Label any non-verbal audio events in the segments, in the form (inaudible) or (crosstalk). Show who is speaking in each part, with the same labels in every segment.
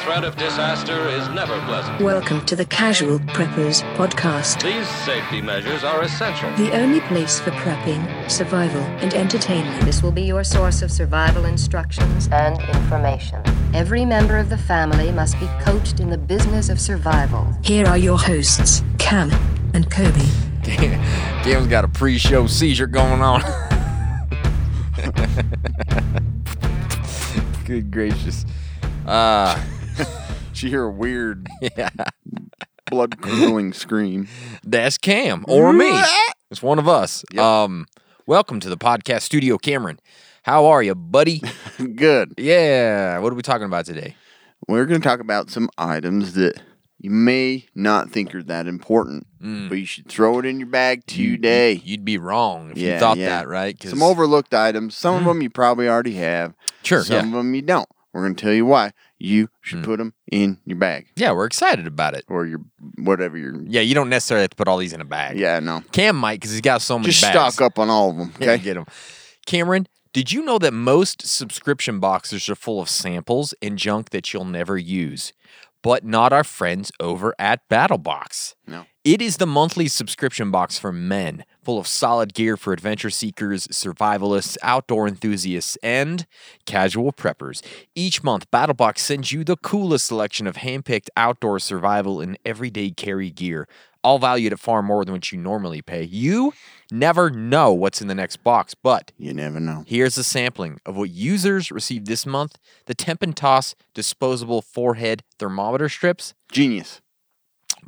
Speaker 1: threat of disaster is never pleasant.
Speaker 2: Welcome to the Casual Preppers Podcast,
Speaker 1: These safety measures are essential.
Speaker 2: the only place for prepping, survival, and entertainment.
Speaker 3: This will be your source of survival instructions and information. Every member of the family must be coached in the business of survival.
Speaker 2: Here are your hosts, Cam and Kobe.
Speaker 4: (laughs) Cam's got a pre-show seizure going on. (laughs) Good gracious. Uh,
Speaker 5: (laughs) She hear
Speaker 4: (laughs)
Speaker 5: a weird, blood curdling scream.
Speaker 4: that's Cam or me. It's one of us. Um, welcome to the podcast studio, Cameron. How are you,
Speaker 5: (laughs)
Speaker 4: buddy?
Speaker 5: Good.
Speaker 4: yeah. What are we talking about today?
Speaker 5: We're going to talk about some items that you may not think are that important,
Speaker 4: Mm.
Speaker 5: but you should throw it in your bag today.
Speaker 4: You'd be wrong if you thought that, right? 'Cause- Mm.
Speaker 5: Some overlooked items. Some of them you probably already have.
Speaker 4: Sure,
Speaker 5: Some
Speaker 4: yeah. Mm.
Speaker 5: of them you don't. We're going to tell you why you should put 'em put them in your bag
Speaker 4: yeah, we're excited about it.
Speaker 5: or your whatever your.
Speaker 4: Yeah, you don't necessarily have to put all these in a bag.
Speaker 5: Yeah, no.
Speaker 4: Cam might because he's got so many
Speaker 5: Just
Speaker 4: bags.
Speaker 5: stock up on all
Speaker 4: (laughs)
Speaker 5: of them.
Speaker 4: Yeah,
Speaker 5: Okay.
Speaker 4: get them. Cameron, did you know that most subscription boxes are full of samples and junk that you'll never use? But not our friends over at BattleBox.
Speaker 5: No.
Speaker 4: It is the monthly subscription box for men, full of solid gear for adventure seekers, survivalists, outdoor enthusiasts, and casual preppers. Each month, BattleBox sends you the coolest selection of handpicked outdoor survival and everyday carry gear, all valued at far more than what you normally pay. You never know what's in the next box, but
Speaker 5: You never know.
Speaker 4: Here's a sampling of what users received this month the Temp and Toss disposable forehead thermometer strips.
Speaker 5: Genius.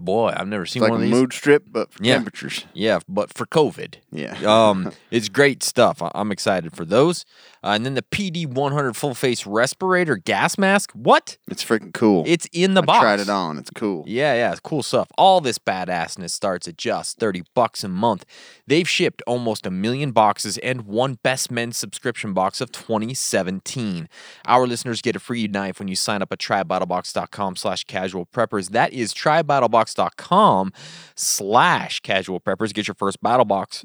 Speaker 4: Boy, I've never seen
Speaker 5: It's like
Speaker 4: one
Speaker 5: a
Speaker 4: of these.
Speaker 5: mood strip, but for
Speaker 4: Yeah.
Speaker 5: temperatures.
Speaker 4: Yeah, but for COVID.
Speaker 5: Yeah. (laughs)
Speaker 4: um, it's great stuff. I- I'm excited for those. Uh, and then the PD100 full face respirator gas mask. What?
Speaker 5: It's freaking cool.
Speaker 4: It's in the
Speaker 5: I
Speaker 4: box.
Speaker 5: Tried it on. It's cool.
Speaker 4: Yeah, yeah, it's cool stuff. All this badassness starts at just 30 bucks a month. They've shipped almost a million boxes and one Best Men subscription box of 2017. Our listeners get a free knife when you sign up at trybattlebox.com slash casual preppers. That is trybattlebox.com slash casual preppers. Get your first battle box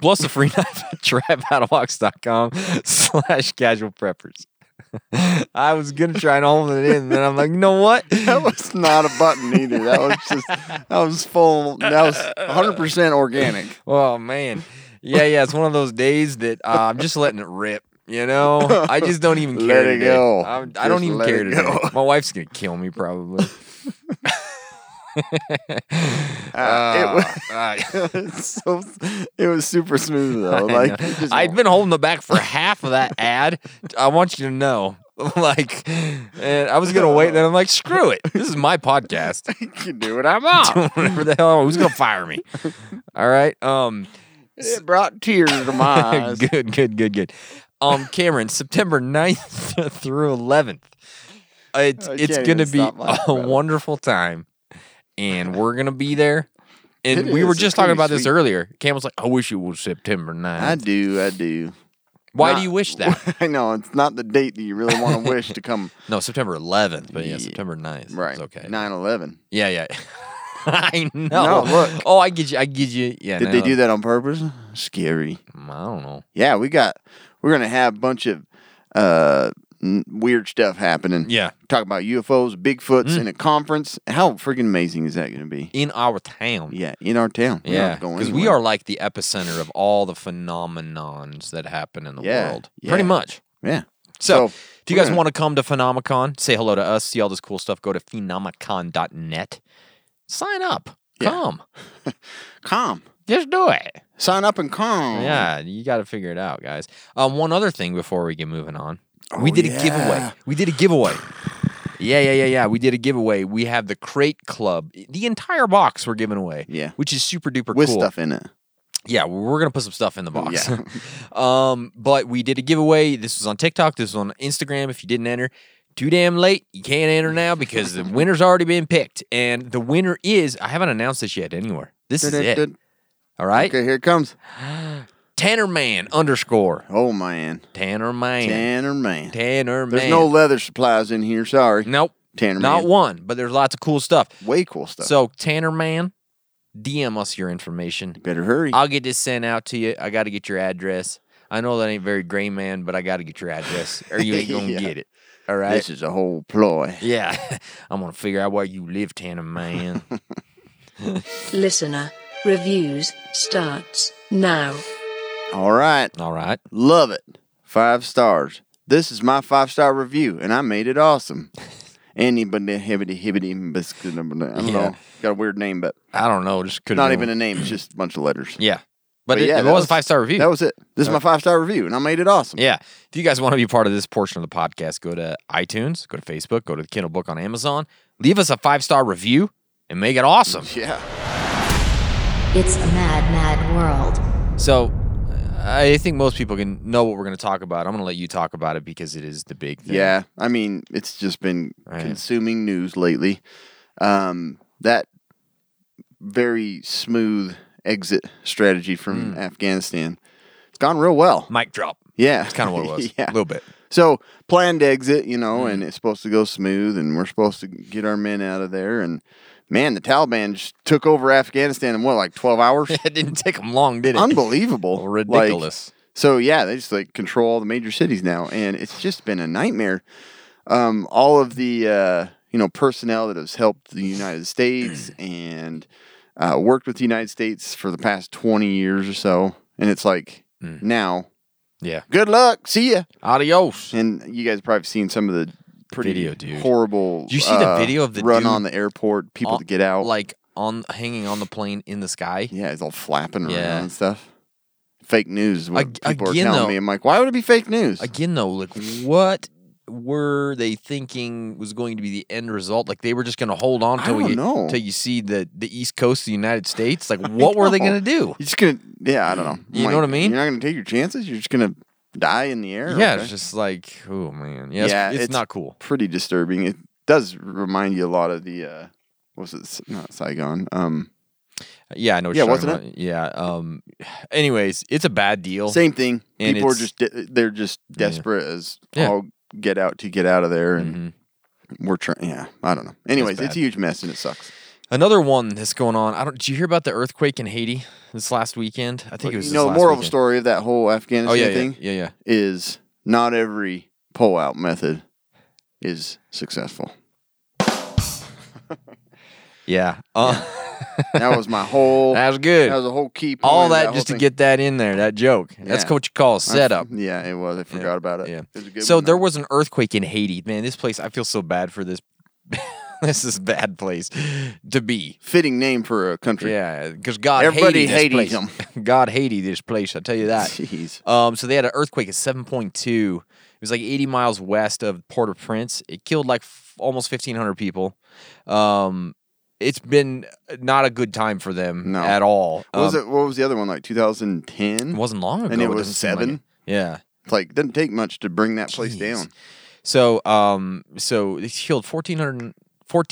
Speaker 4: plus a free (laughs) knife at trybattlebox.com slash casual preppers. (laughs) I was going to try and hold it in, and then I'm like, you know what?
Speaker 5: (laughs) That was not a button either. That was just that was full. That was 100 percent organic. (laughs)
Speaker 4: Oh man, yeah, yeah. It's one of those days that uh, I'm just letting it rip. You know, I just don't
Speaker 5: (laughs)
Speaker 4: even care.
Speaker 5: Let it
Speaker 4: today.
Speaker 5: go.
Speaker 4: I'm, I don't
Speaker 5: Just
Speaker 4: even
Speaker 5: let
Speaker 4: care
Speaker 5: it
Speaker 4: today.
Speaker 5: go.
Speaker 4: My wife's gonna kill me
Speaker 5: (laughs)
Speaker 4: probably. (laughs)
Speaker 5: Ah, Uh, (laughs)
Speaker 4: Uh,
Speaker 5: it was so it was super smooth
Speaker 4: (laughs)
Speaker 5: though.
Speaker 4: I
Speaker 5: Like it just-
Speaker 4: had been holding the back for half of that ad. I want you to know. (laughs) Like, and I was gonna wait, and I'm like, screw it. This is my podcast.
Speaker 5: (laughs) (laughs) you can do what I'm on.
Speaker 4: (laughs) Whatever the hell, who's gonna fire
Speaker 5: (laughs)
Speaker 4: me? All right. Um.
Speaker 5: It brought tears
Speaker 4: (laughs)
Speaker 5: to my eyes.
Speaker 4: good, good, good, good. Um, Cameron, September 9th (laughs) through 11th. It's,
Speaker 5: I
Speaker 4: it's
Speaker 5: can't
Speaker 4: going to
Speaker 5: even
Speaker 4: be
Speaker 5: stop laughing
Speaker 4: a
Speaker 5: about it.
Speaker 4: wonderful time, and we're going to be there. And
Speaker 5: It
Speaker 4: we
Speaker 5: is.
Speaker 4: were
Speaker 5: It's
Speaker 4: just
Speaker 5: gonna
Speaker 4: talking
Speaker 5: be
Speaker 4: about this
Speaker 5: sweet.
Speaker 4: earlier. Cam was like, I wish it was September 9th.
Speaker 5: I do. I do.
Speaker 4: Why
Speaker 5: Not-
Speaker 4: do you wish that?
Speaker 5: (laughs) I know it's not the date that you
Speaker 4: (laughs)
Speaker 5: really want to wish to come.
Speaker 4: No, September 11th, but yeah,
Speaker 5: Yeah.
Speaker 4: September 9th.
Speaker 5: Right.
Speaker 4: It's okay.
Speaker 5: 9/11.
Speaker 4: Yeah, yeah. (laughs) I know.
Speaker 5: No, look.
Speaker 4: Oh, I get you. I get you. Yeah.
Speaker 5: Did they do that on purpose? Scary.
Speaker 4: I don't know.
Speaker 5: Yeah, we got. We're gonna have a bunch of uh, n- weird stuff happening.
Speaker 4: Yeah.
Speaker 5: talk about UFOs, Bigfoots
Speaker 4: Hmm.
Speaker 5: in a conference. How freaking amazing is that gonna be?
Speaker 4: In our town.
Speaker 5: Yeah, in our town. We're
Speaker 4: Yeah,
Speaker 5: not going
Speaker 4: because we
Speaker 5: anywhere.
Speaker 4: are like the epicenter of all the phenomenons that happen in the
Speaker 5: Yeah,
Speaker 4: world, pretty
Speaker 5: yeah.
Speaker 4: much.
Speaker 5: Yeah.
Speaker 4: So,
Speaker 5: So,
Speaker 4: if you guys
Speaker 5: we're-
Speaker 4: want to come to Phenomicon, say hello to us, see all this cool stuff, go to phenomicon.net, sign up,
Speaker 5: Yeah.
Speaker 4: come,
Speaker 5: Calm.
Speaker 4: just do it.
Speaker 5: Sign up and calm.
Speaker 4: Yeah, you got to figure it out, guys. Um, one other thing before we get moving on, we
Speaker 5: Oh,
Speaker 4: did a
Speaker 5: yeah.
Speaker 4: giveaway. We did a giveaway. Yeah, yeah, yeah, yeah. We did a giveaway. We have the Crate Club. The entire box we're giving away.
Speaker 5: Yeah.
Speaker 4: Which is super duper
Speaker 5: With
Speaker 4: cool.
Speaker 5: stuff in it.
Speaker 4: Yeah, well, we're gonna put some stuff in the box.
Speaker 5: Yeah.
Speaker 4: (laughs) um, but we did a giveaway. This was on TikTok. This was on Instagram. If you didn't enter, too damn late. You can't enter now because
Speaker 5: (laughs)
Speaker 4: the winner's already been picked, and the winner is I haven't announced this yet anywhere. This is it. All right,
Speaker 5: Okay, here it comes.
Speaker 4: Tanner Man underscore
Speaker 5: Oh man,
Speaker 4: Tanner Man
Speaker 5: Tanner man.
Speaker 4: Tanner
Speaker 5: There's
Speaker 4: Man.
Speaker 5: no leather supplies in here. Sorry,
Speaker 4: nope,
Speaker 5: Tanner
Speaker 4: not
Speaker 5: man.
Speaker 4: one. But there's lots of cool stuff.
Speaker 5: Way cool stuff.
Speaker 4: So Tanner Man, DM us your information.
Speaker 5: better hurry.
Speaker 4: I'll get this sent out to you. I got to get your address. I know that ain't very gray, man, but I got to get your address or you ain't going to
Speaker 5: (laughs) Yeah.
Speaker 4: get it. All right.
Speaker 5: This is a whole ploy.
Speaker 4: yeah. (laughs) I'm going to figure out where you live, Tanner, man.
Speaker 5: (laughs)
Speaker 2: Listener reviews starts now.
Speaker 5: All right.
Speaker 4: All right.
Speaker 5: Love it. Five stars. This is my five star review, and I made it
Speaker 4: (laughs)
Speaker 5: awesome. Anybody hibbity hibbity biscuit. I don't
Speaker 4: Yeah.
Speaker 5: know. Got a weird name, but
Speaker 4: I don't know. Just could
Speaker 5: not even a name. It's just a bunch of letters.
Speaker 4: Yeah. But, it,
Speaker 5: yeah,
Speaker 4: it
Speaker 5: that
Speaker 4: was, a five star review.
Speaker 5: That was it. This is my five star review, and I made it awesome.
Speaker 4: Yeah. If you guys want to be part of this portion of the podcast, go to iTunes, go to Facebook, go to the Kindle book on Amazon, leave us a five star review and make it awesome.
Speaker 5: Yeah.
Speaker 6: It's a mad, mad world.
Speaker 4: So uh, I think most people can know what we're going to talk about. I'm going to let you talk about it because it is the big thing.
Speaker 5: Yeah, I mean, it's just been
Speaker 4: Right.
Speaker 5: consuming news lately. Um, that very smooth exit strategy
Speaker 4: Hmm.
Speaker 5: from Afghanistan, it's gone real well.
Speaker 4: Mic drop.
Speaker 5: Yeah,
Speaker 4: That's kind of
Speaker 5: (laughs)
Speaker 4: what it was.
Speaker 5: yeah,
Speaker 4: A little bit.
Speaker 5: So planned exit, you know,
Speaker 4: Mm-hmm.
Speaker 5: and it's supposed to go smooth, and we're supposed to get our men out of there. And man, the Taliban just took over Afghanistan in what, like twelve
Speaker 4: (laughs)
Speaker 5: hours?
Speaker 4: (laughs) it didn't take them long, did it?
Speaker 5: Unbelievable, Like,
Speaker 4: (laughs) Ridiculous.
Speaker 5: so yeah, they just like control all the major cities now, and it's just been a nightmare. Um, all of the uh, you know personnel that has helped the
Speaker 4: (clears throat)
Speaker 5: United States and uh, worked with the United States for the past twenty years or so, and it's like now,
Speaker 4: Mm. yeah.
Speaker 5: good luck, see ya.
Speaker 4: Adios.
Speaker 5: And you guys probably seen some of the pretty
Speaker 4: Video, dude.
Speaker 5: horrible. uh,
Speaker 4: Did you see the video of the
Speaker 5: run
Speaker 4: dude
Speaker 5: on the airport, people
Speaker 4: All-
Speaker 5: to get out?
Speaker 4: Like on hanging on the plane in the sky.
Speaker 5: yeah, it's all flapping
Speaker 4: Yeah.
Speaker 5: around and stuff. Fake news is what
Speaker 4: Ag-
Speaker 5: people
Speaker 4: again,
Speaker 5: are telling
Speaker 4: though-
Speaker 5: me. I'm like, why would it be fake news?
Speaker 4: Again, though, like what were they thinking was going to be the end result? Like they were just going to hold on
Speaker 5: I
Speaker 4: till
Speaker 5: don't
Speaker 4: you
Speaker 5: know.
Speaker 4: till you see the the east coast of the United States.
Speaker 5: (laughs)
Speaker 4: Like what were they
Speaker 5: know.
Speaker 4: going to do?
Speaker 5: You're just gonna, yeah, I don't know.
Speaker 4: You know what I mean?
Speaker 5: You're not gonna take your chances. You're just gonna die in the air.
Speaker 4: Yeah,
Speaker 5: okay?
Speaker 4: it's just like oh man, yeah,
Speaker 5: Yeah,
Speaker 4: it's, it's
Speaker 5: it's-
Speaker 4: not cool.
Speaker 5: pretty disturbing. It does remind you a lot of the uh, what was it S- not Saigon? Um,
Speaker 4: Yeah, I know. What
Speaker 5: Yeah,
Speaker 4: you're talking
Speaker 5: wasn't
Speaker 4: about. Yeah. Um. (sighs) Anyways, it's a bad deal.
Speaker 5: same thing.
Speaker 4: And
Speaker 5: People are
Speaker 4: it's-
Speaker 5: just de- they're just desperate as
Speaker 4: Yeah.
Speaker 5: all get out to get out of there,
Speaker 4: Mhm.
Speaker 5: and we're trying. Yeah, I don't know. Anyways,
Speaker 4: bad.
Speaker 5: it's a huge mess and it sucks.
Speaker 4: Another one that's going on. I don't. Did you hear about the earthquake in Haiti this last weekend? I think it was.
Speaker 5: you
Speaker 4: this
Speaker 5: know, the
Speaker 4: last
Speaker 5: moral of the
Speaker 4: weekend.
Speaker 5: story of that whole Afghanistan
Speaker 4: Oh yeah, yeah,
Speaker 5: thing
Speaker 4: yeah, yeah.
Speaker 5: is not every pull out method is successful.
Speaker 4: Yeah. Uh,
Speaker 5: That was my whole.
Speaker 4: (laughs) that was good.
Speaker 5: That was a whole key. Point
Speaker 4: All
Speaker 5: of
Speaker 4: that,
Speaker 5: whole
Speaker 4: just to
Speaker 5: thing.
Speaker 4: get that in there, that joke. That's
Speaker 5: Yeah.
Speaker 4: what you call a
Speaker 5: I- (laughs)
Speaker 4: setup.
Speaker 5: Yeah, it was. I forgot about it.
Speaker 4: Yeah.
Speaker 5: It was a good
Speaker 4: so
Speaker 5: one,
Speaker 4: there
Speaker 5: though.
Speaker 4: was an earthquake in Haiti. Man, this place. I feel so bad for this. (laughs) this is a bad place to be.
Speaker 5: fitting name for a country.
Speaker 4: Yeah, because God
Speaker 5: Everybody
Speaker 4: hated this
Speaker 5: hated
Speaker 4: place. (laughs) God hated this place. I tell you
Speaker 5: (laughs)
Speaker 4: that.
Speaker 5: (laughs) Jeez.
Speaker 4: Um, so they had an earthquake at 7.2. It was like 80 miles west of Port-au-Prince. It killed like f- almost 1,500 people. Um, it's been not a good time for them
Speaker 5: No.
Speaker 4: at all.
Speaker 5: What was
Speaker 4: Um,
Speaker 5: it? What was the other one? Like 2010.
Speaker 4: It wasn't long ago.
Speaker 5: And it was
Speaker 4: doesn't seem like
Speaker 5: seven?
Speaker 4: it. Yeah.
Speaker 5: It's like doesn't take much to bring that place
Speaker 4: Jeez.
Speaker 5: down.
Speaker 4: So, um, so it killed 1,400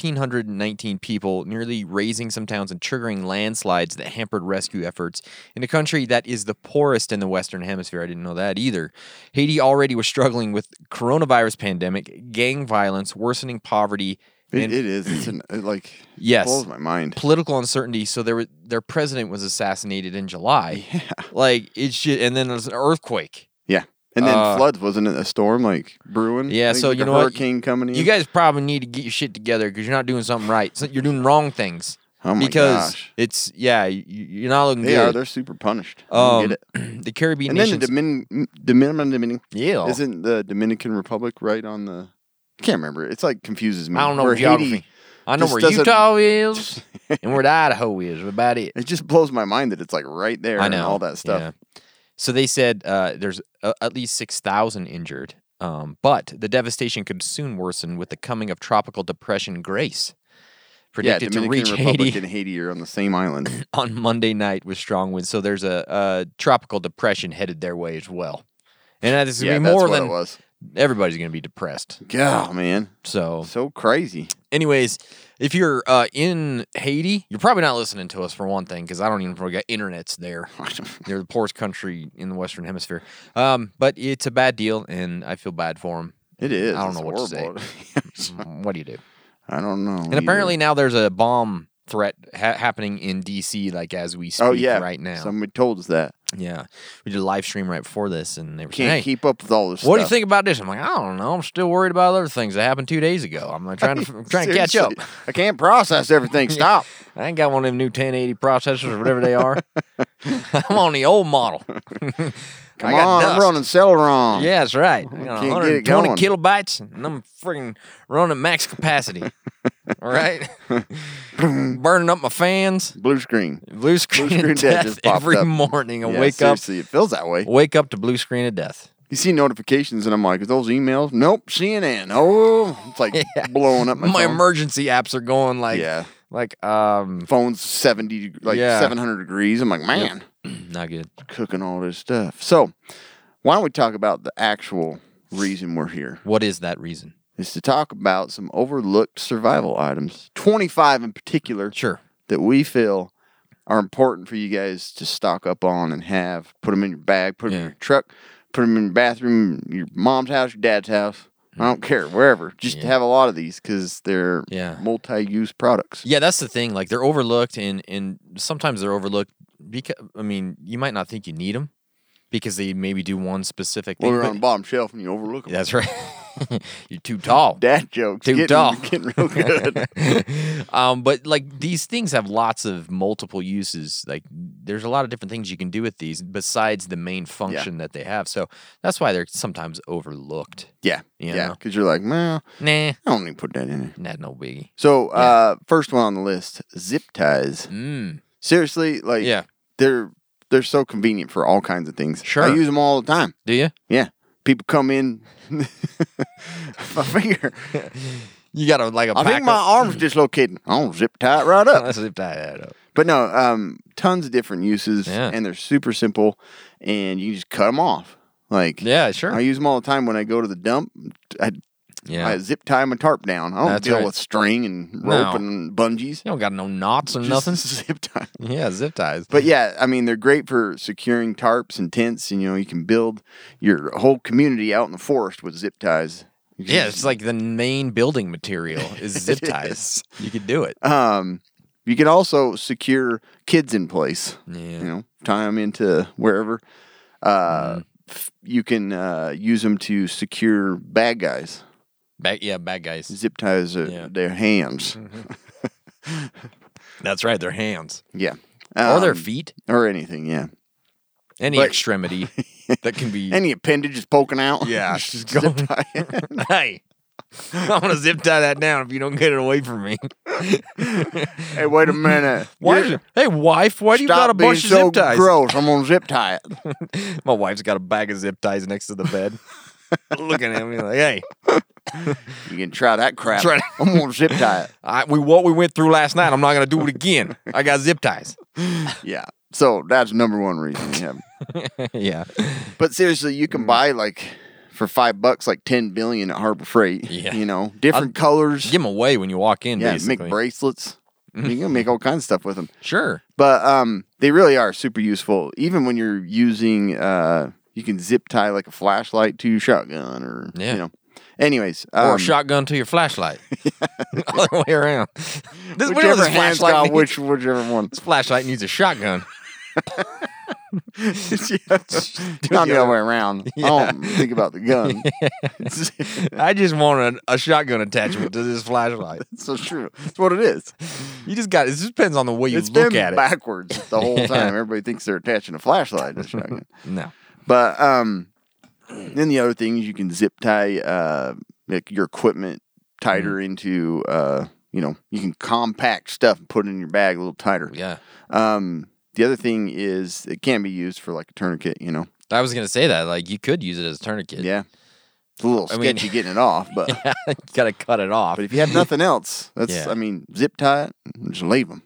Speaker 4: 1,419 people, nearly raising some towns and triggering landslides that hampered rescue efforts in a country that is the poorest in the Western Hemisphere. I didn't know that either. Haiti already was struggling with coronavirus pandemic, gang violence, worsening poverty,
Speaker 5: It,
Speaker 4: and
Speaker 5: it is. It's an, it like
Speaker 4: Yes.
Speaker 5: blows my mind.
Speaker 4: political uncertainty. So there, were, their president was assassinated in July.
Speaker 5: (laughs) Yeah.
Speaker 4: Like it's just, and then there's an earthquake.
Speaker 5: Yeah. And then
Speaker 4: Uh,
Speaker 5: floods wasn't it a storm like brewing?
Speaker 4: Yeah,
Speaker 5: I think
Speaker 4: so
Speaker 5: like
Speaker 4: you
Speaker 5: a
Speaker 4: know what?
Speaker 5: hurricane coming in.
Speaker 4: You guys probably need to get your shit together because you're not doing something right. So you're doing wrong things.
Speaker 5: Oh my
Speaker 4: because
Speaker 5: gosh.
Speaker 4: it's yeah, you, you're not looking
Speaker 5: They
Speaker 4: good.
Speaker 5: are. They're super punished. I
Speaker 4: um,
Speaker 5: don't get it.
Speaker 4: (clears throat) the Caribbean
Speaker 5: And then the
Speaker 4: nations.
Speaker 5: Domin- Dominican Dominican
Speaker 4: yeah,
Speaker 5: isn't the Dominican Republic right on the? I can't remember. It's like confuses me.
Speaker 4: I don't know
Speaker 5: Where
Speaker 4: geography.
Speaker 5: Haiti,
Speaker 4: I know
Speaker 5: just
Speaker 4: where
Speaker 5: doesn't- (laughs)
Speaker 4: Utah is and where the Idaho is. About it.
Speaker 5: It just blows my mind that it's like right there
Speaker 4: I
Speaker 5: and
Speaker 4: know
Speaker 5: all that stuff.
Speaker 4: yeah. So they said uh, there's a, at least six thousand injured, um, but the devastation could soon worsen with the coming of tropical depression Grace, predicted to reach
Speaker 5: Dominican
Speaker 4: (laughs)
Speaker 5: Republic
Speaker 4: Haiti
Speaker 5: and Haiti are on the
Speaker 4: (laughs)
Speaker 5: same island.
Speaker 4: on Monday night with strong winds. So there's a, a tropical depression headed their way as well. And that is going
Speaker 5: yeah,
Speaker 4: to be
Speaker 5: that's
Speaker 4: more
Speaker 5: what
Speaker 4: than
Speaker 5: it was.
Speaker 4: everybody's going to be depressed.
Speaker 5: God, man,
Speaker 4: So
Speaker 5: so crazy. (laughs)
Speaker 4: Anyways, if you're uh, in Haiti, you're probably not listening to us for one thing, because I don't even forget internet's
Speaker 5: (laughs)
Speaker 4: there. They're the poorest country in the Western Hemisphere. Um, but it's a bad deal, and I feel bad for them.
Speaker 5: It is.
Speaker 4: I don't (laughs)
Speaker 5: It's
Speaker 4: know what to say.
Speaker 5: horrible.
Speaker 4: what do you do?
Speaker 5: I don't know.
Speaker 4: And apparently now there's a bomb threat ha- happening in DC, like as we speak
Speaker 5: Oh yeah,
Speaker 4: right now.
Speaker 5: Somebody told us that
Speaker 4: yeah, we did a live stream right before this, and they were
Speaker 5: can't
Speaker 4: saying, "Hey,
Speaker 5: keep up with all this.
Speaker 4: what do you
Speaker 5: stuff.
Speaker 4: think about this?" I'm like, "I don't know. I'm still worried about other things that happened two days ago. I'm like,
Speaker 5: (laughs)
Speaker 4: trying to I'm trying to catch up.
Speaker 5: Seriously, I can't
Speaker 4: (laughs)
Speaker 5: process everything. Stop.
Speaker 4: I ain't got one of them new 1080 processors or whatever they
Speaker 5: (laughs)
Speaker 4: are. I'm on the old model.
Speaker 5: Come on, I'm running Celeron.
Speaker 4: Yeah, that's right. I got
Speaker 5: Can't get it
Speaker 4: 120
Speaker 5: going.
Speaker 4: kilobytes, and I'm freaking running max
Speaker 5: (laughs)
Speaker 4: capacity. All right, burning up my fans.
Speaker 5: Blue screen.
Speaker 4: Blue screen,
Speaker 5: screen
Speaker 4: of
Speaker 5: of death
Speaker 4: death,
Speaker 5: just popped
Speaker 4: every
Speaker 5: up.
Speaker 4: morning. I
Speaker 5: Yeah,
Speaker 4: wake up,
Speaker 5: seriously, it feels that way.
Speaker 4: wake up to blue screen of death.
Speaker 5: You see notifications, and I'm like, "Is those emails?" Nope, CNN. Oh, it's
Speaker 4: (laughs)
Speaker 5: like blowing up my,
Speaker 4: My,
Speaker 5: phone.
Speaker 4: emergency apps are going like,
Speaker 5: Yeah.
Speaker 4: like
Speaker 5: (clears throat)
Speaker 4: um,
Speaker 5: Phone's seventy, deg- like
Speaker 4: Yeah.
Speaker 5: seven hundred degrees. I'm like, man,
Speaker 4: not good.
Speaker 5: cooking all this stuff. So, why don't we talk about the actual reason we're here?
Speaker 4: What is that reason?
Speaker 5: Is to talk about some overlooked survival items, 25 in particular,
Speaker 4: Sure.
Speaker 5: that we feel are important for you guys to stock up on and have. Put them in your bag, put them
Speaker 4: Yeah.
Speaker 5: in your truck, put them in your bathroom, your mom's house, your dad's house. I don't care, wherever. Just
Speaker 4: Mm. Yeah.
Speaker 5: have a lot of these because they're
Speaker 4: Yeah.
Speaker 5: multi-use products.
Speaker 4: Yeah, that's the thing. Like they're overlooked, and and sometimes they're overlooked because I mean, you might not think you need them because they maybe do one specific
Speaker 5: Well,
Speaker 4: thing.
Speaker 5: they're
Speaker 4: but- (laughs)
Speaker 5: on the bottom shelf and you overlook them.
Speaker 4: That's right. (laughs) You're too tall.
Speaker 5: Dad jokes.
Speaker 4: Too
Speaker 5: getting,
Speaker 4: tall.
Speaker 5: (laughs) Getting
Speaker 4: (laughs)
Speaker 5: real good.
Speaker 4: um, but like these things have lots of multiple uses. Like there's a lot of different things you can do with these besides the main function that they have. So that's why they're sometimes overlooked.
Speaker 5: yeah.
Speaker 4: You
Speaker 5: Yeah.
Speaker 4: know?
Speaker 5: Because you're like, man,
Speaker 4: Nah,
Speaker 5: I don't need to put that in there.
Speaker 4: not no biggie.
Speaker 5: So, uh, first one on the list, zip ties.
Speaker 4: Mm,
Speaker 5: Seriously, like,
Speaker 4: Yeah.
Speaker 5: they're they're so convenient for all kinds of things.
Speaker 4: Sure.
Speaker 5: I use them all the time.
Speaker 4: do you?
Speaker 5: Yeah, people come in. (laughs) my finger.
Speaker 4: You got to like a
Speaker 5: I
Speaker 4: pack
Speaker 5: think
Speaker 4: (laughs)
Speaker 5: my
Speaker 4: of-
Speaker 5: arm's dislocated. I don't zip tie it right up.
Speaker 4: Let's (laughs) zip tie that up.
Speaker 5: But no, um, tons of different uses,
Speaker 4: Yeah.
Speaker 5: and they're super simple, and you just cut them off. Like,
Speaker 4: Yeah, sure.
Speaker 5: I use them all the time when I go to the dump. I,
Speaker 4: yeah.
Speaker 5: I
Speaker 4: you
Speaker 5: zip tie my tarp down. I don't
Speaker 4: That's
Speaker 5: deal
Speaker 4: right.
Speaker 5: with string and
Speaker 4: No.
Speaker 5: rope and bungees.
Speaker 4: don't got no knots or
Speaker 5: Just
Speaker 4: nothing. (laughs)
Speaker 5: (laughs) Zip tie.
Speaker 4: Yeah, zip ties.
Speaker 5: But yeah, I mean, they're great for securing tarps and tents. And, you know, you can build your whole community out in the forest with zip ties. You can
Speaker 4: yeah,
Speaker 5: just-
Speaker 4: it's like the main building material is
Speaker 5: (laughs)
Speaker 4: zip ties. You could do it.
Speaker 5: Um, you can also secure kids in place. You
Speaker 4: Yeah. Mm-hmm.
Speaker 5: know, tie them into wherever. Uh, f- You can uh, use them to secure bad guys.
Speaker 4: Bad, yeah, bad guys.
Speaker 5: Zip ties are
Speaker 4: Yeah. Mm-hmm.
Speaker 5: their hands.
Speaker 4: That's right, their hands
Speaker 5: Yeah.
Speaker 4: or their
Speaker 5: Um,
Speaker 4: feet,
Speaker 5: Or anything, yeah.
Speaker 4: any
Speaker 5: but- (laughs)
Speaker 4: extremity that can be.
Speaker 5: Any appendage is poking out. (laughs)
Speaker 4: Yeah,
Speaker 5: just
Speaker 4: go-
Speaker 5: zip tie it.
Speaker 4: (laughs) hey, I'm gonna zip tie that down if you don't get it away from
Speaker 5: (laughs)
Speaker 4: me.
Speaker 5: hey, wait a minute.
Speaker 4: Why?
Speaker 5: You're-
Speaker 4: Is, hey, wife, why do you got
Speaker 5: Stop
Speaker 4: a bunch of zip
Speaker 5: being so
Speaker 4: ties?
Speaker 5: gross. I'm gonna zip tie
Speaker 4: (laughs)
Speaker 5: it.
Speaker 4: My wife's got a bag of zip ties next to the
Speaker 5: (laughs)
Speaker 4: bed. Looking at me like, hey,
Speaker 5: You can try that crap.
Speaker 4: Try it.
Speaker 5: (laughs) I'm gonna zip tie it.
Speaker 4: I, we what we went through last night, I'm not gonna do it again. I got zip ties. (laughs)
Speaker 5: Yeah. So that's number one reason. Yeah.
Speaker 4: yeah,
Speaker 5: (laughs) but seriously, you
Speaker 4: Mm.
Speaker 5: can buy like for five bucks, like ten billion at Harbor Freight.
Speaker 4: Yeah.
Speaker 5: You know, different colors.
Speaker 4: give them away when you walk in.
Speaker 5: yeah.
Speaker 4: basically. Mm-hmm.
Speaker 5: Make bracelets. you can make all kinds of stuff with them.
Speaker 4: Sure.
Speaker 5: But um, they really are super useful. Even when you're using, uh, you can zip tie like a flashlight to your shotgun or
Speaker 4: Yeah.
Speaker 5: you know. Anyways,
Speaker 4: Or
Speaker 5: um,
Speaker 4: a (laughs) shotgun to your
Speaker 5: (laughs)
Speaker 4: flashlight. (laughs) Other way around. This, we know
Speaker 5: Whichever
Speaker 4: this
Speaker 5: hand's
Speaker 4: flashlight
Speaker 5: got
Speaker 4: needs-
Speaker 5: which whichever
Speaker 4: (laughs)
Speaker 5: one. (laughs)
Speaker 4: This flashlight needs a shotgun.
Speaker 5: Not the other way around.
Speaker 4: (laughs)
Speaker 5: I don't think about the gun. (laughs)
Speaker 4: I just want a, a shotgun attachment to this flashlight.
Speaker 5: so true. That's what it is.
Speaker 4: You just got. It just depends on the way you
Speaker 5: It's
Speaker 4: look
Speaker 5: been
Speaker 4: at it.
Speaker 5: backwards
Speaker 4: (laughs)
Speaker 5: the whole time. Everybody thinks they're attaching a flashlight to a shotgun.
Speaker 4: No.
Speaker 5: But um, then the other thing is you can zip tie uh, like your equipment tighter
Speaker 4: Mm-hmm.
Speaker 5: into uh, you know you can compact stuff and put it in your bag a little tighter.
Speaker 4: Yeah.
Speaker 5: Um, the other thing is it can be used for like a tourniquet. You know.
Speaker 4: I was gonna say that. Like you could use it as a tourniquet.
Speaker 5: Yeah. It's a little
Speaker 4: I
Speaker 5: sketchy
Speaker 4: mean-
Speaker 5: getting it off, but
Speaker 4: (laughs) you gotta cut it off.
Speaker 5: but if you have nothing else, that's
Speaker 4: Yeah.
Speaker 5: I mean, zip tie it, and just leave them.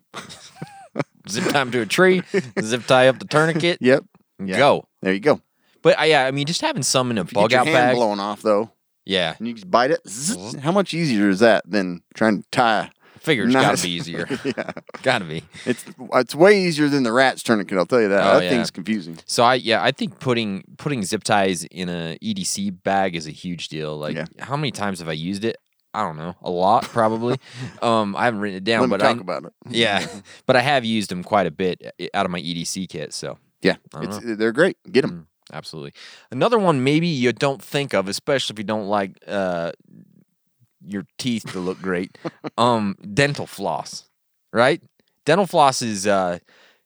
Speaker 4: zip tie 'em to a
Speaker 5: (laughs)
Speaker 4: tree, zip tie up the tourniquet.
Speaker 5: Yep.
Speaker 4: and
Speaker 5: yeah.
Speaker 4: Go.
Speaker 5: There you go.
Speaker 4: But I, yeah, I mean, just having some in a
Speaker 5: If
Speaker 4: bug
Speaker 5: you get
Speaker 4: out
Speaker 5: your hand
Speaker 4: bag.
Speaker 5: blown off though,
Speaker 4: Yeah.
Speaker 5: and you just bite it.
Speaker 4: Uh-huh.
Speaker 5: zzz, how much easier is that than trying to
Speaker 4: (laughs)
Speaker 5: tie? (laughs)
Speaker 4: Figures
Speaker 5: Nice.
Speaker 4: gotta be easier. (laughs)
Speaker 5: yeah,
Speaker 4: gotta be.
Speaker 5: it's it's way easier than the rat's tourniquet. I'll tell you that.
Speaker 4: Oh,
Speaker 5: that
Speaker 4: yeah.
Speaker 5: thing's confusing.
Speaker 4: So I yeah, I think putting putting zip ties in a EDC E bag is a huge deal. Like
Speaker 5: Yeah.
Speaker 4: how many times have I used it? I don't know, a lot
Speaker 5: (laughs)
Speaker 4: probably. um, I haven't written it down,
Speaker 5: Let me
Speaker 4: but
Speaker 5: talk
Speaker 4: I,
Speaker 5: about it. (laughs)
Speaker 4: yeah, but I have used them quite a bit uh, out of my EDC kit. So
Speaker 5: Yeah,
Speaker 4: I don't
Speaker 5: it's, they're great. Get
Speaker 4: Mm,
Speaker 5: them.
Speaker 4: absolutely, another one maybe you don't think of, especially if you don't like uh, your teeth to look
Speaker 5: (laughs)
Speaker 4: great. um, dental floss, right? Dental floss is, uh,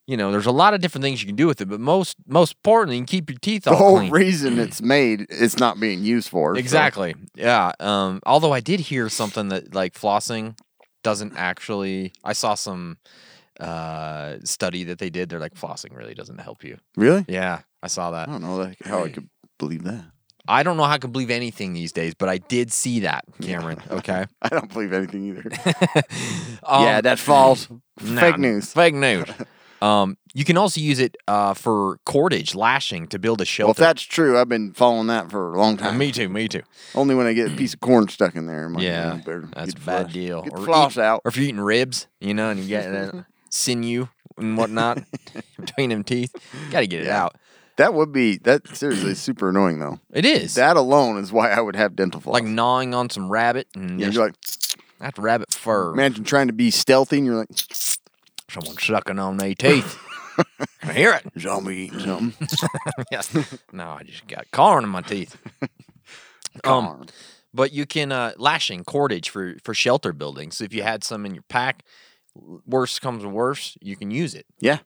Speaker 4: you know, there's a lot of different things you can do with it, but most most importantly, you can keep your teeth all
Speaker 5: the whole
Speaker 4: clean. Mm.
Speaker 5: reason it's made it's not being used for so-
Speaker 4: Exactly. Yeah. Um, although I did hear something that like flossing doesn't actually. I saw some uh, study that they did. They're like flossing really doesn't help you.
Speaker 5: really
Speaker 4: Yeah, I saw that.
Speaker 5: i don't know like, how i could believe that (laughs)
Speaker 4: I don't know how I can believe anything these days, but I did see that, Cameron.
Speaker 5: (laughs)
Speaker 4: Okay. (laughs)
Speaker 5: i don't believe anything either (laughs)
Speaker 4: Um,
Speaker 5: yeah that's false
Speaker 4: nah,
Speaker 5: fake news
Speaker 4: Fake
Speaker 5: (laughs)
Speaker 4: news. Um, you can also use it uh, for cordage, lashing to build a shelter.
Speaker 5: well if that's true i've been following that for a long
Speaker 4: Uh, (laughs)
Speaker 5: time
Speaker 4: me too. Me too.
Speaker 5: only when i get a piece of corn stuck in there I'm like,
Speaker 4: Yeah,
Speaker 5: "Man, I better
Speaker 4: that's
Speaker 5: get
Speaker 4: a
Speaker 5: the
Speaker 4: bad
Speaker 5: floss-
Speaker 4: deal.
Speaker 5: get the
Speaker 4: Or
Speaker 5: floss
Speaker 4: eat-
Speaker 5: out
Speaker 4: or if you're eating ribs, you know, and you get
Speaker 5: (laughs)
Speaker 4: that sinew and whatnot between them teeth, got to get it
Speaker 5: Yeah.
Speaker 4: out.
Speaker 5: that would be
Speaker 4: (clears throat)
Speaker 5: that seriously is super annoying though
Speaker 4: It is
Speaker 5: that alone is why i would have dental floss
Speaker 4: like gnawing on some rabbit and
Speaker 5: yeah,
Speaker 4: just
Speaker 5: you're like
Speaker 4: that rabbit fur.
Speaker 5: imagine trying to be stealthy and you're like
Speaker 4: Someone sucking on their
Speaker 5: (laughs)
Speaker 4: teeth. I hear it. (laughs)
Speaker 5: zombie eating
Speaker 4: Um,
Speaker 5: something (laughs)
Speaker 4: Yes. No, I just got corn in my teeth. Um,
Speaker 5: Darn.
Speaker 4: but you can uh, lashing cordage for for shelter building. So if you had some in your pack, worse comes to worse, you can use it. (clears throat)
Speaker 5: yeah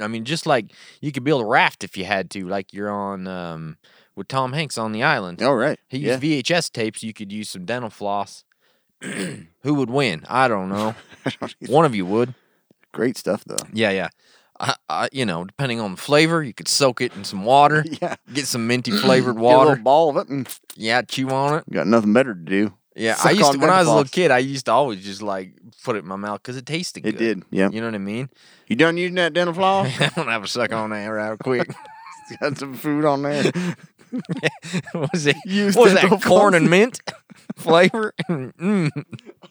Speaker 4: I mean, just like you could build a raft if you had to, like you're on um, with Tom Hanks on the island.
Speaker 5: all right
Speaker 4: He
Speaker 5: yeah.
Speaker 4: used VHS tapes. You could use some dental floss. (clears throat) Who would win? I don't
Speaker 5: (laughs)
Speaker 4: know. One of you would.
Speaker 5: great stuff though (laughs)
Speaker 4: Yeah, yeah. I, I, you know, depending on the flavor, you could soak it in some
Speaker 5: (laughs)
Speaker 4: water.
Speaker 5: Yeah.
Speaker 4: Get some minty flavored
Speaker 5: Get a little
Speaker 4: water.
Speaker 5: ball of it and
Speaker 4: Yeah, chew on it.
Speaker 5: got nothing better to do
Speaker 4: Yeah, I
Speaker 5: Suck
Speaker 4: used
Speaker 5: on
Speaker 4: to, when I was a little
Speaker 5: dentifrice.
Speaker 4: kid, I used to always just like put it in my mouth because it tasted
Speaker 5: It
Speaker 4: good.
Speaker 5: did, yeah.
Speaker 4: You know what I mean? (laughs)
Speaker 5: You done using that dental floss?
Speaker 4: I'm gonna have a suck on that right quick. (laughs)
Speaker 5: got some food on there.
Speaker 4: what was it?
Speaker 5: Used
Speaker 4: what was that?
Speaker 5: dental
Speaker 4: Corn
Speaker 5: floss.
Speaker 4: and mint
Speaker 5: (laughs)
Speaker 4: flavor. (laughs) mm,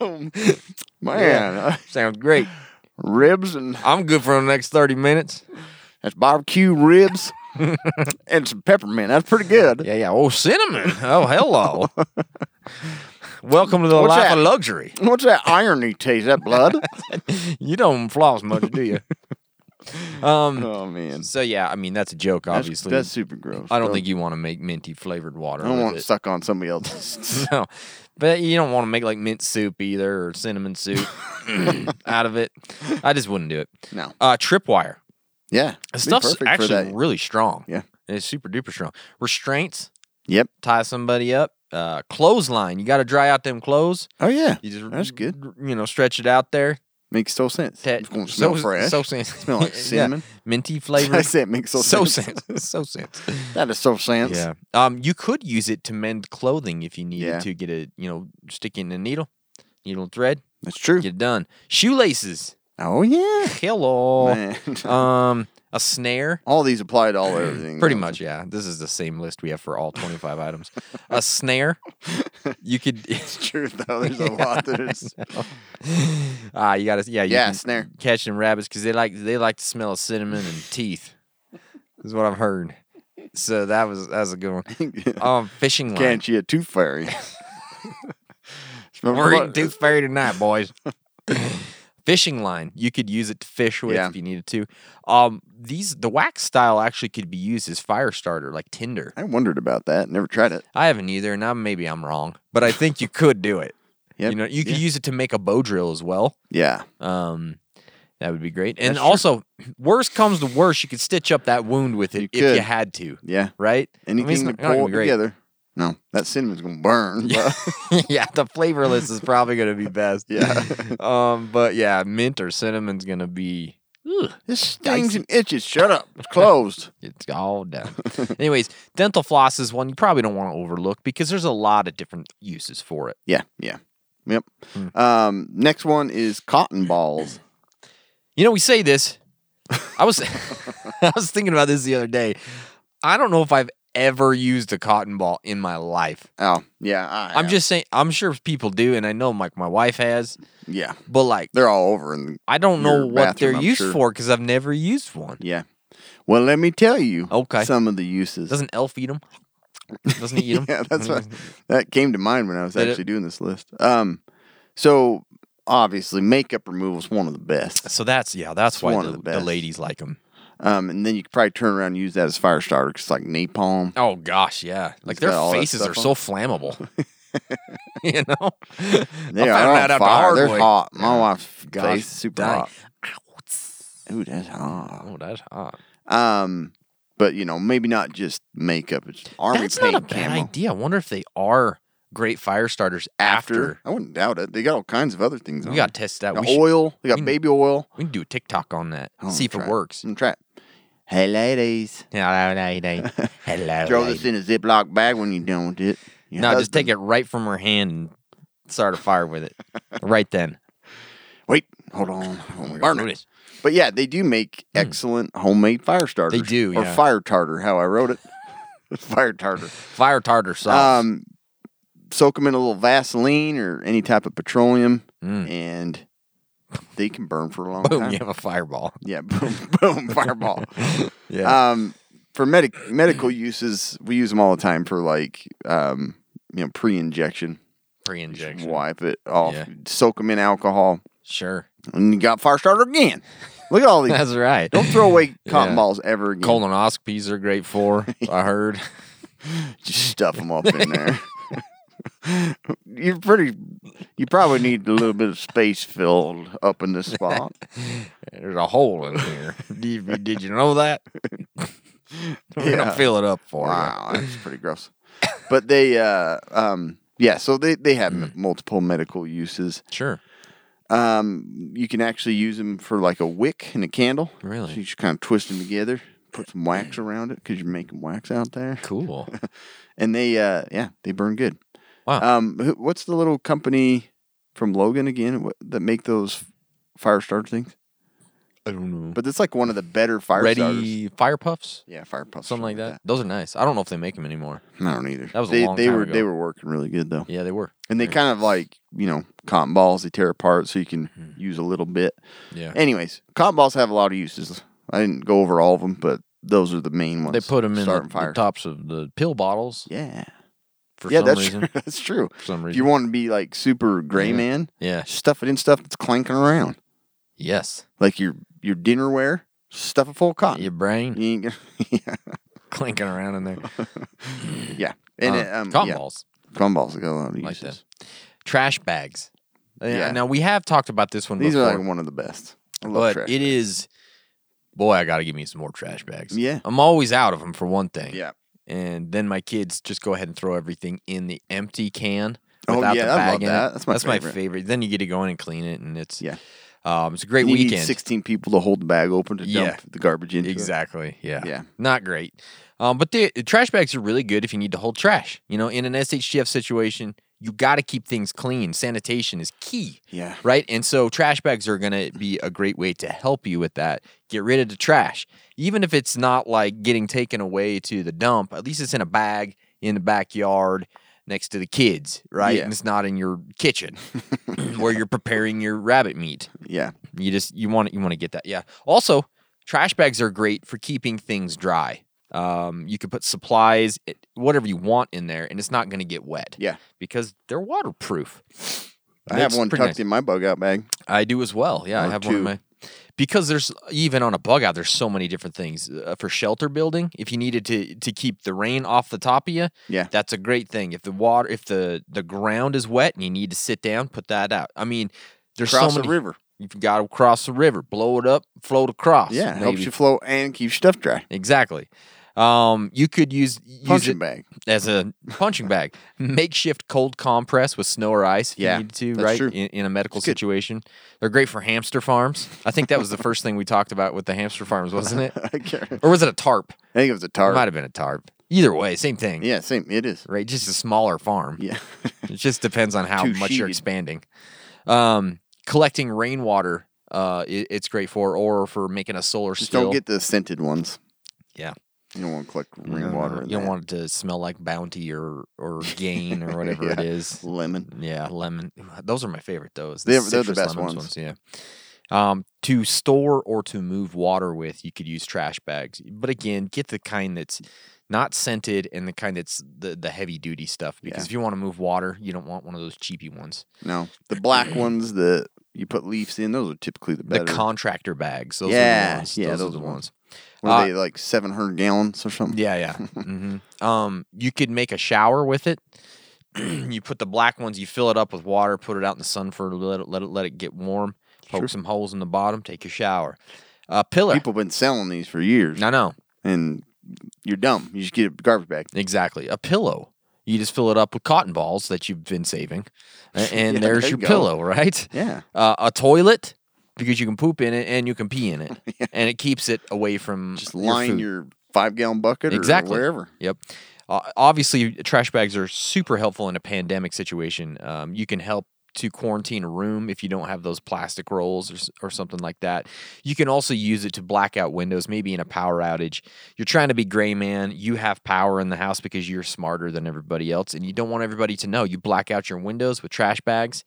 Speaker 5: Um, Man, uh,
Speaker 4: sounds great.
Speaker 5: ribs and
Speaker 4: I'm good for the next thirty minutes.
Speaker 5: that's barbecue
Speaker 4: (laughs)
Speaker 5: ribs and some peppermint. That's pretty good.
Speaker 4: Yeah, yeah. Oh, cinnamon. Oh,
Speaker 5: (laughs)
Speaker 4: hello. Welcome to the
Speaker 5: What's
Speaker 4: life
Speaker 5: that?
Speaker 4: of luxury.
Speaker 5: What's that irony taste? That blood?
Speaker 4: (laughs) You don't floss much, do you? (laughs) Um.
Speaker 5: oh man,
Speaker 4: So yeah, I mean that's a joke,
Speaker 5: That's-
Speaker 4: obviously.
Speaker 5: that's, super gross.
Speaker 4: I don't
Speaker 5: though.
Speaker 4: think you want to make minty flavored water.
Speaker 5: I don't
Speaker 4: with
Speaker 5: want to
Speaker 4: it.
Speaker 5: suck on somebody else's.
Speaker 4: (laughs)
Speaker 5: (laughs)
Speaker 4: No, but you don't want to make like mint soup either or cinnamon
Speaker 5: (laughs)
Speaker 4: soup out of it. I just wouldn't do it.
Speaker 5: No.
Speaker 4: Uh, tripwire.
Speaker 5: yeah,
Speaker 4: The
Speaker 5: be
Speaker 4: stuff's
Speaker 5: perfect for
Speaker 4: actually
Speaker 5: that.
Speaker 4: really strong.
Speaker 5: Yeah.
Speaker 4: It's super duper strong. Restraints,
Speaker 5: Yep.
Speaker 4: tie somebody up. Uh, clothesline. You got to dry out them clothes.
Speaker 5: Oh yeah,
Speaker 4: You just
Speaker 5: that's good.
Speaker 4: You know, stretch it out there.
Speaker 5: Makes so sense.
Speaker 4: That-
Speaker 5: it's gonna smell fresh.
Speaker 4: So sense.
Speaker 5: Smell
Speaker 4: (laughs)
Speaker 5: like
Speaker 4: Yeah.
Speaker 5: cinnamon. (laughs)
Speaker 4: Minty flavor.
Speaker 5: I said makes so,
Speaker 4: so
Speaker 5: sense.
Speaker 4: sense.
Speaker 5: (laughs)
Speaker 4: So sense.
Speaker 5: That is so sense.
Speaker 4: Yeah. Um, you could use it to mend clothing if you needed
Speaker 5: Yeah.
Speaker 4: to get a you know stick in a needle, needle and thread.
Speaker 5: that's true.
Speaker 4: Get it done.
Speaker 5: (laughs)
Speaker 4: Shoelaces.
Speaker 5: Oh yeah,
Speaker 4: Hello.
Speaker 5: Man. (laughs)
Speaker 4: um, a snare.
Speaker 5: all these apply to
Speaker 4: (laughs)
Speaker 5: all everything.
Speaker 4: Pretty
Speaker 5: though.
Speaker 4: much, yeah. This is the same list we have for all 25 items. A snare. You could.
Speaker 5: (laughs) (laughs) It's true
Speaker 4: (laughs)
Speaker 5: though. There's a lot that is. (laughs)
Speaker 4: Ah, you gotta. Yeah, you
Speaker 5: Yeah,
Speaker 4: can
Speaker 5: snare.
Speaker 4: Catch them rabbits because they like they like the smell of cinnamon
Speaker 5: (laughs)
Speaker 4: and teeth. is what I've heard. So that was that was a good one. Um, fishing line.
Speaker 5: Can't you a tooth fairy?
Speaker 4: (laughs)
Speaker 5: (laughs) Remember
Speaker 4: We're eating
Speaker 5: what-
Speaker 4: tooth fairy tonight,
Speaker 5: (laughs)
Speaker 4: boys. (coughs) Fishing line. You could use it to fish with
Speaker 5: Yeah.
Speaker 4: if you needed to. Um, these the wax style actually could be used as fire starter, like tinder.
Speaker 5: I wondered about that. Never tried it.
Speaker 4: I haven't either, and I, maybe I'm wrong, but I think you could do it.
Speaker 5: (laughs) Yep.
Speaker 4: You know, you could
Speaker 5: yeah.
Speaker 4: use it to make a bow drill as well.
Speaker 5: Yeah.
Speaker 4: Um, that would be great. And
Speaker 5: That's true.
Speaker 4: also, worst comes to worst, you could stitch up that wound with it
Speaker 5: You
Speaker 4: if you
Speaker 5: could.
Speaker 4: had to,
Speaker 5: Yeah.
Speaker 4: right? I mean,
Speaker 5: Anything
Speaker 4: it's not- not
Speaker 5: to
Speaker 4: gonna
Speaker 5: pull
Speaker 4: be
Speaker 5: it
Speaker 4: great.
Speaker 5: together. No, that cinnamon's gonna burn.
Speaker 4: Yeah.
Speaker 5: but-
Speaker 4: (laughs) yeah, the flavorless is probably gonna be best.
Speaker 5: Yeah.
Speaker 4: (laughs) Um, but yeah, mint or cinnamon's gonna be
Speaker 5: This stings and itches. Shut up. It's closed.
Speaker 4: it's all
Speaker 5: (laughs)
Speaker 4: done. Anyways, dental floss is one you probably don't want to overlook because there's a lot of different uses for it.
Speaker 5: yeah. Yeah. Yep.
Speaker 4: Hmm.
Speaker 5: Um, next one is cotton balls.
Speaker 4: You know, we say this. I was (laughs) I was thinking about this the other day. I don't know if I've ever used a cotton ball in my life.
Speaker 5: Oh, yeah. I
Speaker 4: I'm
Speaker 5: have.
Speaker 4: just saying I'm sure people do and I know like my wife has,
Speaker 5: Yeah.
Speaker 4: but like
Speaker 5: They're all over in the
Speaker 4: I don't know
Speaker 5: Your
Speaker 4: what
Speaker 5: bathroom,
Speaker 4: they're
Speaker 5: I'm
Speaker 4: used
Speaker 5: sure.
Speaker 4: for because I've never used one.
Speaker 5: Yeah. Well, let me tell you.
Speaker 4: Okay.
Speaker 5: Some of the uses. (laughs)
Speaker 4: Doesn't elf eat them? (laughs) Doesn't he eat Mm. them?
Speaker 5: yeah, that's what that came to mind when I was
Speaker 4: Did it?
Speaker 5: actually doing this list. Um, so obviously makeup removal is one of the best.
Speaker 4: So that's yeah, that's
Speaker 5: It's
Speaker 4: why
Speaker 5: one of
Speaker 4: the,
Speaker 5: the
Speaker 4: the
Speaker 5: best.
Speaker 4: ladies like them.
Speaker 5: Um, and then you could probably turn around and use that as fire starter because like napalm.
Speaker 4: Oh gosh, yeah. Like
Speaker 5: It's
Speaker 4: their
Speaker 5: got all that
Speaker 4: faces
Speaker 5: stuff
Speaker 4: are so
Speaker 5: on
Speaker 4: flammable.
Speaker 5: (laughs)
Speaker 4: (laughs) you know,
Speaker 5: They are on fire. They're hot. My wife's
Speaker 4: Gosh,
Speaker 5: face is super
Speaker 4: dang.
Speaker 5: hot. Ooh, that's hot.
Speaker 4: Oh, that's hot.
Speaker 5: Um, but you know maybe not just makeup. It's army
Speaker 4: that's
Speaker 5: paint
Speaker 4: not a bad
Speaker 5: camo.
Speaker 4: idea. I wonder if they are great fire starters after.
Speaker 5: I wouldn't doubt it. They got all kinds of other things.
Speaker 4: We
Speaker 5: on
Speaker 4: gotta
Speaker 5: it.
Speaker 4: test that.
Speaker 5: Got
Speaker 4: We, should-
Speaker 5: oil. They
Speaker 4: we-
Speaker 5: got baby oil.
Speaker 4: we can do a TikTok on that.
Speaker 5: Oh,
Speaker 4: See if
Speaker 5: try
Speaker 4: it works. (laughs)
Speaker 5: I'm try it. Hey ladies,
Speaker 4: Hello, lady. Hello,
Speaker 5: (laughs) throw
Speaker 4: lady.
Speaker 5: this in a Ziploc bag when you're done with it. Your
Speaker 4: No, just
Speaker 5: husband-
Speaker 4: take it right from her hand and start a fire with it. right
Speaker 5: (laughs)
Speaker 4: then.
Speaker 5: Wait, hold on. Oh my
Speaker 4: Burn
Speaker 5: God.
Speaker 4: it. Hmm.
Speaker 5: But yeah, they do make excellent homemade fire starters.
Speaker 4: do,
Speaker 5: or
Speaker 4: yeah.
Speaker 5: fire tartar. How I wrote it, (laughs) fire tartar.
Speaker 4: Fire tartar sauce.
Speaker 5: Um, soak them in a little Vaseline or any type of petroleum,
Speaker 4: Mm.
Speaker 5: and they can burn for a
Speaker 4: (laughs)
Speaker 5: long
Speaker 4: Boom,
Speaker 5: time.
Speaker 4: you have a fireball.
Speaker 5: Yeah, (laughs) boom, boom,
Speaker 4: (laughs)
Speaker 5: fireball.
Speaker 4: Yeah.
Speaker 5: Um, for medic medical uses, we use them all the time for like, um, you know, pre-injection. You just
Speaker 4: (laughs) Pre-injection.
Speaker 5: Wipe it off.
Speaker 4: Yeah.
Speaker 5: Soak them in alcohol,
Speaker 4: Sure.
Speaker 5: (laughs) and you got fire starter again. Look at all
Speaker 4: (laughs)
Speaker 5: these.
Speaker 4: That's right.
Speaker 5: Don't throw away cotton
Speaker 4: Yeah.
Speaker 5: balls ever again.
Speaker 4: Colonoscopies are great
Speaker 5: (laughs)
Speaker 4: for, I heard.
Speaker 5: Just stuff them up in there. (laughs) You're pretty. You probably need a little bit of space filled up in this spot.
Speaker 4: There's a hole in
Speaker 5: (laughs)
Speaker 4: here. did, you- did you know that? (laughs) We're
Speaker 5: Yeah.
Speaker 4: gonna fill it up for
Speaker 5: Wow, that's pretty gross. But they, uh, um, yeah, so they they have m- multiple medical uses.
Speaker 4: you. Sure.
Speaker 5: Um, you can actually use them for like a wick and a candle.
Speaker 4: Really?
Speaker 5: So you just kind of twist them together, put some wax around it because you're making wax out there. (laughs)
Speaker 4: Cool.
Speaker 5: And they, uh, yeah, they burn good.
Speaker 4: Wow.
Speaker 5: Um, who- what's the little company from Logan again wh- that make those fire starter things?
Speaker 4: I don't know.
Speaker 5: But it's like one of the better fire starters.
Speaker 4: Ready fire puffs?
Speaker 5: Yeah, fire puffs.
Speaker 4: Something like that. Those are nice. I don't know if they make them anymore.
Speaker 5: I don't either.
Speaker 4: That was a
Speaker 5: they,
Speaker 4: long
Speaker 5: they
Speaker 4: time
Speaker 5: were
Speaker 4: ago.
Speaker 5: they were working really good though.
Speaker 4: Yeah, they were.
Speaker 5: And they
Speaker 4: Yeah.
Speaker 5: kind of like, you know, cotton balls, they tear apart so you can use a little bit.
Speaker 4: Hmm. Yeah.
Speaker 5: Anyways, cotton balls have a lot of uses. I didn't go over all of them, but those are the main ones.
Speaker 4: They put them in the,
Speaker 5: Starting
Speaker 4: the tops of the pill bottles
Speaker 5: Yeah.
Speaker 4: for
Speaker 5: yeah,
Speaker 4: some
Speaker 5: that's
Speaker 4: reason.
Speaker 5: true. (laughs) that's true.
Speaker 4: (laughs) For some
Speaker 5: If
Speaker 4: reason.
Speaker 5: you want to be like super gray
Speaker 4: Yeah.
Speaker 5: man,
Speaker 4: yeah.
Speaker 5: stuff it in stuff that's clanking around.
Speaker 4: Yes.
Speaker 5: Like your your dinnerware, stuff it full of cotton.
Speaker 4: Your brain
Speaker 5: You ain't gonna, (laughs) yeah.
Speaker 4: clinking around in there.
Speaker 5: yeah. (laughs) And
Speaker 4: Uh,
Speaker 5: it, um,
Speaker 4: cotton
Speaker 5: yeah.
Speaker 4: balls.
Speaker 5: Cotton balls got a lot of
Speaker 4: Like
Speaker 5: uses.
Speaker 4: that. trash bags. Yeah.
Speaker 5: Yeah.
Speaker 4: Now we have talked about this one
Speaker 5: These
Speaker 4: before,
Speaker 5: are like one of the best. I love
Speaker 4: but
Speaker 5: trash
Speaker 4: it
Speaker 5: bags.
Speaker 4: is. Boy, I gotta give me some more trash bags.
Speaker 5: Yeah.
Speaker 4: I'm always out of them for one thing.
Speaker 5: Yeah.
Speaker 4: and then my kids just go ahead and throw everything in the empty can
Speaker 5: Oh,
Speaker 4: without
Speaker 5: yeah,
Speaker 4: the
Speaker 5: I love
Speaker 4: bag in
Speaker 5: that.
Speaker 4: it.
Speaker 5: That's my favorite.
Speaker 4: Then you get to go in and clean it, and it's
Speaker 5: Yeah.
Speaker 4: um, it's a great
Speaker 5: you
Speaker 4: weekend.
Speaker 5: Need 16 people to hold the bag open to
Speaker 4: Yeah.
Speaker 5: dump the garbage into. it.
Speaker 4: Exactly. Yeah.
Speaker 5: Yeah.
Speaker 4: Not great. Um, but the, the trash bags are really good if you need to hold trash. You know, in an SHGF situation, you got to keep things clean. Sanitation is key.
Speaker 5: Yeah.
Speaker 4: Right. And so trash bags are going to be a great way to help you with that. Get rid of the trash. Even if it's not like getting taken away to the dump, at least it's in a bag in the backyard next to the kids. Right.
Speaker 5: Yeah.
Speaker 4: And it's not in your
Speaker 5: (laughs)
Speaker 4: kitchen where you're preparing your rabbit meat.
Speaker 5: Yeah.
Speaker 4: You just you want you want to get that. Yeah. Also, trash bags are great for keeping things dry. Um, you could put supplies, it- whatever you want in there, and it's not going to get wet.
Speaker 5: Yeah.
Speaker 4: because they're waterproof.
Speaker 5: I have
Speaker 4: It's
Speaker 5: one
Speaker 4: pretty
Speaker 5: tucked
Speaker 4: nice.
Speaker 5: in my bug out bag.
Speaker 4: I do as well. Yeah, I
Speaker 5: Or
Speaker 4: have one of
Speaker 5: two.
Speaker 4: my because there's even on a bug out. There's so many different things uh, for shelter building. If you needed to to keep the rain off the top of you,
Speaker 5: Yeah.
Speaker 4: that's a great thing. If the water, if the the ground is wet and you need to sit down, put that out. I mean, there's
Speaker 5: Across
Speaker 4: so many.
Speaker 5: the river.
Speaker 4: You've got to cross the river, blow it up, float across.
Speaker 5: Yeah. Helps
Speaker 4: maybe.
Speaker 5: you flow and keep your stuff dry.
Speaker 4: Exactly. Um, you could use use
Speaker 5: Punching
Speaker 4: it
Speaker 5: bag.
Speaker 4: as a punching bag, makeshift cold compress with snow or ice. If
Speaker 5: Yeah,
Speaker 4: you need to,
Speaker 5: that's
Speaker 4: right?
Speaker 5: true.
Speaker 4: In, in a medical
Speaker 5: It's good.
Speaker 4: situation, they're great for hamster farms. I think that was the first thing we talked about with the hamster farms, wasn't
Speaker 5: (laughs)
Speaker 4: it?
Speaker 5: I can't-
Speaker 4: Or was it a tarp?
Speaker 5: I think it was a
Speaker 4: It might
Speaker 5: tarp.
Speaker 4: have been a tarp. Either way, same thing.
Speaker 5: Yeah. Same. It is.
Speaker 4: Right, just a smaller farm.
Speaker 5: Yeah. (laughs)
Speaker 4: It just depends on how
Speaker 5: Too
Speaker 4: much you're
Speaker 5: sheeted.
Speaker 4: expanding. Um, collecting rainwater, uh, it- it's great for, or for making a solar
Speaker 5: Just
Speaker 4: still.
Speaker 5: don't get the scented ones.
Speaker 4: Yeah.
Speaker 5: You don't want to collect
Speaker 4: No, no,
Speaker 5: rainwater.
Speaker 4: no.
Speaker 5: in
Speaker 4: You don't
Speaker 5: that.
Speaker 4: want it to smell like Bounty or or Gain
Speaker 5: (laughs)
Speaker 4: or whatever it
Speaker 5: Yeah.
Speaker 4: is.
Speaker 5: lemon.
Speaker 4: Yeah, lemon. Ooh, Those are my favorite. Those
Speaker 5: They're- they're the
Speaker 4: citrus
Speaker 5: best
Speaker 4: lemons
Speaker 5: ones.
Speaker 4: Yeah. Um, to store or to move water with, you could use trash bags. But again, get the kind that's not scented and the kind that's the, the heavy duty stuff. Because
Speaker 5: Yeah.
Speaker 4: if you want to move water, you don't want one of those cheapy ones.
Speaker 5: No,
Speaker 4: (clears throat)
Speaker 5: the black ones that you put leaves in, those are typically the better.
Speaker 4: The contractor bags. Those are
Speaker 5: Yeah,
Speaker 4: the ones.
Speaker 5: yeah,
Speaker 4: those,
Speaker 5: those
Speaker 4: are the
Speaker 5: ones.
Speaker 4: ones.
Speaker 5: Were
Speaker 4: uh,
Speaker 5: they like 700 gallons or something?
Speaker 4: Yeah,
Speaker 5: (laughs)
Speaker 4: yeah. hmm Um, you could make a shower with it. (clears throat) you put the black ones, you fill it up with water, put it out in the sun for a little, let it let it, get warm. Poke
Speaker 5: Sure.
Speaker 4: some holes in the bottom, take your shower. Uh, pillar.
Speaker 5: People been selling these for years,
Speaker 4: I know
Speaker 5: and you're dumb. You just get a garbage bag.
Speaker 4: exactly. A pillow. You just fill it up with cotton balls that you've been saving, a- and
Speaker 5: (laughs) Yeah,
Speaker 4: there's
Speaker 5: there
Speaker 4: your
Speaker 5: you go.
Speaker 4: pillow, right?
Speaker 5: Yeah.
Speaker 4: Uh, a toilet because you can poop in it and you can pee in
Speaker 5: (laughs)
Speaker 4: it, and it keeps it away from
Speaker 5: Just
Speaker 4: your
Speaker 5: line
Speaker 4: food.
Speaker 5: your, five gallon bucket
Speaker 4: exactly
Speaker 5: or wherever.
Speaker 4: Yep. Uh, obviously, trash bags are super helpful in a pandemic situation. Um, you can help to quarantine a room if you don't have those plastic rolls or, s- or something like that. You can also use it to black out windows, maybe in a power outage. You're trying to be gray man. You have power in the house because you're smarter than everybody else, and you don't want everybody to know. You black out your windows with trash bags.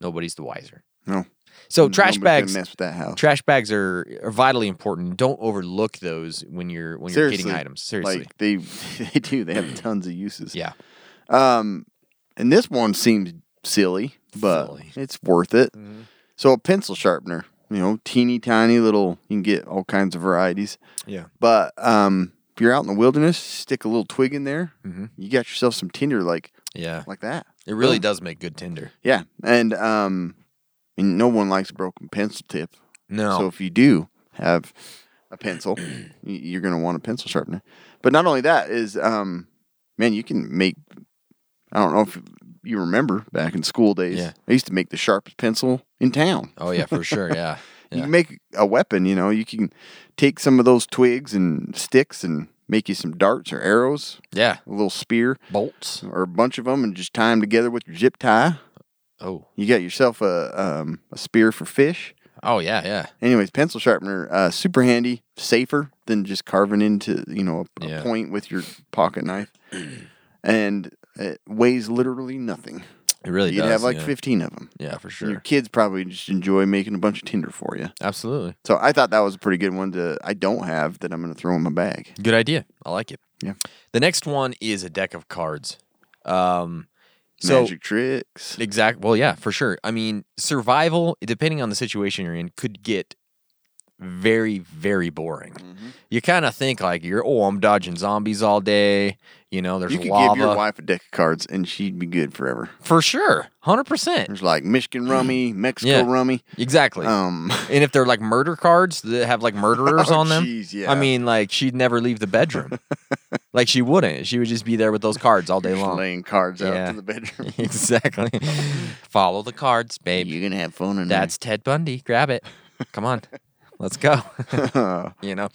Speaker 4: Nobody's the wiser.
Speaker 5: No.
Speaker 4: So trash
Speaker 5: Nobody can
Speaker 4: bags.
Speaker 5: mess with that house.
Speaker 4: Trash bags are, are vitally important. Don't overlook those when you're when you're getting
Speaker 5: Seriously,
Speaker 4: items. Seriously.
Speaker 5: Like they, (laughs) they do. They have tons of uses.
Speaker 4: Yeah.
Speaker 5: Um, and this one seems silly, but
Speaker 4: Silly. Mm-hmm.
Speaker 5: it's worth it. So a pencil sharpener, you know, teeny tiny little. You can get all kinds of varieties.
Speaker 4: Yeah.
Speaker 5: But um, if you're out in the wilderness, stick a little twig in there.
Speaker 4: Mm-hmm.
Speaker 5: You got yourself some tinder like
Speaker 4: Yeah.
Speaker 5: like that.
Speaker 4: It really does make good Tinder.
Speaker 5: Yeah, and um, I mean, no one likes a broken pencil tip.
Speaker 4: No.
Speaker 5: So if you do have
Speaker 4: (clears throat)
Speaker 5: a pencil, y- you're going to want a pencil sharpener. But not only that is, um, man, you can make. I don't know if you remember back in school days.
Speaker 4: Yeah.
Speaker 5: I used to make the sharpest pencil in town.
Speaker 4: oh yeah, for sure. Yeah.
Speaker 5: (laughs) You
Speaker 4: Yeah.
Speaker 5: can make a weapon. You know, you can take some of those twigs and sticks and make you some darts or arrows,
Speaker 4: yeah.
Speaker 5: a little spear
Speaker 4: Bolts.
Speaker 5: or a bunch of them, and just tie them together with your zip tie.
Speaker 4: Oh.
Speaker 5: You got yourself a um, a spear for fish.
Speaker 4: Oh yeah, yeah.
Speaker 5: Anyways, pencil sharpener, uh, super handy, safer than just carving into you know a, a
Speaker 4: Yeah.
Speaker 5: point with your pocket knife, and it weighs literally nothing.
Speaker 4: It really
Speaker 5: You'd
Speaker 4: does.
Speaker 5: have like
Speaker 4: yeah.
Speaker 5: fifteen of them.
Speaker 4: Yeah, for
Speaker 5: Your
Speaker 4: sure.
Speaker 5: kids probably just enjoy making a bunch of tinder for you.
Speaker 4: Absolutely.
Speaker 5: So I thought that was a pretty good one to I don't have that I'm going to throw in my bag.
Speaker 4: Good idea. I like it.
Speaker 5: Yeah.
Speaker 4: The next one is a deck of cards. Um so
Speaker 5: Magic tricks.
Speaker 4: Exact. Well, yeah, for sure. I mean, survival, depending on the situation you're in, could get very, very boring.
Speaker 5: Mm-hmm.
Speaker 4: You kind of think like you're, oh, I'm dodging zombies all day. You know, there's
Speaker 5: You could
Speaker 4: lava
Speaker 5: give your wife a deck of cards and she'd be good forever.
Speaker 4: for sure, hundred percent,
Speaker 5: There's like Michigan rummy, Mexico
Speaker 4: Mm. Yeah.
Speaker 5: rummy.
Speaker 4: exactly.
Speaker 5: Um, (laughs)
Speaker 4: and if they're like murder cards that have like murderers
Speaker 5: Oh,
Speaker 4: on them,
Speaker 5: jeez,
Speaker 4: I
Speaker 5: yeah.
Speaker 4: mean, like she'd never leave the
Speaker 5: (laughs)
Speaker 4: bedroom. like she wouldn't. She would just be there with those cards all day
Speaker 5: just
Speaker 4: long.
Speaker 5: laying cards out
Speaker 4: Yeah.
Speaker 5: to
Speaker 4: (laughs)
Speaker 5: the bedroom.
Speaker 4: exactly. Follow the cards, babe.
Speaker 5: You're gonna have fun in there. (laughs)
Speaker 4: That's Ted Bundy. Grab it. Come on. Let's go. you know?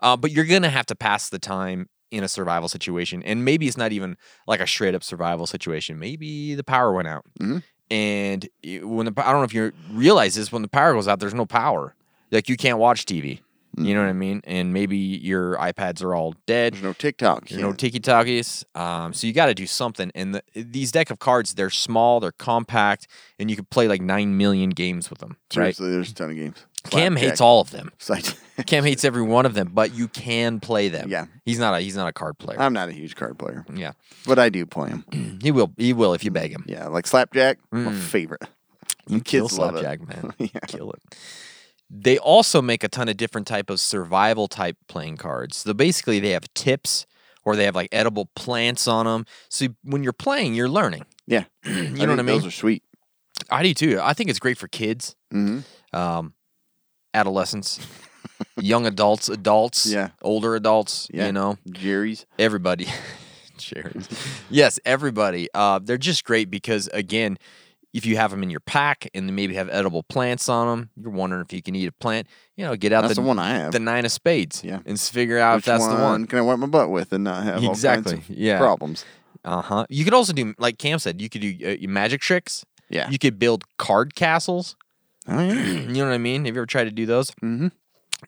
Speaker 4: Uh, but you're going to have to pass the time in a survival situation. And maybe it's not even like a straight up survival situation. Maybe the power went out.
Speaker 5: Mm-hmm.
Speaker 4: And it- when the, I don't know if you realize this, when the power goes out, there's no power. Like you can't watch TV. You know what I mean? And maybe your iPads are all dead.
Speaker 5: Mm-hmm. There's no TikTok.
Speaker 4: You know, tiki takis. Um, so you got to do something. And the, these deck of cards, they're small, they're compact, and you could play like nine million games with them.
Speaker 5: Seriously, there's a ton of games.
Speaker 4: right? Cam hates
Speaker 5: Blackjack.
Speaker 4: all of them.
Speaker 5: It's like-
Speaker 4: (laughs) Cam hates every one of them, but you can play them.
Speaker 5: Yeah. Um,
Speaker 4: he's not a he's not a card player.
Speaker 5: (laughs) I'm not a huge card player,
Speaker 4: yeah,
Speaker 5: but I do play them.
Speaker 4: he will he will if you beg him.
Speaker 5: Yeah, like slapjack, my favorite.
Speaker 4: Mm. You
Speaker 5: The
Speaker 4: kill
Speaker 5: kids love it.
Speaker 4: slapjack,
Speaker 5: (laughs)
Speaker 4: man. Kill it. They also make a ton of different type of survival type playing cards. So basically, they have tips or they have like edible plants on them. So when you're playing, you're learning. (clears throat)
Speaker 5: Yeah, you
Speaker 4: know what I mean?
Speaker 5: Those are sweet. Mm-hmm.
Speaker 4: I do too. I think it's great for kids, um,
Speaker 5: (laughs)
Speaker 4: adolescents, young adults, adults,
Speaker 5: Yeah.
Speaker 4: older adults.
Speaker 5: Yeah,
Speaker 4: You know,
Speaker 5: Jerry's.
Speaker 4: everybody. (laughs) Cheers. yes, everybody. Uh, they're just great because again, if you have them in your pack and they maybe have edible plants on them, you're wondering if you can eat a plant. You know, get out
Speaker 5: That's
Speaker 4: the,
Speaker 5: the one I have.
Speaker 4: the nine of spades.
Speaker 5: Yeah.
Speaker 4: and s- figure out
Speaker 5: Which
Speaker 4: if that's the one.
Speaker 5: Can I wipe my butt with and not have all
Speaker 4: Exactly,
Speaker 5: kinds of
Speaker 4: yeah.
Speaker 5: problems?
Speaker 4: Uh huh. You could also do like Cam said. You could do uh, your magic tricks.
Speaker 5: Yeah.
Speaker 4: You could build card castles. (clears throat)
Speaker 5: Oh yeah.
Speaker 4: You know what I mean? Have you ever tried to do those?
Speaker 5: Mhm.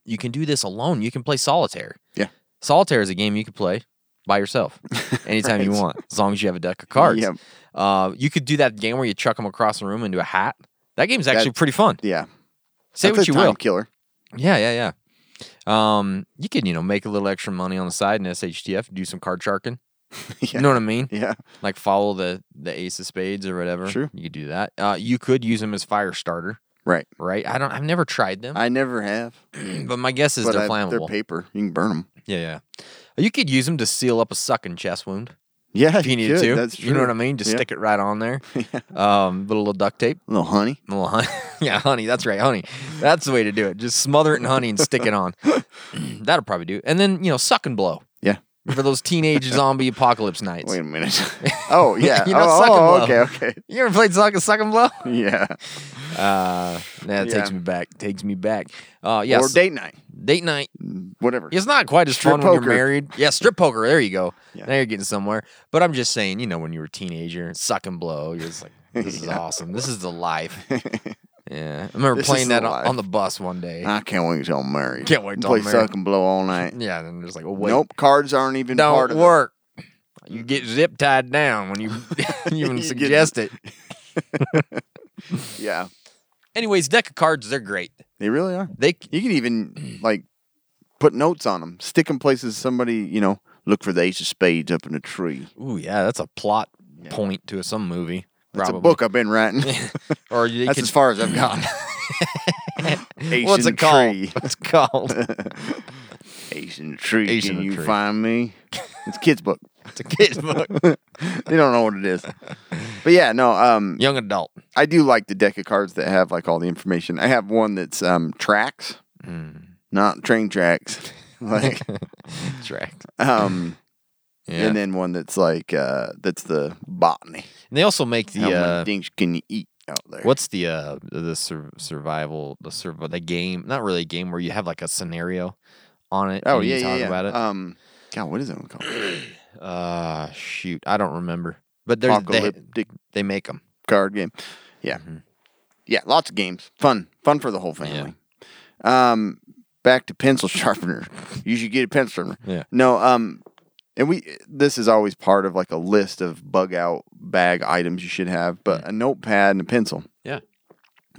Speaker 4: You can do this alone. You can play solitaire.
Speaker 5: Yeah.
Speaker 4: Solitaire is a game you can play by yourself
Speaker 5: (laughs)
Speaker 4: anytime you want, as long as you have a deck of (clears throat) cards.
Speaker 5: Yep.
Speaker 4: Uh, you could do that game where you chuck them across the room into a hat. That game's actually
Speaker 5: That-
Speaker 4: pretty fun.
Speaker 5: Yeah.
Speaker 4: Say
Speaker 5: That's
Speaker 4: what
Speaker 5: a
Speaker 4: you
Speaker 5: time
Speaker 4: will.
Speaker 5: Killer.
Speaker 4: Yeah, yeah, yeah. Um, you can you know make a little extra money on the side in SHTF, do some card sharking.
Speaker 5: (laughs) Yeah.
Speaker 4: You know what I mean?
Speaker 5: Yeah.
Speaker 4: Like follow the the ace of spades or whatever.
Speaker 5: Sure.
Speaker 4: you could do that. Uh, you could use them as fire starter,
Speaker 5: Right.
Speaker 4: right? I don't. I've never tried them,
Speaker 5: I never have.
Speaker 4: (clears throat) but my guess is
Speaker 5: but
Speaker 4: they're
Speaker 5: I-
Speaker 4: flammable.
Speaker 5: They're paper. You can burn them.
Speaker 4: yeah, yeah. You could use them to seal up a sucking chest wound
Speaker 5: Yeah.
Speaker 4: if you needed
Speaker 5: could.
Speaker 4: to.
Speaker 5: That's true.
Speaker 4: You know what I mean? Just
Speaker 5: Yeah.
Speaker 4: stick it right on
Speaker 5: (laughs)
Speaker 4: there. Um, with a little duct tape.
Speaker 5: A little honey.
Speaker 4: Well, honey, (laughs) yeah, honey. That's right, honey. That's the way to do it. Just smother it in honey and stick it
Speaker 5: (laughs)
Speaker 4: on. That'll probably do. And then you know, suck and blow
Speaker 5: Yeah.
Speaker 4: for those
Speaker 5: (laughs)
Speaker 4: teenage zombie apocalypse nights.
Speaker 5: Wait
Speaker 4: (laughs)
Speaker 5: a minute. oh yeah.
Speaker 4: You know,
Speaker 5: oh,
Speaker 4: suck and
Speaker 5: oh,
Speaker 4: blow.
Speaker 5: okay. Okay.
Speaker 4: You ever played suck and suck
Speaker 5: (laughs)
Speaker 4: and blow?
Speaker 5: Yeah.
Speaker 4: Uh, that
Speaker 5: Yeah.
Speaker 4: takes me back. Takes me back. Uh, yes,
Speaker 5: Or date night.
Speaker 4: date night.
Speaker 5: Whatever.
Speaker 4: It's not quite as
Speaker 5: Strip
Speaker 4: fun when
Speaker 5: poker.
Speaker 4: you're married. Yeah, strip poker. There you go.
Speaker 5: Yeah.
Speaker 4: Now you're getting somewhere. But I'm just saying, you know, when you were a teenager, suck and blow. You're
Speaker 5: (laughs)
Speaker 4: just like, this is awesome. This is the life. yeah, I remember
Speaker 5: This is
Speaker 4: playing
Speaker 5: the
Speaker 4: that on,
Speaker 5: life. Uh,
Speaker 4: on the bus one day.
Speaker 5: I can't wait till I'm married.
Speaker 4: Can't wait till
Speaker 5: Play
Speaker 4: I'm married.
Speaker 5: suck and blow all night.
Speaker 4: Yeah, and I'm just like, oh, wait,
Speaker 5: Nope. Cards aren't even
Speaker 4: don't
Speaker 5: part of it.
Speaker 4: work. You get zip tied down when you (laughs)
Speaker 5: (laughs) You
Speaker 4: even
Speaker 5: get-
Speaker 4: suggest it.
Speaker 5: Yeah.
Speaker 4: Anyways, deck of cards, they're great.
Speaker 5: They really are.
Speaker 4: They c-
Speaker 5: You can even like put notes on them, stick them places. Somebody, you know, look for the ace of spades up in a tree.
Speaker 4: Ooh, yeah, that's a plot point to some movie.
Speaker 5: That's
Speaker 4: probably.
Speaker 5: a book I've been writing.
Speaker 4: Or (laughs) you
Speaker 5: That's
Speaker 4: could-
Speaker 5: as far as
Speaker 4: (laughs)
Speaker 5: I've gone. ace
Speaker 4: What's
Speaker 5: in
Speaker 4: it called?
Speaker 5: tree.
Speaker 4: (laughs) What's it called?
Speaker 5: (laughs) Ace in the tree.
Speaker 4: Ace in
Speaker 5: can
Speaker 4: the
Speaker 5: you
Speaker 4: tree.
Speaker 5: find
Speaker 4: (laughs)
Speaker 5: me? It's a kids book.
Speaker 4: It's a kid's book.
Speaker 5: (laughs) They don't know what
Speaker 4: (laughs)
Speaker 5: it is. But yeah, no, um
Speaker 4: Young adult.
Speaker 5: I do like the deck of cards that have like all the information. I have one that's um tracks,
Speaker 4: Mm.
Speaker 5: not
Speaker 4: (laughs)
Speaker 5: train tracks. like
Speaker 4: Correct.
Speaker 5: um
Speaker 4: Yeah.
Speaker 5: and
Speaker 4: And,
Speaker 5: then one that's like uh that's the botany.
Speaker 4: they also make the
Speaker 5: How
Speaker 4: uh,
Speaker 5: many things can you eat out there?
Speaker 4: what's the uh the sur- survival the survival the game not really a game where you have like a scenario on it.
Speaker 5: Oh
Speaker 4: and
Speaker 5: yeah,
Speaker 4: you
Speaker 5: yeah,
Speaker 4: talk
Speaker 5: yeah.
Speaker 4: about it.
Speaker 5: Um God, what is that one called?
Speaker 4: Uh, shoot, I don't remember. But there's they,
Speaker 5: Apocalyptic
Speaker 4: they make them.
Speaker 5: card game. Yeah.
Speaker 4: Mm-hmm.
Speaker 5: Yeah, lots of games. Fun. Fun for the whole family. Um back to pencil (laughs) sharpener. you should get a pencil sharpener.
Speaker 4: Yeah.
Speaker 5: No, um and we this is always part of like a list of bug out bag items you should have, but a notepad and a pencil
Speaker 4: Mm. Yeah.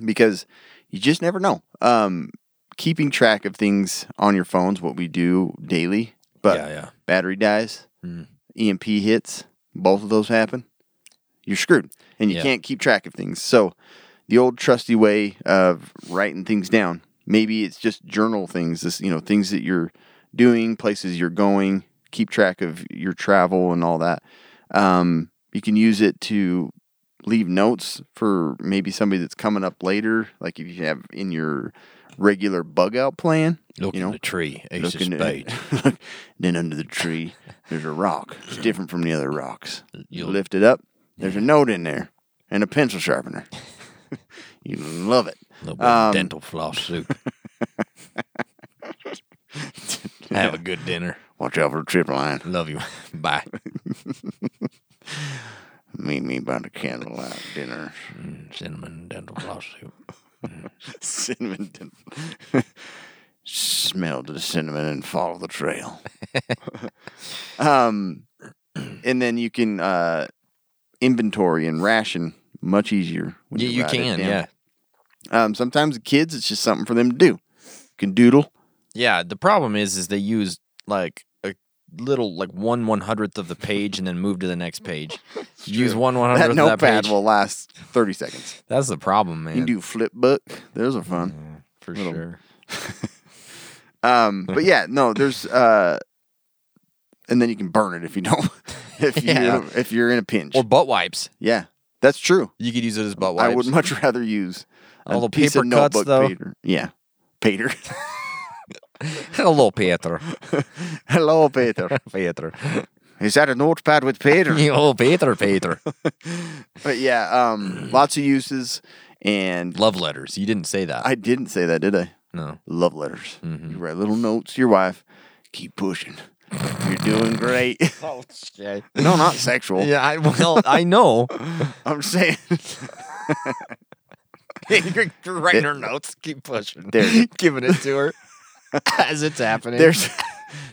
Speaker 5: because you just never know. Um keeping track of things on your phones what we do daily, but
Speaker 4: yeah, yeah.
Speaker 5: battery dies,
Speaker 4: Mm.
Speaker 5: EMP hits, both of those happen, you're screwed and you
Speaker 4: Yeah.
Speaker 5: can't keep track of things. So, the old trusty way of writing things down, maybe it's just journal things, this, you know, things that you're doing, places you're going, keep track of your travel and all that. Um, you can use it to leave notes for maybe somebody that's coming up later, like if you have in your regular bug out plan,
Speaker 4: Look
Speaker 5: you know,
Speaker 4: tree,
Speaker 5: looking (laughs) at- then under the tree, there's a rock. It's different from the other rocks. You
Speaker 4: You'll-
Speaker 5: lift it up, there's a note in there and a pencil sharpener. (laughs) you love it. Um,
Speaker 4: floss
Speaker 5: (laughs)
Speaker 4: soup. have a good dinner.
Speaker 5: Watch out for the trip line.
Speaker 4: Love you. (laughs) Bye.
Speaker 5: Meet me by the candlelight dinner. (laughs)
Speaker 4: Cinnamon dental floss soup.
Speaker 5: Cinnamon. din- Smell the cinnamon and follow the trail.
Speaker 4: (laughs)
Speaker 5: um, and then you can uh, inventory and ration much easier. when
Speaker 4: Yeah, you
Speaker 5: write it
Speaker 4: can.
Speaker 5: down.
Speaker 4: Yeah.
Speaker 5: Um, sometimes the kids, it's just something for them to do. You can doodle.
Speaker 4: Yeah. The problem is, is they use like a little, like one one hundredth of the page and then move to the next
Speaker 5: (laughs)
Speaker 4: page. use one one
Speaker 5: That
Speaker 4: hundredth of that
Speaker 5: notepad
Speaker 4: page.
Speaker 5: will last 30 seconds.
Speaker 4: That's the problem, man.
Speaker 5: You can do flip book. Those are fun.
Speaker 4: for
Speaker 5: little-
Speaker 4: sure. (laughs)
Speaker 5: Um, but yeah, no, there's uh, and then you can burn it if you don't. (laughs) If you
Speaker 4: Yeah.
Speaker 5: if you're in a pinch.
Speaker 4: Or butt wipes.
Speaker 5: yeah, that's true.
Speaker 4: You could use it as butt
Speaker 5: I
Speaker 4: wipes.
Speaker 5: would much rather use a
Speaker 4: Although
Speaker 5: piece of
Speaker 4: paper cuts,
Speaker 5: notebook
Speaker 4: though.
Speaker 5: paper. Yeah, Peter. (laughs)
Speaker 4: (laughs) Hello, Pietro.
Speaker 5: Hello,
Speaker 4: (laughs)
Speaker 5: Peter. (laughs)
Speaker 4: Pietro.
Speaker 5: Is that a notepad with
Speaker 4: (laughs)
Speaker 5: Peter?
Speaker 4: Oh, Peter, Peter.
Speaker 5: But yeah, um, lots of uses, and
Speaker 4: Love letters. You didn't say that.
Speaker 5: I didn't say that, did I?
Speaker 4: no.
Speaker 5: love letters.
Speaker 4: Mm-hmm.
Speaker 5: You write little notes to your wife. Keep pushing. You're doing great. (laughs)
Speaker 4: Oh, shit.
Speaker 5: no, not sexual.
Speaker 4: Yeah, (laughs) I, well, I know.
Speaker 5: I'm saying (laughs)
Speaker 4: You're (laughs) writing her notes. Keep pushing.
Speaker 5: There.
Speaker 4: Giving it to her as it's happening.
Speaker 5: there's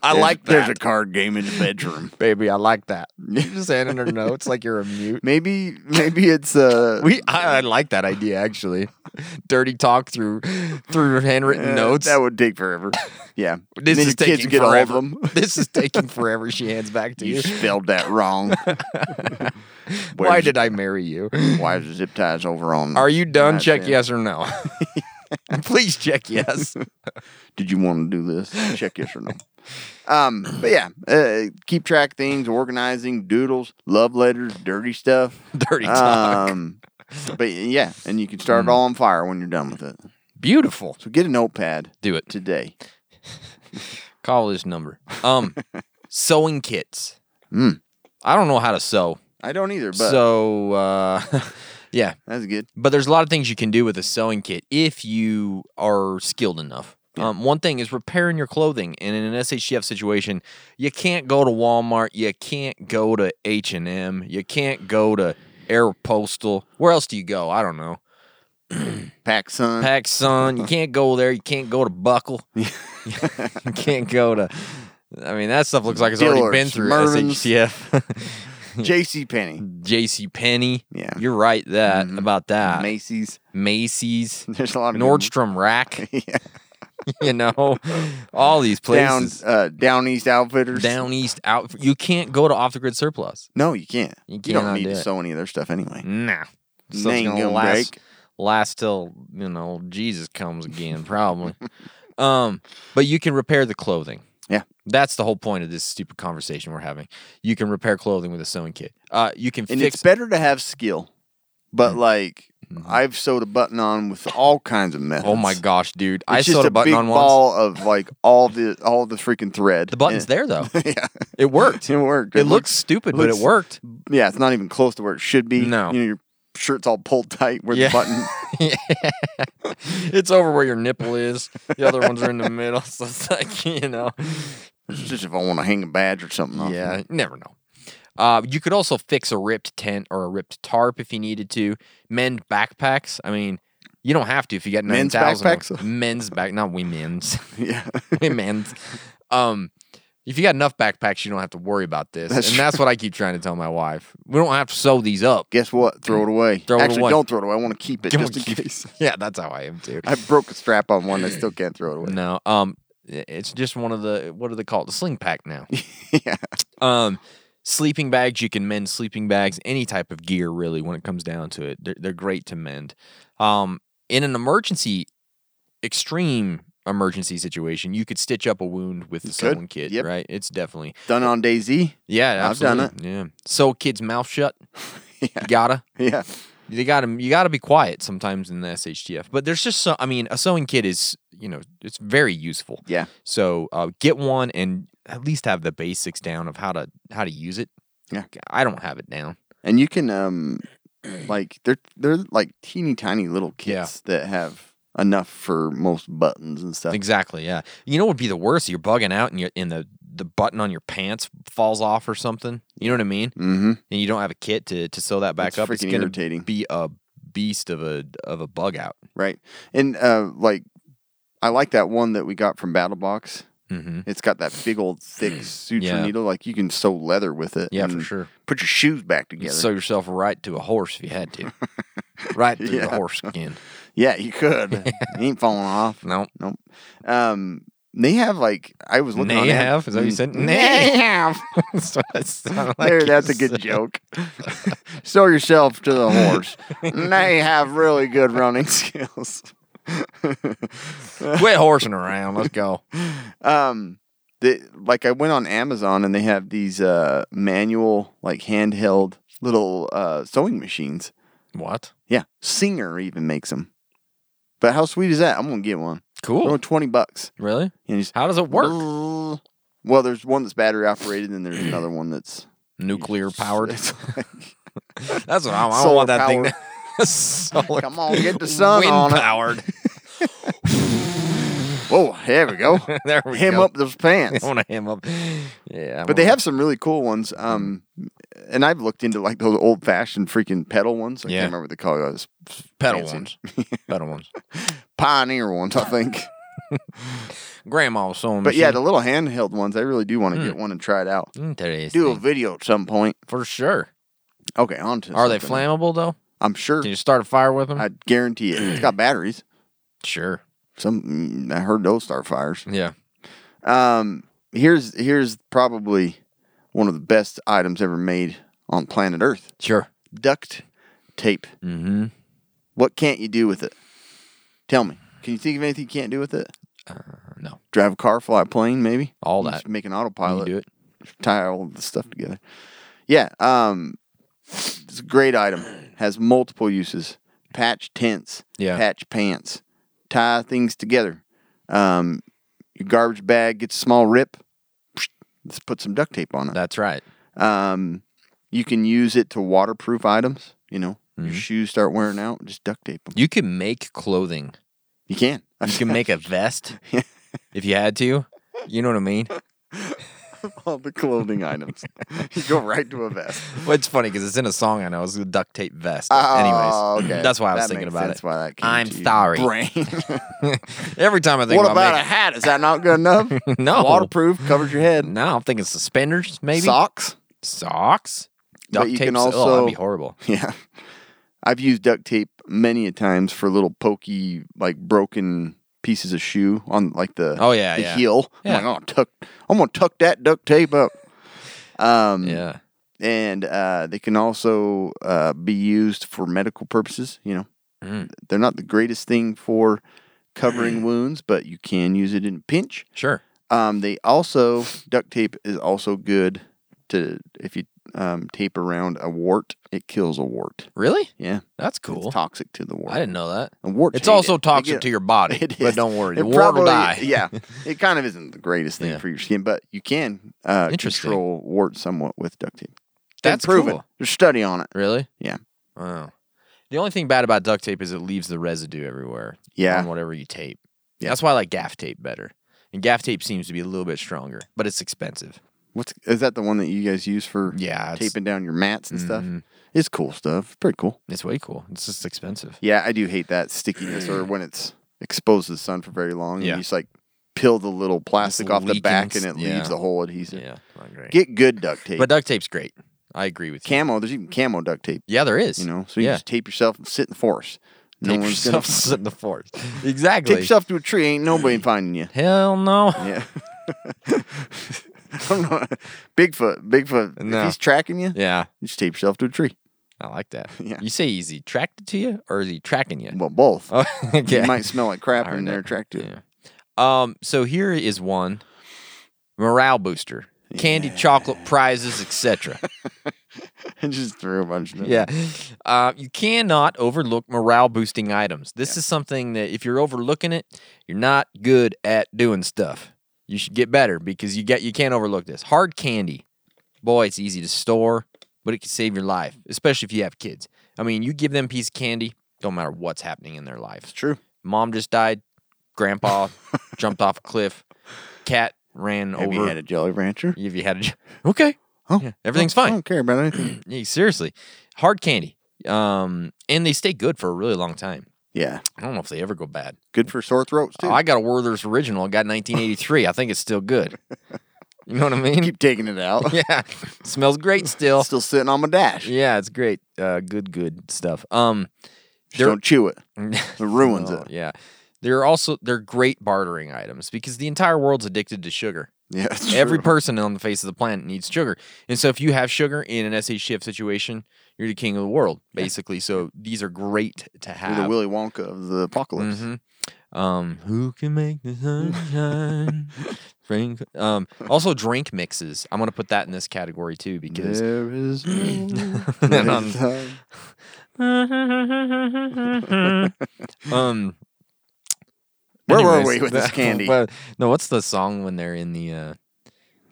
Speaker 4: I
Speaker 5: There's-
Speaker 4: like
Speaker 5: There's a
Speaker 4: that.
Speaker 5: card game in the bedroom.
Speaker 4: (laughs) Baby, I like that. You're just handing her notes like you're a mute.
Speaker 5: Maybe maybe it's uh
Speaker 4: (laughs) We, I, I like that idea actually. Dirty talk through through handwritten
Speaker 5: uh,
Speaker 4: notes.
Speaker 5: That would
Speaker 4: (laughs)
Speaker 5: take forever. Yeah.
Speaker 4: this
Speaker 5: and then
Speaker 4: is
Speaker 5: your
Speaker 4: taking
Speaker 5: kids get all of
Speaker 4: forever.
Speaker 5: them.
Speaker 4: (laughs) this is taking forever. She hands back to
Speaker 5: You
Speaker 4: you.
Speaker 5: spelled
Speaker 4: (laughs)
Speaker 5: that wrong. (laughs)
Speaker 4: Why did (laughs) I marry you?
Speaker 5: Why is the zip ties over on?
Speaker 4: Are you done?
Speaker 5: That's
Speaker 4: check
Speaker 5: it.
Speaker 4: yes or no. (laughs) Please check (laughs) yes.
Speaker 5: Did you want to do this? Check yes or no. Um, but yeah, uh, keep track of things, organizing, doodles, love letters, dirty stuff.
Speaker 4: Dirty talk. Mm.
Speaker 5: Um, but yeah, and you can start it all on fire when you're done with it.
Speaker 4: Beautiful.
Speaker 5: So get a notepad
Speaker 4: Do it.
Speaker 5: today.
Speaker 4: Call this number. Um, sewing kits.
Speaker 5: Mm.
Speaker 4: I don't know how to sew.
Speaker 5: I don't either, but
Speaker 4: so uh, (laughs) yeah,
Speaker 5: that's good.
Speaker 4: but there's a lot of things you can do with a sewing kit if you are skilled enough. Um, one thing is repairing your clothing, and in an SHGF situation, you can't go to Walmart, you can't go to H and M, you can't go to Air Postal. Where else do you go? I don't know.
Speaker 5: Pack sun.
Speaker 4: Pack Sun. You can't go there. You can't go to
Speaker 5: (laughs)
Speaker 4: Buckle. you can't go to. I mean, that stuff looks like it's already been
Speaker 5: Dillard's,
Speaker 4: through
Speaker 5: Mervyn's.
Speaker 4: (laughs) SHGF.
Speaker 5: (laughs) J.C. Penney,
Speaker 4: J.C. Penney.
Speaker 5: Yeah. Mm-hmm.
Speaker 4: you're right that about that.
Speaker 5: Macy's. (laughs)
Speaker 4: Macy's,
Speaker 5: There's a lot of good ones. (laughs)
Speaker 4: Nordstrom Rack. (laughs) You know, all these
Speaker 5: Down,
Speaker 4: places.
Speaker 5: uh, down East Outfitters.
Speaker 4: Down, east out. You can't go to off the grid surplus.
Speaker 5: No, you can't.
Speaker 4: You
Speaker 5: You don't
Speaker 4: cannot
Speaker 5: need
Speaker 4: do
Speaker 5: to
Speaker 4: it.
Speaker 5: sew any of their stuff anyway.
Speaker 4: Nah. it's
Speaker 5: Ain't
Speaker 4: gonna
Speaker 5: gonna
Speaker 4: last
Speaker 5: break.
Speaker 4: last till you know Jesus comes
Speaker 5: (laughs)
Speaker 4: again, probably. um, but you can repair the clothing.
Speaker 5: Yeah.
Speaker 4: That's the whole point of this stupid conversation we're having. You can repair clothing with a sewing kit. Uh, you can fix Mm.
Speaker 5: And
Speaker 4: Mm-hmm.
Speaker 5: it's better to have skill, but like I've sewed a button on with all kinds of methods.
Speaker 4: Oh my gosh, dude! I
Speaker 5: It's just
Speaker 4: sewed a
Speaker 5: a
Speaker 4: button
Speaker 5: big
Speaker 4: on once.
Speaker 5: ball of like all the all the freaking thread.
Speaker 4: The button's
Speaker 5: And-
Speaker 4: there though.
Speaker 5: (laughs) yeah,
Speaker 4: It worked.
Speaker 5: it worked.
Speaker 4: It looks stupid, but it worked.
Speaker 5: looks- Yeah, it's not even close to where it should be.
Speaker 4: No.
Speaker 5: you know your shirt's all pulled tight where
Speaker 4: (laughs) Yeah.
Speaker 5: the
Speaker 4: (laughs)
Speaker 5: button.
Speaker 4: It's over where your nipple is. The other ones are in the middle. (laughs) So it's like you know.
Speaker 5: It's just if I want to hang a badge or something. off
Speaker 4: Yeah,
Speaker 5: it. (laughs)
Speaker 4: you never know. Uh, you could also fix a ripped tent or a ripped tarp if you needed to. Mend backpacks. I mean, you don't have to if you got nine
Speaker 5: Men's
Speaker 4: thousand
Speaker 5: backpacks?
Speaker 4: Men's back, not women's. (laughs)
Speaker 5: yeah.
Speaker 4: women's. Um, if you got enough backpacks, you don't have to worry about this.
Speaker 5: That's
Speaker 4: and
Speaker 5: true.
Speaker 4: that's what I keep trying to tell my wife. We don't have to sew these up.
Speaker 5: Guess what? Throw it away.
Speaker 4: Throw it
Speaker 5: Actually,
Speaker 4: away.
Speaker 5: don't throw it away. I want to keep it
Speaker 4: Don't
Speaker 5: just in
Speaker 4: keep it.
Speaker 5: case.
Speaker 4: (laughs) Yeah, that's how I am too.
Speaker 5: I broke a strap on one. I still can't throw it
Speaker 4: (laughs)
Speaker 5: away.
Speaker 4: No, um, i- it's just one of the what do they call it? The sling pack now.
Speaker 5: (laughs) yeah.
Speaker 4: Um, sleeping bags, you can mend sleeping bags, any type of gear, really, when it comes down to it. They're, they're great to mend. Um, in an emergency, extreme emergency situation, you could stitch up a wound with a
Speaker 5: could.
Speaker 4: sewing kit,
Speaker 5: Yep.
Speaker 4: right? It's definitely,
Speaker 5: Done on Daisy.
Speaker 4: yeah,
Speaker 5: I've done
Speaker 4: absolutely. Yeah. Sew a kid's mouth
Speaker 5: (laughs)
Speaker 4: shut. You gotta.
Speaker 5: Yeah.
Speaker 4: They got to You got to be quiet sometimes in the SHTF. But there's just so. I mean, a sewing kit is you know it's very useful.
Speaker 5: Yeah.
Speaker 4: So uh, get one and at least have the basics down of how to how to use it.
Speaker 5: Yeah.
Speaker 4: I don't have it down.
Speaker 5: and you can
Speaker 4: (clears throat)
Speaker 5: um like they're they're like teeny tiny little kits that have enough for most buttons and stuff.
Speaker 4: Exactly. Yeah. You know what would be the worst? You're bugging out and you and the the button on your pants falls off or something. You know what I mean?
Speaker 5: Mm-hmm.
Speaker 4: And you don't have a kit to to sew that back
Speaker 5: It's
Speaker 4: up. it's
Speaker 5: freaking
Speaker 4: gonna
Speaker 5: irritating.
Speaker 4: be a beast of a of a bug out.
Speaker 5: Right. And uh like I like that one that we got from Battle Box.
Speaker 4: Mm-hmm.
Speaker 5: It's got that big old
Speaker 4: (clears throat)
Speaker 5: thick suture
Speaker 4: Yeah.
Speaker 5: needle. Like you can sew leather with it.
Speaker 4: Yeah, for
Speaker 5: and
Speaker 4: sure.
Speaker 5: Put your shoes back
Speaker 4: You'd
Speaker 5: together.
Speaker 4: sew yourself right to a horse if you had
Speaker 5: (laughs)
Speaker 4: to. right through the
Speaker 5: Yeah.
Speaker 4: horse skin.
Speaker 5: yeah,
Speaker 4: (laughs)
Speaker 5: you could. it ain't falling off.
Speaker 4: No. (laughs)
Speaker 5: Nope. Um, they have like I was looking. on
Speaker 4: Nay
Speaker 5: Am-
Speaker 4: have? Is that what you said?
Speaker 5: Mm.
Speaker 4: Nay
Speaker 5: have.
Speaker 4: That's (laughs) what it sounded like
Speaker 5: there,
Speaker 4: you
Speaker 5: that's a
Speaker 4: (laughs)
Speaker 5: good
Speaker 4: said.
Speaker 5: joke. Show yourself to the horse.
Speaker 4: (laughs)
Speaker 5: they have really good running (laughs) skills.
Speaker 4: Quit horsing around. Let's go.
Speaker 5: Um, the, like I went on Amazon and they have these uh, manual, like handheld little uh, sewing machines.
Speaker 4: What?
Speaker 5: Yeah, Singer even makes them. But how sweet is that? I'm gonna get one. They're
Speaker 4: Cool.
Speaker 5: only twenty bucks.
Speaker 4: Really?
Speaker 5: And you just
Speaker 4: How does it work?
Speaker 5: Well, there's one that's battery operated, and there's another one that's
Speaker 4: Nuclear powered.
Speaker 5: (laughs) It's like-
Speaker 4: That's what I want. I don't
Speaker 5: Solar
Speaker 4: want that thing.
Speaker 5: powered.
Speaker 4: to- (laughs) Solar
Speaker 5: Come
Speaker 4: (laughs)
Speaker 5: on, get the sun
Speaker 4: wind
Speaker 5: on it. (laughs)
Speaker 4: powered.
Speaker 5: Whoa, there we go.
Speaker 4: (laughs) there we
Speaker 5: Hem
Speaker 4: go.
Speaker 5: up those pants.
Speaker 4: I want to hem up. Yeah. I
Speaker 5: But they
Speaker 4: wanna-
Speaker 5: have some really cool ones. Um, and I've looked into like those old fashioned freaking pedal ones. I
Speaker 4: Yeah.
Speaker 5: can't remember what they call those (laughs)
Speaker 4: pedal
Speaker 5: fancy.
Speaker 4: ones. pedal ones. (laughs)
Speaker 5: pioneer ones, I think.
Speaker 4: Grandma was sewing
Speaker 5: But yeah, the
Speaker 4: machine. Hmm.
Speaker 5: little handheld ones, I really do want to get one and try it out.
Speaker 4: Interesting.
Speaker 5: Do a video at some point.
Speaker 4: For sure.
Speaker 5: Okay, on to
Speaker 4: Are they
Speaker 5: something.
Speaker 4: flammable though?
Speaker 5: I'm sure.
Speaker 4: Can you start a fire with them?
Speaker 5: I guarantee
Speaker 4: (clears throat)
Speaker 5: it. It's got batteries.
Speaker 4: sure.
Speaker 5: Some mm, I heard those start fires.
Speaker 4: Yeah.
Speaker 5: Um, here's here's probably one of the best items ever made on planet Earth.
Speaker 4: Sure.
Speaker 5: Duct tape.
Speaker 4: Mm-hmm.
Speaker 5: What can't you do with it? Tell me. Can you think of anything you can't do with it?
Speaker 4: No.
Speaker 5: Drive a car, fly a plane, maybe.
Speaker 4: All
Speaker 5: You
Speaker 4: that.
Speaker 5: should Make an
Speaker 4: You
Speaker 5: autopilot.
Speaker 4: do it.
Speaker 5: tie all the stuff together. Yeah, um, it's a great item. Has multiple uses. Patch tents.
Speaker 4: Yeah.
Speaker 5: Patch pants. Tie things together. Um, your garbage bag gets a small rip. psh, Let's put some duct tape on it.
Speaker 4: That's right.
Speaker 5: Um, you can use it to waterproof items. You know,
Speaker 4: Mm-hmm.
Speaker 5: your shoes start wearing out, just duct tape them.
Speaker 4: You can make clothing.
Speaker 5: You can.
Speaker 4: You can make a
Speaker 5: (laughs)
Speaker 4: vest if you had to. You know what I mean?
Speaker 5: all the clothing
Speaker 4: (laughs)
Speaker 5: items. you go right to a vest.
Speaker 4: Well, it's funny because it's in a song I know. It's a duct tape vest.
Speaker 5: Oh,
Speaker 4: Anyways,
Speaker 5: okay.
Speaker 4: that's why I was
Speaker 5: That
Speaker 4: thinking
Speaker 5: makes
Speaker 4: about
Speaker 5: sense
Speaker 4: it.
Speaker 5: Why that came
Speaker 4: I'm
Speaker 5: to your
Speaker 4: sorry. (laughs)
Speaker 5: Brain.
Speaker 4: Every time I think
Speaker 5: what
Speaker 4: about,
Speaker 5: about, a hat? Is that not good enough?
Speaker 4: (laughs) No.
Speaker 5: Waterproof, covers your head.
Speaker 4: making, no, I'm thinking suspenders maybe
Speaker 5: Socks.
Speaker 4: socks.
Speaker 5: But
Speaker 4: Duct
Speaker 5: you
Speaker 4: tape.
Speaker 5: can
Speaker 4: oh, that'd be
Speaker 5: also-
Speaker 4: horrible.
Speaker 5: (laughs) Yeah. I've used duct tape many a times for little pokey, like broken pieces of shoe on like the
Speaker 4: Oh, yeah,
Speaker 5: the
Speaker 4: yeah.
Speaker 5: heel.
Speaker 4: Yeah.
Speaker 5: I'm like, oh, tuck. I'm gonna tuck that duct tape up. Um,
Speaker 4: Yeah.
Speaker 5: and uh, they can also uh, be used for medical purposes. You know,
Speaker 4: Mm.
Speaker 5: they're not the greatest thing for
Speaker 4: (clears throat)
Speaker 5: covering wounds, but you can use it in a pinch.
Speaker 4: Sure.
Speaker 5: Um, they also duct tape is also good to if you um, tape around a wart, it kills a wart.
Speaker 4: Really?
Speaker 5: Yeah,
Speaker 4: That's cool.
Speaker 5: It's toxic to the wart.
Speaker 4: I didn't know that.
Speaker 5: And warts
Speaker 4: It's
Speaker 5: hate
Speaker 4: also
Speaker 5: it. They
Speaker 4: toxic
Speaker 5: get-
Speaker 4: to your body,
Speaker 5: (laughs) It
Speaker 4: but
Speaker 5: is.
Speaker 4: don't worry,
Speaker 5: It
Speaker 4: the wart will
Speaker 5: probably-
Speaker 4: die. (laughs)
Speaker 5: yeah, it kind of isn't the greatest thing
Speaker 4: Yeah.
Speaker 5: for your skin, but you can uh,
Speaker 4: Interesting.
Speaker 5: control warts somewhat with duct tape. Been
Speaker 4: That's
Speaker 5: proven.
Speaker 4: cool.
Speaker 5: There's study on it.
Speaker 4: Really?
Speaker 5: Yeah,
Speaker 4: Wow. The only thing bad about duct tape is it leaves the residue everywhere.
Speaker 5: Yeah.
Speaker 4: On whatever you tape.
Speaker 5: Yeah.
Speaker 4: That's why I like gaff tape better. And gaff tape seems to be a little bit stronger, but it's expensive.
Speaker 5: what's is that the one that you guys use for?
Speaker 4: Yeah, it's-
Speaker 5: taping down your mats and stuff.
Speaker 4: Mhm.
Speaker 5: It's cool stuff. Pretty cool.
Speaker 4: It's way cool. It's just expensive.
Speaker 5: Yeah, I do hate that stickiness or when it's exposed to the sun for very long.
Speaker 4: Yeah.
Speaker 5: And you just like peel the little plastic off the
Speaker 4: leaking
Speaker 5: back
Speaker 4: s-
Speaker 5: and it
Speaker 4: yeah.
Speaker 5: leaves the whole adhesive.
Speaker 4: Yeah. Not great.
Speaker 5: Get good duct tape.
Speaker 4: but duct tape's great. I agree with you.
Speaker 5: camo, there's even camo duct tape,
Speaker 4: Yeah, there is.
Speaker 5: you know? So you
Speaker 4: yeah.
Speaker 5: just tape yourself and sit in the forest. No
Speaker 4: tape
Speaker 5: one's (laughs)
Speaker 4: yourself
Speaker 5: gonna
Speaker 4: sit in the forest. Exactly.
Speaker 5: tape yourself to a tree, ain't (laughs) nobody finding you.
Speaker 4: Hell no.
Speaker 5: Yeah. I'm not- Bigfoot, Bigfoot,
Speaker 4: No.
Speaker 5: if he's tracking you,
Speaker 4: (laughs) Yeah.
Speaker 5: you just tape yourself to a tree.
Speaker 4: I like that.
Speaker 5: (laughs) Yeah.
Speaker 4: You say is he attracted to you or is he tracking you?
Speaker 5: Well, both.
Speaker 4: Oh, (laughs) okay.
Speaker 5: You might smell like crap
Speaker 4: I heard
Speaker 5: and they're
Speaker 4: that.
Speaker 5: attracted to it.
Speaker 4: Um, so here is one morale booster. Candy, chocolate, prizes, etc. (laughs)
Speaker 5: and just threw a bunch of them.
Speaker 4: yeah, uh, you cannot overlook morale boosting items. This is something that if you're overlooking it, you're not good at doing stuff. You should get better because you get you can't overlook this. Hard candy, boy, it's easy to store, but it can save your life, especially if you have kids. I mean, you give them a piece of candy, don't matter what's happening in their life.
Speaker 5: It's true.
Speaker 4: Mom just died. Grandpa
Speaker 5: (laughs)
Speaker 4: jumped off a cliff. Cat ran
Speaker 5: Have
Speaker 4: over.
Speaker 5: you had a Jelly Rancher?
Speaker 4: if you had a j- okay,
Speaker 5: Oh,
Speaker 4: Yeah, everything's
Speaker 5: I
Speaker 4: fine.
Speaker 5: don't care about
Speaker 4: (clears throat)
Speaker 5: anything.
Speaker 4: Yeah, seriously, hard candy. Um, and they stay good for a really long time.
Speaker 5: yeah,
Speaker 4: I don't know if they ever go bad.
Speaker 5: good for sore throats too.
Speaker 4: Oh, I got a Werther's original. I got 1983. I think it's still good. You know what I mean?
Speaker 5: (laughs) keep taking it
Speaker 4: (laughs)
Speaker 5: out.
Speaker 4: Yeah, smells great still.
Speaker 5: Still sitting on my dash.
Speaker 4: Yeah, it's great. Uh, good, good stuff. Um,
Speaker 5: Just
Speaker 4: there-
Speaker 5: don't chew
Speaker 4: (laughs)
Speaker 5: it. It ruins
Speaker 4: Oh,
Speaker 5: it.
Speaker 4: Yeah. They're also they're great bartering items because the entire world's addicted to sugar.
Speaker 5: Yeah, it's
Speaker 4: Every (laughs)
Speaker 5: true.
Speaker 4: person on the face of the planet needs sugar. And so if you have sugar in an SHTF situation, you're the king of the world, basically. So these are great to
Speaker 5: You're
Speaker 4: have.
Speaker 5: the Willy Wonka of the apocalypse.
Speaker 4: Mhm. Um, who can make the (laughs) sunshine? Frank. Um, also drink mixes. I'm gonna put that in this category too because
Speaker 5: There (laughs) is no
Speaker 4: (laughs) And
Speaker 5: (laughs)
Speaker 4: on-
Speaker 5: time.
Speaker 4: (laughs) um
Speaker 5: Where were
Speaker 4: anyways,
Speaker 5: we with this
Speaker 4: that- (laughs)
Speaker 5: candy?
Speaker 4: well, no, what's the song when they're in the uh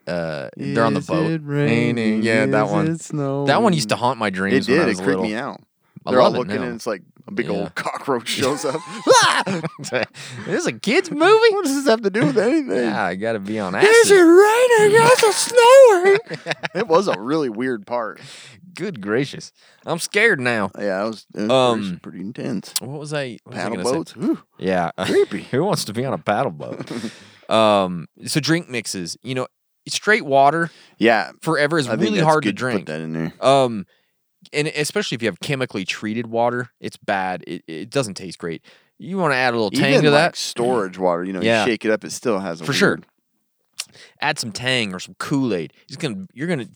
Speaker 4: uh they're on the
Speaker 5: Is
Speaker 4: boat.
Speaker 5: it raining?
Speaker 4: Yeah, that
Speaker 5: Is
Speaker 4: one.
Speaker 5: it snowing?
Speaker 4: That one used to haunt my
Speaker 5: It
Speaker 4: dreams. when I
Speaker 5: did. It
Speaker 4: was
Speaker 5: creeped
Speaker 4: little.
Speaker 5: me out.
Speaker 4: I
Speaker 5: They're all
Speaker 4: love it
Speaker 5: looking,
Speaker 4: now.
Speaker 5: and it's like a big
Speaker 4: Yeah. (laughs)
Speaker 5: old (laughs) cockroach shows up. (laughs)
Speaker 4: this (laughs) is a kids movie.
Speaker 5: what does this have to do with anything?
Speaker 4: Yeah, I gotta be on
Speaker 5: Is it
Speaker 4: acid.
Speaker 5: raining? Is it snowing? it was a really weird part.
Speaker 4: (laughs) Good gracious. I'm scared now.
Speaker 5: Yeah, it was, it was
Speaker 4: Um,
Speaker 5: pretty, pretty intense.
Speaker 4: What was I? What was I
Speaker 5: Paddle
Speaker 4: gonna say?
Speaker 5: boats. Ooh.
Speaker 4: Yeah. (laughs)
Speaker 5: Creepy.
Speaker 4: Who wants to be on a paddle
Speaker 5: (laughs)
Speaker 4: boat? um, so drink mixes. You know, straight water
Speaker 5: Yeah,
Speaker 4: forever is
Speaker 5: I think
Speaker 4: really
Speaker 5: that's
Speaker 4: hard to
Speaker 5: good Put
Speaker 4: drink.
Speaker 5: that in there.
Speaker 4: Um, and especially if you have chemically treated water, it's bad. It, it doesn't taste great. You want to add a little tang
Speaker 5: Even
Speaker 4: to
Speaker 5: like
Speaker 4: that.
Speaker 5: storage water, you know,
Speaker 4: Yeah.
Speaker 5: you shake it up, it still has a
Speaker 4: For sure.
Speaker 5: weird-
Speaker 4: Add some tang or some Kool Aid. It's gonna. You're gonna.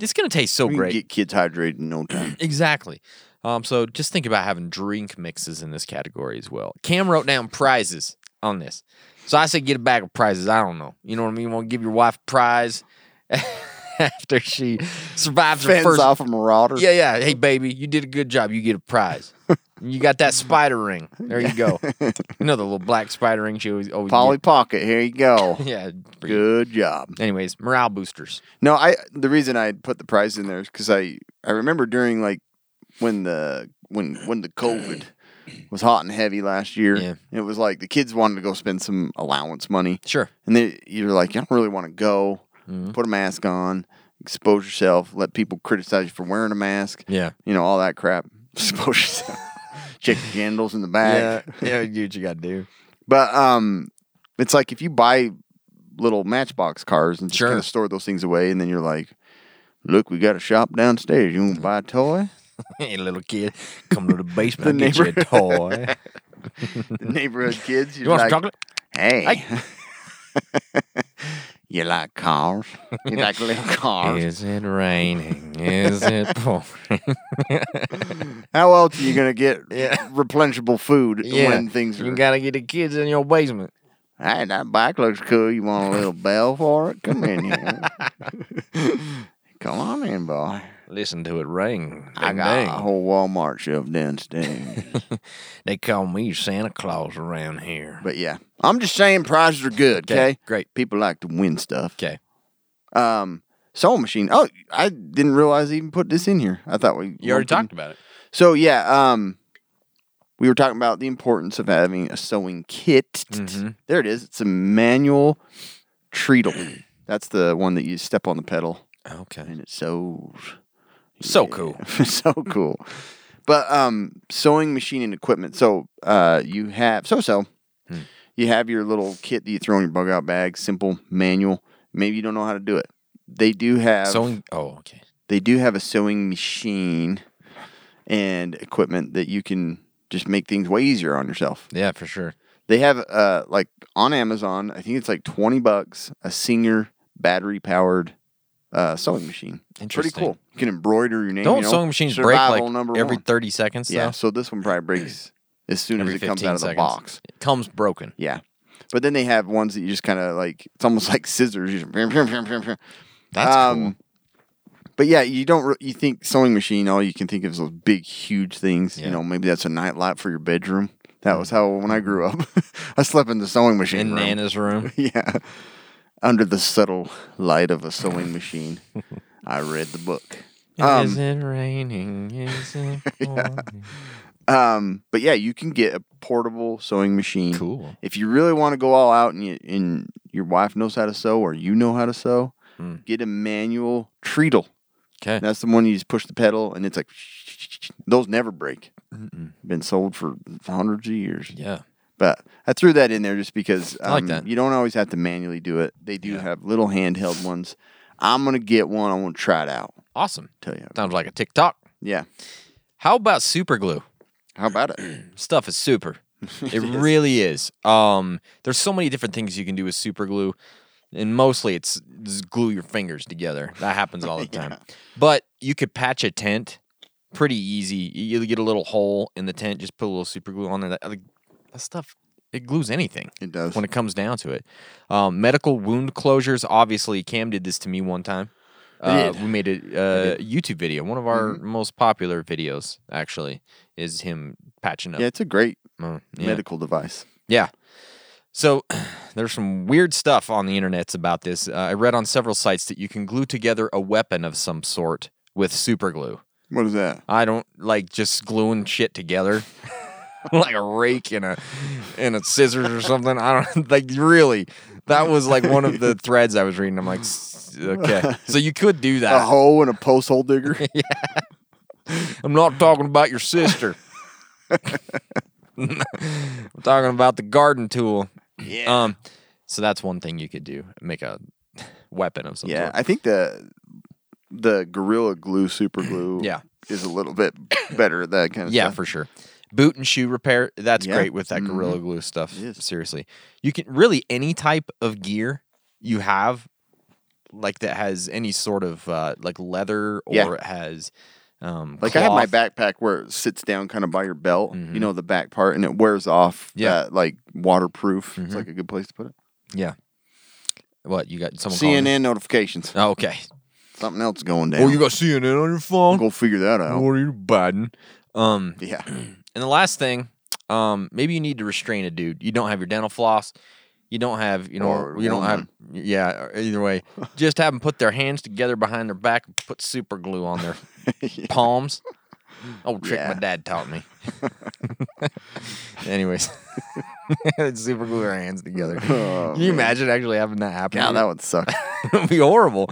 Speaker 4: It's gonna taste so
Speaker 5: we can
Speaker 4: great.
Speaker 5: Get kids hydrated in
Speaker 4: (clears throat)
Speaker 5: no time.
Speaker 4: Exactly. Um, so just think about having drink mixes in this category as well. Cam wrote down prizes on this. So I said get a bag of prizes. I don't know. You know what I mean? Want to give your wife a prize (laughs) after she survives her
Speaker 5: Fends
Speaker 4: first.
Speaker 5: off a marauder.
Speaker 4: Yeah, yeah. Hey, baby, you did a good job. You get a prize. you got that spider ring. There you
Speaker 5: (laughs)
Speaker 4: go. you know the little black spider ring she always. always
Speaker 5: Polly Pocket, here you go.
Speaker 4: get? (laughs) Yeah.
Speaker 5: Good job.
Speaker 4: Anyways, morale boosters.
Speaker 5: No, I the reason I had put the prize in there is because I I remember during like when the when when the COVID was hot and heavy last year.
Speaker 4: Yeah.
Speaker 5: It was like the kids wanted to go spend some allowance money,
Speaker 4: Sure.
Speaker 5: and they you're like, I don't really want to go.
Speaker 4: Mm-hmm.
Speaker 5: Put a mask on, expose yourself, let people criticize you for wearing a mask.
Speaker 4: Yeah.
Speaker 5: you know all that crap. (laughs) Expose yourself. Check your candles in the back.
Speaker 4: Yeah. You what you got to do.
Speaker 5: But um, it's like if you buy little Matchbox cars and just
Speaker 4: Sure.
Speaker 5: kind of store those things away, and then you're like, "Look, we got a shop downstairs. You want to buy
Speaker 4: (laughs)
Speaker 5: a toy?"
Speaker 4: Hey, little kid, come to the basement
Speaker 5: The
Speaker 4: and get you a
Speaker 5: neighbor-
Speaker 4: toy.
Speaker 5: (laughs) The neighborhood kids, you're
Speaker 4: you want
Speaker 5: like,
Speaker 4: some chocolate?
Speaker 5: "Hey." (laughs) You like cars? You like
Speaker 4: (laughs)
Speaker 5: little cars?
Speaker 4: Is it raining? Is (laughs) it pouring?
Speaker 5: How else are you gonna get
Speaker 4: (laughs) Yeah.
Speaker 5: replenishable food
Speaker 4: yeah,
Speaker 5: when things
Speaker 4: you
Speaker 5: are?
Speaker 4: gotta get the kids in your basement.
Speaker 5: Hey, that bike looks cool. You want
Speaker 4: (laughs)
Speaker 5: a little bell for it? Come in here. Come on in, boy.
Speaker 4: Listen to it ring.
Speaker 5: I
Speaker 4: Ding,
Speaker 5: got
Speaker 4: ding.
Speaker 5: a whole Walmart shelf downstairs.
Speaker 4: They call me Santa Claus around here.
Speaker 5: but yeah, I'm just saying prizes are good,
Speaker 4: 'Kay,
Speaker 5: okay?
Speaker 4: great.
Speaker 5: People like to win stuff.
Speaker 4: 'Kay.
Speaker 5: Um, Soul Machine. Oh, I didn't realize I even put this in here. I thought we
Speaker 4: You already
Speaker 5: lumped 'em.
Speaker 4: talked about it.
Speaker 5: So yeah, um, we were talking about the importance of having a sewing kit.
Speaker 4: Mhm.
Speaker 5: There it is. It's a manual treadle. That's the one that you step on the pedal
Speaker 4: Okay.
Speaker 5: and it sews.
Speaker 4: So cool.
Speaker 5: (laughs) so cool. But um, sewing machine and equipment. So uh, you have so so.
Speaker 4: Hmm.
Speaker 5: You have your little kit that you throw in your bug out bag. Simple manual. Maybe you don't know how to do it. They do have
Speaker 4: Sewing. Oh, okay.
Speaker 5: they do have a sewing machine and equipment that you can just make things way easier on yourself.
Speaker 4: Yeah, for sure.
Speaker 5: They have uh like on Amazon, I think it's like 20 bucks a senior battery powered uh sewing machine. Pretty
Speaker 4: Interesting.
Speaker 5: cool. You can embroider your name.
Speaker 4: Don't
Speaker 5: you know,
Speaker 4: sewing machines break
Speaker 5: survival
Speaker 4: like
Speaker 5: number
Speaker 4: every (laughs)
Speaker 5: one.
Speaker 4: thirty seconds?
Speaker 5: Yeah,
Speaker 4: though?
Speaker 5: so this one probably breaks as soon
Speaker 4: every
Speaker 5: as it comes
Speaker 4: 15
Speaker 5: out of the
Speaker 4: seconds.
Speaker 5: box.
Speaker 4: It comes broken.
Speaker 5: Yeah. But then they have ones that you just kind of like it's almost (laughs) like scissors. You just
Speaker 4: That's
Speaker 5: um, But yeah, you don't. Re- you think sewing machine? All you can think of is those big, huge things.
Speaker 4: Yeah. Mm.
Speaker 5: You know, maybe that's a night light for your bedroom. That was how when I grew up, (laughs) I slept in the sewing
Speaker 4: cool.
Speaker 5: machine
Speaker 4: In
Speaker 5: room. (laughs)
Speaker 4: Nana's room.
Speaker 5: Yeah, under the subtle light of a
Speaker 4: (laughs)
Speaker 5: sewing machine, I read the book.
Speaker 4: Is
Speaker 5: Um,
Speaker 4: it raining? Is it pouring?
Speaker 5: um, but yeah, you can get a portable sewing machine.
Speaker 4: Cool.
Speaker 5: If you really want to go all out and, you, and your wife knows how to sew or you know how to sew,
Speaker 4: Mm.
Speaker 5: get a manual treadle.
Speaker 4: Okay.
Speaker 5: That's the one you just push the pedal and it's like those never break. Been sold for hundreds of years.
Speaker 4: Yeah.
Speaker 5: But I threw that in there just because um,
Speaker 4: I like that.
Speaker 5: you don't always have to manually do it. They do have little handheld ones. I'm gonna get one. I want to try it out.
Speaker 4: Awesome.
Speaker 5: Tell you.
Speaker 4: Sounds like a TikTok.
Speaker 5: Yeah.
Speaker 4: How about super glue?
Speaker 5: How about
Speaker 4: (clears throat)
Speaker 5: it?
Speaker 4: Stuff is super.
Speaker 5: (laughs)
Speaker 4: It, really is. Um, there's so many different things you can do with super glue, and mostly it's just glue your fingers together. That happens
Speaker 5: (laughs)
Speaker 4: all the time. But you could patch a tent pretty easy. You you get a little hole in the tent, just put a little super glue on there. That, like, that stuff it glues anything.
Speaker 5: It does.
Speaker 4: when it comes down to it. Um, medical wound closures. Obviously, Cam did this to me one time. Uh, we made a uh, YouTube video. One of our
Speaker 5: Mm-hmm.
Speaker 4: most popular videos, actually, is him patching up.
Speaker 5: Yeah, it's a great
Speaker 4: Oh, yeah.
Speaker 5: medical device.
Speaker 4: Yeah. So (sighs) there's some weird stuff on the internets about this. Uh, I read on several sites that you can glue together a weapon of some sort with super glue.
Speaker 5: What is that?
Speaker 4: I don't like just gluing shit together. (laughs) (laughs) like a rake and a and a scissors or something. I don't like really. That was like one of the threads I was reading. I'm like, "S- okay. So you could do
Speaker 5: A
Speaker 4: that.
Speaker 5: hoe and a post hole
Speaker 4: (laughs)
Speaker 5: digger.
Speaker 4: I'm not talking about your
Speaker 5: (laughs)
Speaker 4: sister. I'm talking about the garden tool. Yeah. Um, so that's one thing you could do. Make a weapon of some
Speaker 5: yeah,
Speaker 4: sort.
Speaker 5: I think the the gorilla glue super glue.
Speaker 4: Yeah.
Speaker 5: is a little bit better at that kind of
Speaker 4: yeah,
Speaker 5: stuff.
Speaker 4: for sure. Boot and shoe repair. That's
Speaker 5: Yeah. Mm-hmm.
Speaker 4: great with that Gorilla Glue stuff.
Speaker 5: It is.
Speaker 4: Seriously, you can really any type of gear you have, like that has any sort of uh, like leather or
Speaker 5: Yeah.
Speaker 4: it has um,
Speaker 5: Like I have my
Speaker 4: cloth. Mm-hmm.
Speaker 5: backpack where it sits down kind of by your belt, you know, the back part, and it wears off.
Speaker 4: Yeah.
Speaker 5: that, like waterproof.
Speaker 4: Mhm.
Speaker 5: It's like a good place to put it.
Speaker 4: Yeah. What you got? Someone calling me?
Speaker 5: CNN notifications.
Speaker 4: Oh, okay.
Speaker 5: Something else going down.
Speaker 4: Oh, you got CNN on your phone.
Speaker 5: go figure that out.
Speaker 4: What are you Biden? Um, (clears throat)
Speaker 5: Yeah,
Speaker 4: And the last thing, um, maybe you need to restrain a dude. You don't have your dental floss. You don't have, you know,
Speaker 5: Or
Speaker 4: you don't have,
Speaker 5: woman.
Speaker 4: yeah. or Either
Speaker 5: (laughs)
Speaker 4: way, just have them put their hands together behind their back and put super glue on
Speaker 5: (laughs)
Speaker 4: their palms. Old trick
Speaker 5: Yeah.
Speaker 4: my dad taught
Speaker 5: (laughs)
Speaker 4: me. (laughs) Anyways, (laughs) super glue their hands together. Can you imagine actually having that happen?
Speaker 5: yeah, Oh, that
Speaker 4: (laughs)
Speaker 5: would suck.
Speaker 4: would be horrible.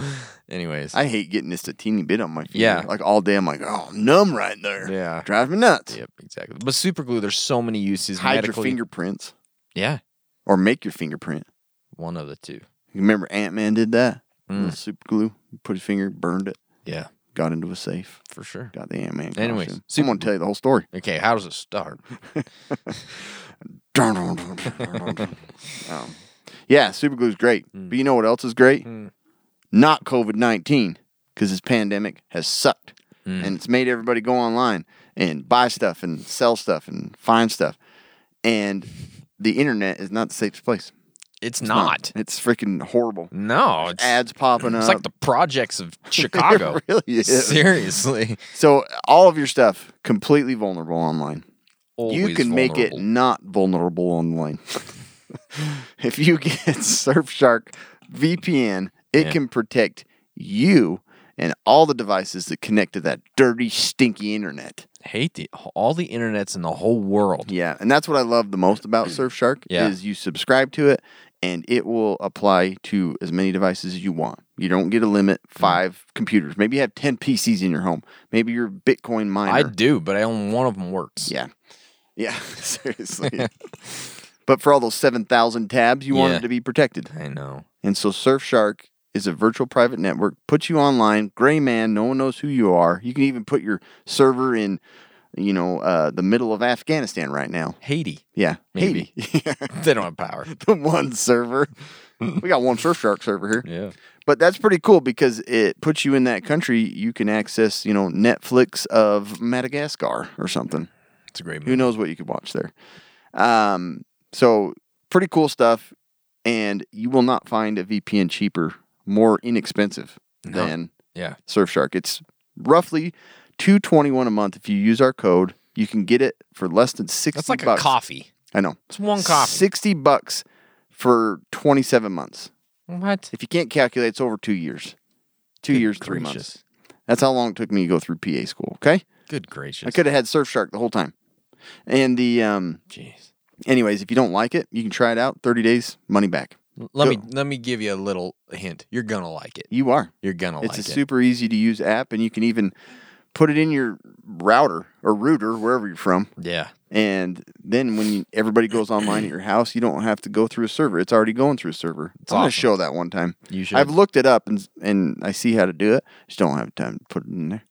Speaker 4: Anyways,
Speaker 5: I hate getting just a teeny bit on my finger.
Speaker 4: Yeah.
Speaker 5: like all day. I'm like, oh, I'm numb right there.
Speaker 4: Yeah.
Speaker 5: drives me nuts.
Speaker 4: yep, exactly. But super glue, there's so many uses.
Speaker 5: Hide
Speaker 4: medically.
Speaker 5: your fingerprints
Speaker 4: Yeah,
Speaker 5: or make your fingerprint.
Speaker 4: one of the two.
Speaker 5: You remember Ant Man did that?
Speaker 4: Mm.
Speaker 5: Little Super glue, put his finger, burned it,
Speaker 4: Yeah,
Speaker 5: got into a safe,
Speaker 4: for sure.
Speaker 5: got the Ant Man.
Speaker 4: Anyways,
Speaker 5: costume.
Speaker 4: super
Speaker 5: I'm gonna
Speaker 4: glue.
Speaker 5: tell you the whole story.
Speaker 4: Okay, how does it start?
Speaker 5: (laughs) Um, yeah, super glue's great,
Speaker 4: Hmm.
Speaker 5: but you know what else is great? Not COVID nineteen, because this pandemic has sucked,
Speaker 4: Hmm.
Speaker 5: and it's made everybody go online and buy stuff and sell stuff and find stuff, and the internet is not the safest place.
Speaker 4: It's
Speaker 5: It's
Speaker 4: not.
Speaker 5: It's freaking horrible.
Speaker 4: No, it's
Speaker 5: Ads popping up.
Speaker 4: It's like the projects of
Speaker 5: (laughs)
Speaker 4: Chicago.
Speaker 5: really is.
Speaker 4: Seriously,
Speaker 5: So all of your stuff completely vulnerable online. you
Speaker 4: Always
Speaker 5: can make it
Speaker 4: vulnerable.
Speaker 5: not vulnerable online. (laughs) if you get (laughs) Surfshark VPN, it
Speaker 4: Yeah.
Speaker 5: can protect you and all the devices that connect to that dirty, stinky internet.
Speaker 4: hate the all the internets in the whole world.
Speaker 5: Yeah, and that's what I love the
Speaker 4: (clears throat)
Speaker 5: most about Surfshark
Speaker 4: Yeah.
Speaker 5: is you subscribe to it and it will apply to as many devices as you want. You don't get a limit.
Speaker 4: Mm.
Speaker 5: Five computers. Maybe you have ten PCs in your home. Maybe you're a Bitcoin miner.
Speaker 4: I do, but I only one of them works.
Speaker 5: Yeah. Yeah, (laughs)
Speaker 4: (laughs)
Speaker 5: seriously. but for all those 7,000 tabs, you want
Speaker 4: Yeah.
Speaker 5: it to be protected.
Speaker 4: I know.
Speaker 5: And so Surfshark is a virtual private network, puts you online, gray man, no one knows who you are. You can even put your server in, you know, uh, the middle of Afghanistan right now.
Speaker 4: Haiti. (laughs)
Speaker 5: Yeah.
Speaker 4: Maybe.
Speaker 5: Haiti. (laughs) Yeah,
Speaker 4: They don't have power.
Speaker 5: the one
Speaker 4: (laughs)
Speaker 5: server. we got one Surfshark server here.
Speaker 4: Yeah.
Speaker 5: But that's pretty cool because it puts you in that country. You can access, you know, Netflix of Madagascar or something.
Speaker 4: It's a great
Speaker 5: Who
Speaker 4: movie.
Speaker 5: knows what you could watch there? Um, so pretty cool stuff, and you will not find a VPN cheaper, more inexpensive than
Speaker 4: Yeah.
Speaker 5: Surfshark. It's roughly two twenty one a month if you use our code. You can get it for less than sixty.
Speaker 4: That's like
Speaker 5: bucks.
Speaker 4: a coffee.
Speaker 5: I know.
Speaker 4: It's one coffee.
Speaker 5: Sixty bucks for twenty seven months.
Speaker 4: What?
Speaker 5: If you can't calculate, it's over two years. Two
Speaker 4: Good
Speaker 5: years, three
Speaker 4: gracious.
Speaker 5: months. That's how long it took me to go through PA school. Okay,
Speaker 4: Good gracious.
Speaker 5: I could have had Surfshark the whole time, and the um,
Speaker 4: Jeez.
Speaker 5: anyways, if you don't like it, you can try it out. 30 days, money back.
Speaker 4: Let
Speaker 5: Go-
Speaker 4: me let me give you a little hint. You're gonna like it.
Speaker 5: You are.
Speaker 4: You're gonna
Speaker 5: It's
Speaker 4: like
Speaker 5: a
Speaker 4: it.
Speaker 5: super easy to use app, and you can even put it in your router or router, wherever you're from.
Speaker 4: yeah.
Speaker 5: And then when you, everybody goes online at your house, you don't have to go through a server. It's already going through a server. I'm
Speaker 4: awesome.
Speaker 5: going to show that one time.
Speaker 4: You should.
Speaker 5: I've looked it up and and I see how to do it. Just don't have time to put it in there.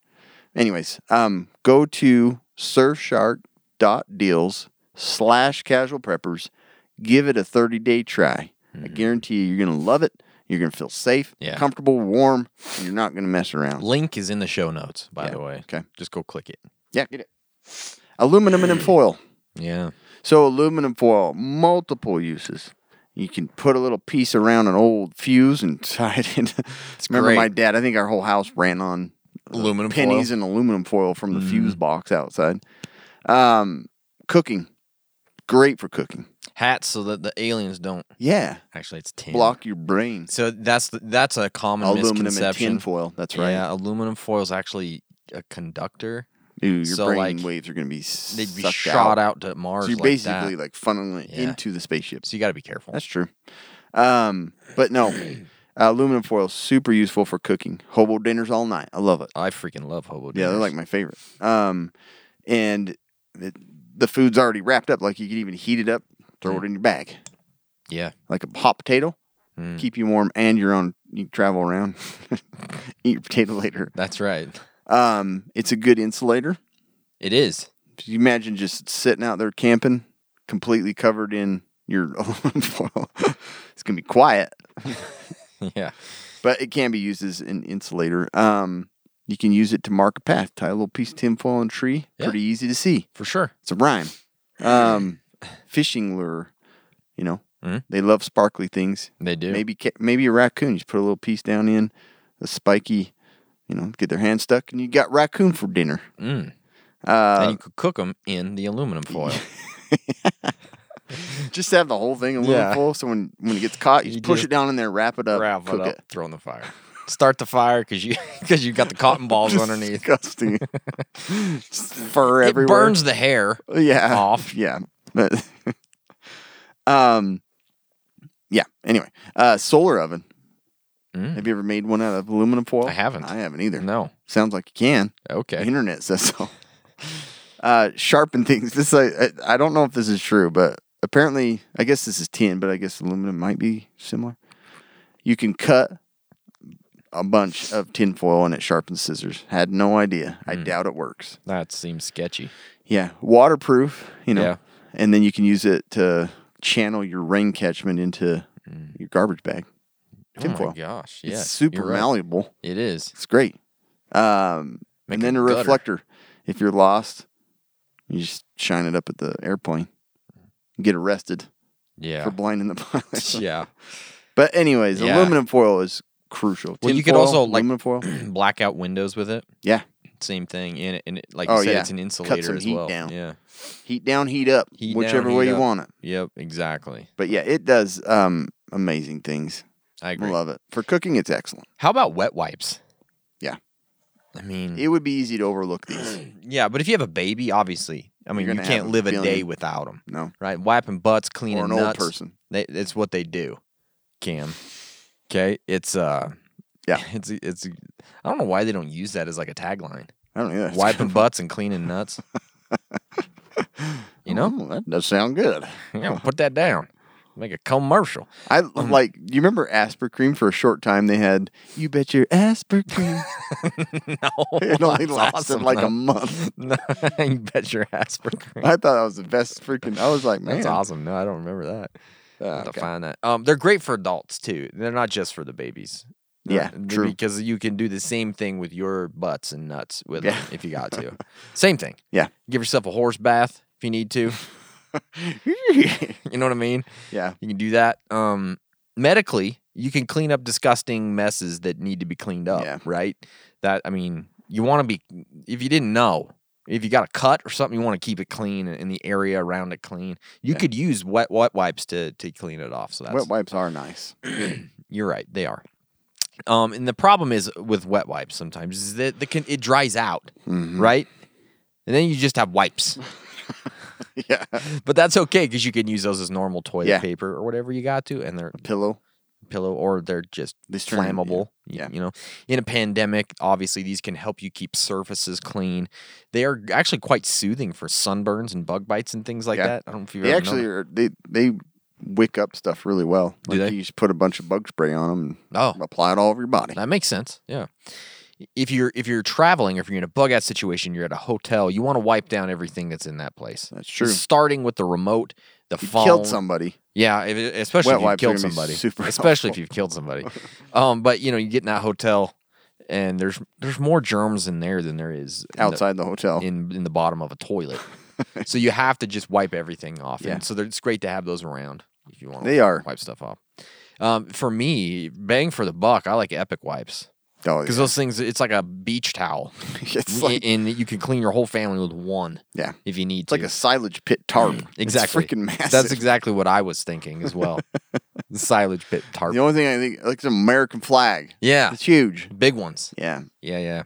Speaker 5: Anyways, um, go to surfshark.deals slash casual preppers. Give it a 30 day try. I guarantee you, you're going to love it. You're going to feel safe,
Speaker 4: Yeah.
Speaker 5: comfortable, warm, and you're not going to mess around.
Speaker 4: Link is in the show notes, by
Speaker 5: Yeah,
Speaker 4: the way.
Speaker 5: okay.
Speaker 4: Just go click it.
Speaker 5: Yeah, get it. Aluminum and foil.
Speaker 4: Yeah.
Speaker 5: So aluminum foil, multiple uses. You can put a little piece around an old fuse and (laughs) tie it in. Remember
Speaker 4: great.
Speaker 5: my dad? I think our whole house ran on uh,
Speaker 4: Aluminum
Speaker 5: pennies
Speaker 4: foil. Mm.
Speaker 5: and aluminum foil from the fuse box outside. Um, cooking, great for cooking.
Speaker 4: Hats so that the aliens don't.
Speaker 5: Yeah,
Speaker 4: Actually, it's tin.
Speaker 5: block your brain.
Speaker 4: So that's the, that's a common
Speaker 5: Aluminum and
Speaker 4: misconception.
Speaker 5: tin foil. That's right.
Speaker 4: Yeah, aluminum foil is actually a conductor.
Speaker 5: Ooh, your
Speaker 4: So,
Speaker 5: brain
Speaker 4: like,
Speaker 5: waves are going to be
Speaker 4: They'd be
Speaker 5: sucked
Speaker 4: shot
Speaker 5: out.
Speaker 4: out. to Mars.
Speaker 5: So you're
Speaker 4: like
Speaker 5: basically
Speaker 4: that.
Speaker 5: like funneling it
Speaker 4: Yeah.
Speaker 5: into the spaceship.
Speaker 4: So you got to be careful.
Speaker 5: That's true. Um, but no, uh, aluminum foil super useful for cooking. Hobo dinners all night. I love it.
Speaker 4: I freaking love hobo
Speaker 5: Yeah, they're
Speaker 4: dinners.
Speaker 5: like my favorite. Um, and it, the food's already wrapped up. Like you can even heat it up, throw
Speaker 4: Mm.
Speaker 5: it in your bag,
Speaker 4: yeah. Mm.
Speaker 5: like a hot potato. Keep you warm and your own. You can travel around, (laughs) eat your potato later.
Speaker 4: That's right.
Speaker 5: Um, it's a good insulator.
Speaker 4: It is. (laughs)
Speaker 5: Can you imagine just sitting out there camping, completely covered in your (laughs) aluminum foil? it's gonna be quiet,
Speaker 4: Yeah.
Speaker 5: but it can be used as an insulator. Um, you can use it to mark a path, tie a little piece of tinfoil on a tree.
Speaker 4: Yeah.
Speaker 5: Pretty easy to see.
Speaker 4: For sure.
Speaker 5: It's a rhyme.
Speaker 4: (laughs)
Speaker 5: Um, fishing lure. You know,
Speaker 4: Mhm.
Speaker 5: they love sparkly things.
Speaker 4: They do.
Speaker 5: Maybe ca- maybe a raccoon. You just put a little piece down in a spiky. You know, get their hand stuck, and you got raccoon for dinner. (laughs)
Speaker 4: Mm.
Speaker 5: Uh,
Speaker 4: and you could cook them in the aluminum foil.
Speaker 5: just have the whole thing a little
Speaker 4: Yeah.
Speaker 5: full. So when, when it gets caught, you,
Speaker 4: You
Speaker 5: just push
Speaker 4: just
Speaker 5: it down in there, wrap it up,
Speaker 4: Wrap
Speaker 5: Oh, cook
Speaker 4: it up. Throw in the fire. Start the fire because you (laughs) because you got the
Speaker 5: (laughs)
Speaker 4: cotton balls
Speaker 5: Just
Speaker 4: underneath. (laughs)
Speaker 5: Disgusting. Just fur
Speaker 4: It
Speaker 5: everywhere.
Speaker 4: burns the hair.
Speaker 5: yeah.
Speaker 4: off.
Speaker 5: (laughs) Yeah. But- um. Yeah. Anyway, uh, solar oven.
Speaker 4: Mm.
Speaker 5: Have you ever made one out of aluminum foil?
Speaker 4: I haven't.
Speaker 5: I haven't either.
Speaker 4: No.
Speaker 5: Sounds like Oh, you can. The
Speaker 4: Okay.
Speaker 5: internet says so. (laughs) uh, sharpen things. This I, I I don't know if this is true, but apparently I guess this is tin, but I guess aluminum might be similar. You can cut a bunch of tin foil and it sharpens scissors. Had no idea. I
Speaker 4: Hmm.
Speaker 5: doubt it works.
Speaker 4: That seems sketchy.
Speaker 5: Yeah, waterproof. You know,
Speaker 4: Yeah.
Speaker 5: and then you can use it to channel your rain catchment into your garbage bag. Tin
Speaker 4: Mm. oh
Speaker 5: foil.
Speaker 4: my gosh. Yeah.
Speaker 5: It's super
Speaker 4: you're right.
Speaker 5: malleable.
Speaker 4: It is.
Speaker 5: It's great. Um,
Speaker 4: Make
Speaker 5: and then
Speaker 4: a
Speaker 5: a
Speaker 4: gutter.
Speaker 5: reflector. If you're lost, you just shine it up at the airplane. You get arrested
Speaker 4: Yeah. (laughs)
Speaker 5: for blinding the (laughs) pilot.
Speaker 4: yeah. (clears throat)
Speaker 5: But anyways,
Speaker 4: Yeah.
Speaker 5: aluminum foil is crucial.
Speaker 4: Well,
Speaker 5: Tin
Speaker 4: you could
Speaker 5: foil,
Speaker 4: also, like-
Speaker 5: aluminum foil.
Speaker 4: Black out windows with it.
Speaker 5: Yeah,
Speaker 4: Same thing. And, it, and it, like you
Speaker 5: Oh,
Speaker 4: said,
Speaker 5: yeah.
Speaker 4: it's an
Speaker 5: Cut
Speaker 4: insulator
Speaker 5: some
Speaker 4: as
Speaker 5: heat
Speaker 4: well.
Speaker 5: down.
Speaker 4: Yeah.
Speaker 5: heat down, heat up,
Speaker 4: Heat down,
Speaker 5: whichever
Speaker 4: heat
Speaker 5: way you
Speaker 4: up.
Speaker 5: want it.
Speaker 4: Yep. Exactly.
Speaker 5: But yeah, it does um, amazing things.
Speaker 4: I
Speaker 5: I
Speaker 4: agree.
Speaker 5: love it for cooking. It's excellent.
Speaker 4: How about wet wipes?
Speaker 5: Yeah.
Speaker 4: I mean,
Speaker 5: It would be easy to overlook these.
Speaker 4: yeah, but if you have a baby, obviously, I mean,
Speaker 5: You're
Speaker 4: you
Speaker 5: gonna have
Speaker 4: can't
Speaker 5: them
Speaker 4: live a
Speaker 5: feeling
Speaker 4: day
Speaker 5: it.
Speaker 4: without them,
Speaker 5: No,
Speaker 4: right? Wiping butts, cleaning
Speaker 5: an old
Speaker 4: nuts.
Speaker 5: person.
Speaker 4: They, it's what they do, Cam. Okay, it's uh,
Speaker 5: Yeah.
Speaker 4: (laughs) it's it's. I don't know why they don't use that as like a tagline.
Speaker 5: I don't know. That's
Speaker 4: Wiping butts and cleaning
Speaker 5: (laughs)
Speaker 4: nuts. you know,
Speaker 5: Oh, (laughs) that does sound good.
Speaker 4: yeah, put that down. Make a commercial. (laughs)
Speaker 5: I
Speaker 4: Um,
Speaker 5: like. You remember Asper cream for a short time? They had you bet your Asper
Speaker 4: (laughs)
Speaker 5: cream. (laughs)
Speaker 4: No,
Speaker 5: it only
Speaker 4: that's
Speaker 5: lasted
Speaker 4: awesome,
Speaker 5: like
Speaker 4: though.
Speaker 5: a month.
Speaker 4: (laughs) No, you bet your ass for cream.
Speaker 5: I thought that was the best freaking. I was like, man, Uh,
Speaker 4: That's awesome. No, I don't remember that. I'll have to
Speaker 5: okay.
Speaker 4: find that. Um, they're great for adults too. They're not just for the babies. They're-
Speaker 5: Yeah,
Speaker 4: they're-
Speaker 5: true.
Speaker 4: Because you can do the same thing with your butts and nuts with
Speaker 5: Yeah.
Speaker 4: them if you got
Speaker 5: (laughs)
Speaker 4: to. same thing.
Speaker 5: Yeah.
Speaker 4: Give yourself a horse bath if you need
Speaker 5: (laughs)
Speaker 4: to. you know what I mean?
Speaker 5: yeah,
Speaker 4: You can do that. Um, medically, you can clean up disgusting messes that need to be cleaned up.
Speaker 5: Yeah.
Speaker 4: Right. That I mean, you want to be if you didn't know. If you got a cut or something, you want to keep it clean and the area around it clean. You
Speaker 5: Yeah.
Speaker 4: could use wet wet wipes to to clean it off. So that's
Speaker 5: wet wipes are nice.
Speaker 4: you're right. They are. Um, and the problem is with wet wipes sometimes is that the con- it dries out,
Speaker 5: Mm-hmm. Mm.
Speaker 4: right? And then you just have wipes.
Speaker 5: (laughs) yeah,
Speaker 4: But that's okay because you can use those as normal toilet
Speaker 5: Yeah.
Speaker 4: paper or whatever you got to, and they're
Speaker 5: pillow.
Speaker 4: pillow or they're just
Speaker 5: These turn in- yeah,
Speaker 4: flammable. y-
Speaker 5: yeah.
Speaker 4: you know, in a pandemic, obviously these can help you keep surfaces clean. They are actually quite soothing for sunburns and bug bites and things like
Speaker 5: Yeah.
Speaker 4: that. I don't know if you've
Speaker 5: They
Speaker 4: ever
Speaker 5: actually
Speaker 4: known.
Speaker 5: are. They they wick up stuff really well.
Speaker 4: Do
Speaker 5: like
Speaker 4: they?
Speaker 5: You just put a bunch of bug spray on them.
Speaker 4: Oh.
Speaker 5: And apply it all over your body.
Speaker 4: That makes sense. Yeah. If you're if you're traveling, if you're in a bug out situation, you're at a hotel, you want to wipe down everything that's in that place.
Speaker 5: That's true.
Speaker 4: Starting with the remote, the
Speaker 5: You
Speaker 4: phone.
Speaker 5: killed somebody.
Speaker 4: Yeah, if, especially
Speaker 5: Wet
Speaker 4: if you've
Speaker 5: wipes are
Speaker 4: killed
Speaker 5: gonna be
Speaker 4: somebody.
Speaker 5: super
Speaker 4: (laughs) especially if
Speaker 5: helpful.
Speaker 4: you've killed somebody. um, but you know, you get in that hotel, and there's there's more germs in there than there is in the-
Speaker 5: outside the, hotel.
Speaker 4: in in the bottom of a
Speaker 5: (laughs)
Speaker 4: toilet. so you have to just wipe everything off.
Speaker 5: Yeah.
Speaker 4: And so they're- it's great to have those around if you want.
Speaker 5: They are.
Speaker 4: wipe stuff off. Um, for me, bang for the buck, I like Epic wipes
Speaker 5: oh,
Speaker 4: because
Speaker 5: yeah.
Speaker 4: those things it's like a beach towel,
Speaker 5: (laughs) it's
Speaker 4: Y-
Speaker 5: like
Speaker 4: and you can clean your whole family with one
Speaker 5: yeah,
Speaker 4: if you need
Speaker 5: it's
Speaker 4: to.
Speaker 5: like a silage pit tarp.
Speaker 4: Mm, exactly
Speaker 5: it's freaking massive.
Speaker 4: That's exactly what I was thinking as
Speaker 5: (laughs)
Speaker 4: well. the silage pit tarp.
Speaker 5: The only thing I think like it's an American flag.
Speaker 4: yeah,
Speaker 5: It's huge.
Speaker 4: big ones.
Speaker 5: Yeah.
Speaker 4: Yeah, yeah.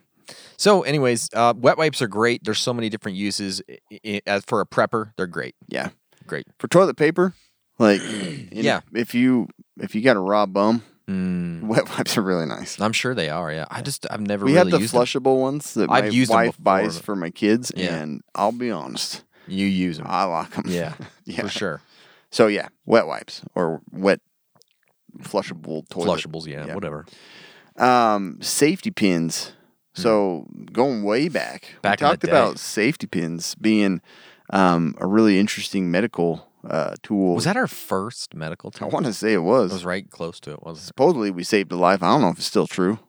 Speaker 4: So, anyways, uh, wet wipes are great. There's so many different uses. I- I- as for a prepper, they're great.
Speaker 5: Yeah.
Speaker 4: Great.
Speaker 5: For toilet paper,
Speaker 4: (clears throat)
Speaker 5: Like, you
Speaker 4: Yeah.
Speaker 5: know, if you if you got a raw bum,
Speaker 4: Mm,
Speaker 5: wet wipes are really nice.
Speaker 4: I'm sure they are. Yeah, I just I've never
Speaker 5: We
Speaker 4: really
Speaker 5: have the
Speaker 4: used them.
Speaker 5: flushable ones that
Speaker 4: I've
Speaker 5: my
Speaker 4: used them
Speaker 5: wife
Speaker 4: before,
Speaker 5: buys
Speaker 4: but-
Speaker 5: for my kids,
Speaker 4: Yeah.
Speaker 5: and I'll be honest,
Speaker 4: You use them,
Speaker 5: I like them. (laughs)
Speaker 4: Yeah,
Speaker 5: Ah. yeah.
Speaker 4: for sure.
Speaker 5: So yeah, wet wipes or wet flushable toilet.
Speaker 4: Flushables, yeah,
Speaker 5: Yeah.
Speaker 4: whatever.
Speaker 5: Um, safety pins. So going way back,
Speaker 4: Hmm. Back in
Speaker 5: we
Speaker 4: the
Speaker 5: talked
Speaker 4: day.
Speaker 5: about safety pins being um, a really interesting medical uh, tool.
Speaker 4: Was that our first medical
Speaker 5: I
Speaker 4: tool?
Speaker 5: want to say it
Speaker 4: It
Speaker 5: was.
Speaker 4: was right close to it. Was
Speaker 5: Supposedly we saved a life. I don't know if it's still true.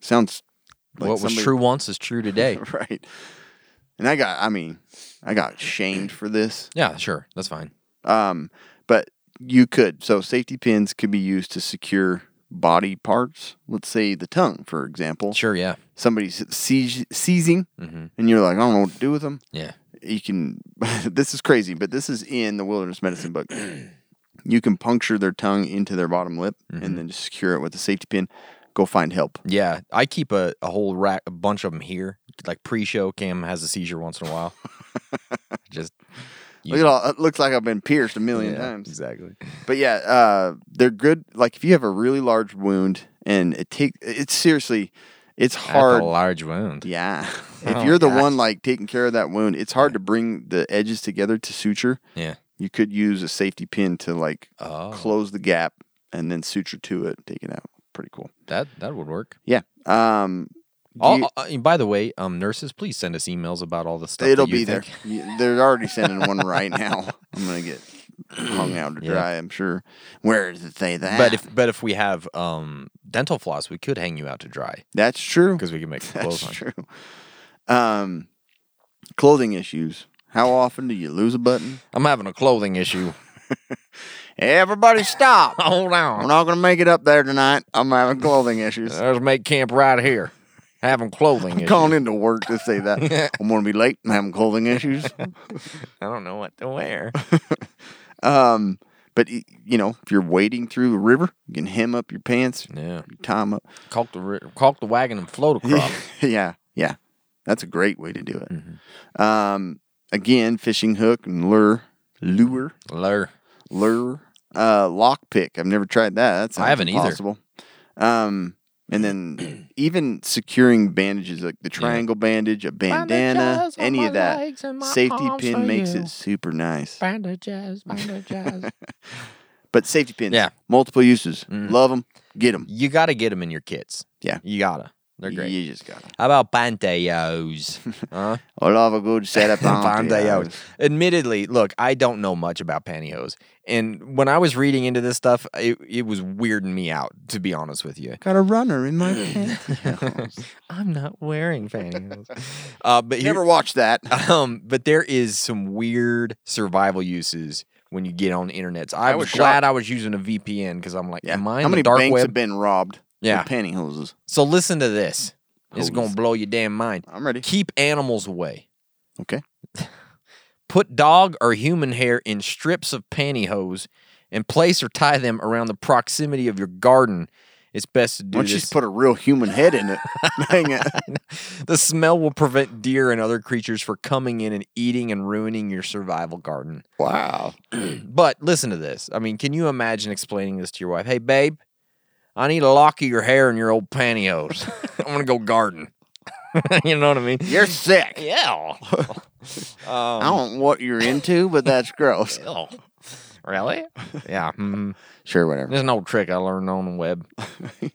Speaker 5: Sounds like
Speaker 4: what was
Speaker 5: somebody-
Speaker 4: true once is true
Speaker 5: (laughs)
Speaker 4: today.
Speaker 5: right? And I got, I mean, I got shamed for this.
Speaker 4: yeah, sure, that's fine.
Speaker 5: Um, but you could. So safety pins could be used to secure body parts. Let's say the tongue, for example.
Speaker 4: Sure, yeah,
Speaker 5: Somebody's seiz- seizing,
Speaker 4: Mhm.
Speaker 5: and you're like, I don't know what to do with them.
Speaker 4: yeah.
Speaker 5: You can. (laughs) this is crazy, but this is in the wilderness medicine book. You can puncture their tongue into their bottom lip, and then just secure it with a safety pin. Go find help.
Speaker 4: Yeah, I keep a, a whole rack, a bunch of them here. Like pre-show, Cam has a seizure once in a
Speaker 5: (laughs)
Speaker 4: while. Just
Speaker 5: Look at all. It looks like I've been pierced a million
Speaker 4: yeah,
Speaker 5: times.
Speaker 4: exactly.
Speaker 5: But yeah, uh, they're good. Like if you have a really large wound and it take, it's seriously, it's
Speaker 4: Hard
Speaker 5: hard.
Speaker 4: a large wound.
Speaker 5: Yeah,
Speaker 4: Oh,
Speaker 5: (laughs) if you're the one
Speaker 4: gosh.
Speaker 5: like taking care of that wound, it's hard to bring the edges together to suture.
Speaker 4: Yeah.
Speaker 5: You could use a safety pin to like
Speaker 4: Oh.
Speaker 5: close the gap and then suture to it, take it out. Pretty cool.
Speaker 4: That that would work.
Speaker 5: Yeah. Um, do
Speaker 4: All,
Speaker 5: you-
Speaker 4: uh, and by the way, um, nurses, please send us emails about all the stuff. that
Speaker 5: it'll
Speaker 4: you
Speaker 5: be there.
Speaker 4: think.
Speaker 5: You- They're already sending
Speaker 4: (laughs)
Speaker 5: one right now. I'm gonna get hung out to
Speaker 4: Yeah.
Speaker 5: dry. I'm sure. Where does it say that?
Speaker 4: But if but if we have um dental floss, we could hang you out to dry
Speaker 5: that's true, (laughs)
Speaker 4: because we can make
Speaker 5: That's
Speaker 4: clothes on.
Speaker 5: true. Um, clothing issues. How often do you lose a
Speaker 4: (laughs)
Speaker 5: button?
Speaker 4: I'm having a clothing issue.
Speaker 5: Everybody stop!
Speaker 4: (laughs) Hold
Speaker 5: I'm
Speaker 4: on,
Speaker 5: not gonna make it up there tonight. I'm having
Speaker 4: (laughs)
Speaker 5: clothing issues.
Speaker 4: let's make camp right here. Having clothing
Speaker 5: I'm
Speaker 4: issues.
Speaker 5: calling into work to say
Speaker 4: (laughs)
Speaker 5: that I'm gonna be late. I'm having clothing issues.
Speaker 4: I don't know what to wear.
Speaker 5: Um, but y- you know, if you're wading through the river, you can hem up your pants,
Speaker 4: (laughs) yeah,
Speaker 5: tie 'em up.
Speaker 4: caulk the ri- caulk the wagon and float across.
Speaker 5: (laughs) yeah, yeah, that's a great way to do it.
Speaker 4: Mm-hmm.
Speaker 5: Um, again, fishing hook and lure, lure.
Speaker 4: Lur.
Speaker 5: lure uh lockpick i've never tried that that's
Speaker 4: I haven't either.
Speaker 5: impossible. um and
Speaker 4: (clears throat)
Speaker 5: then even securing bandages like the triangle bandage a bandana
Speaker 7: Bandages on
Speaker 5: any
Speaker 7: my
Speaker 5: of that
Speaker 7: legs and my
Speaker 5: safety
Speaker 7: arms for
Speaker 5: pin makes
Speaker 7: you.
Speaker 5: it super nice
Speaker 7: Bandages, bandages.
Speaker 5: but safety pins
Speaker 4: Yeah. Mm-hmm.
Speaker 5: multiple uses Love 'em, love them get them
Speaker 4: You gotta get them in your kits.
Speaker 5: Yeah.
Speaker 4: you gotta. They're great.
Speaker 5: you just got 'em.
Speaker 4: How about
Speaker 5: (laughs)
Speaker 4: bandeos? huh?
Speaker 5: i love a good
Speaker 4: (laughs)
Speaker 5: setup on
Speaker 4: Pantyhose. Admittedly, look, I don't know much about pantyhose, and when I was reading into this stuff, it, it was weirding me out. To be honest with you,
Speaker 5: got a runner
Speaker 4: (laughs)
Speaker 5: in my pants
Speaker 4: I'm not wearing pantyhose. (laughs) uh, but
Speaker 5: (laughs) never
Speaker 4: here, (laughs)
Speaker 5: watched that
Speaker 4: um, but there is some weird survival uses when you get on the internets. I, was,
Speaker 5: was
Speaker 4: glad
Speaker 5: shocked.
Speaker 4: I was using a VPN because I'm like, am I in
Speaker 5: how many
Speaker 4: the dark
Speaker 5: banks
Speaker 4: web?
Speaker 5: have been robbed
Speaker 4: Yeah.
Speaker 5: with pantyhoses
Speaker 4: So listen to this. It's
Speaker 5: Hose.
Speaker 4: gonna blow your damn mind.
Speaker 5: i'm
Speaker 4: (laughs)
Speaker 5: ready
Speaker 4: Keep animals away.
Speaker 5: okay
Speaker 4: (laughs) Put dog or human hair in strips of pantyhose and place or tie them around the proximity of your garden. It's best to do
Speaker 5: once you
Speaker 4: this.
Speaker 5: just put a real human
Speaker 4: (laughs)
Speaker 5: head in it (laughs) dang it
Speaker 4: the smell will prevent deer and other creatures from coming in and eating and ruining your survival garden.
Speaker 5: Wow.
Speaker 4: But listen to this. I mean, can you imagine explaining this to your wife? Hey, babe, I need a lock of your hair and your old
Speaker 5: (laughs)
Speaker 4: pantyhose. I'm gonna go garden. (laughs) you know what I mean?
Speaker 5: You're sick.
Speaker 4: (laughs) Yeah.
Speaker 5: I don't know what you're into, but that's
Speaker 4: (laughs)
Speaker 5: gross.
Speaker 4: really? Yeah. mhm.
Speaker 5: Sure, whatever.
Speaker 4: There's an old trick I learned on the
Speaker 5: (laughs)
Speaker 4: web.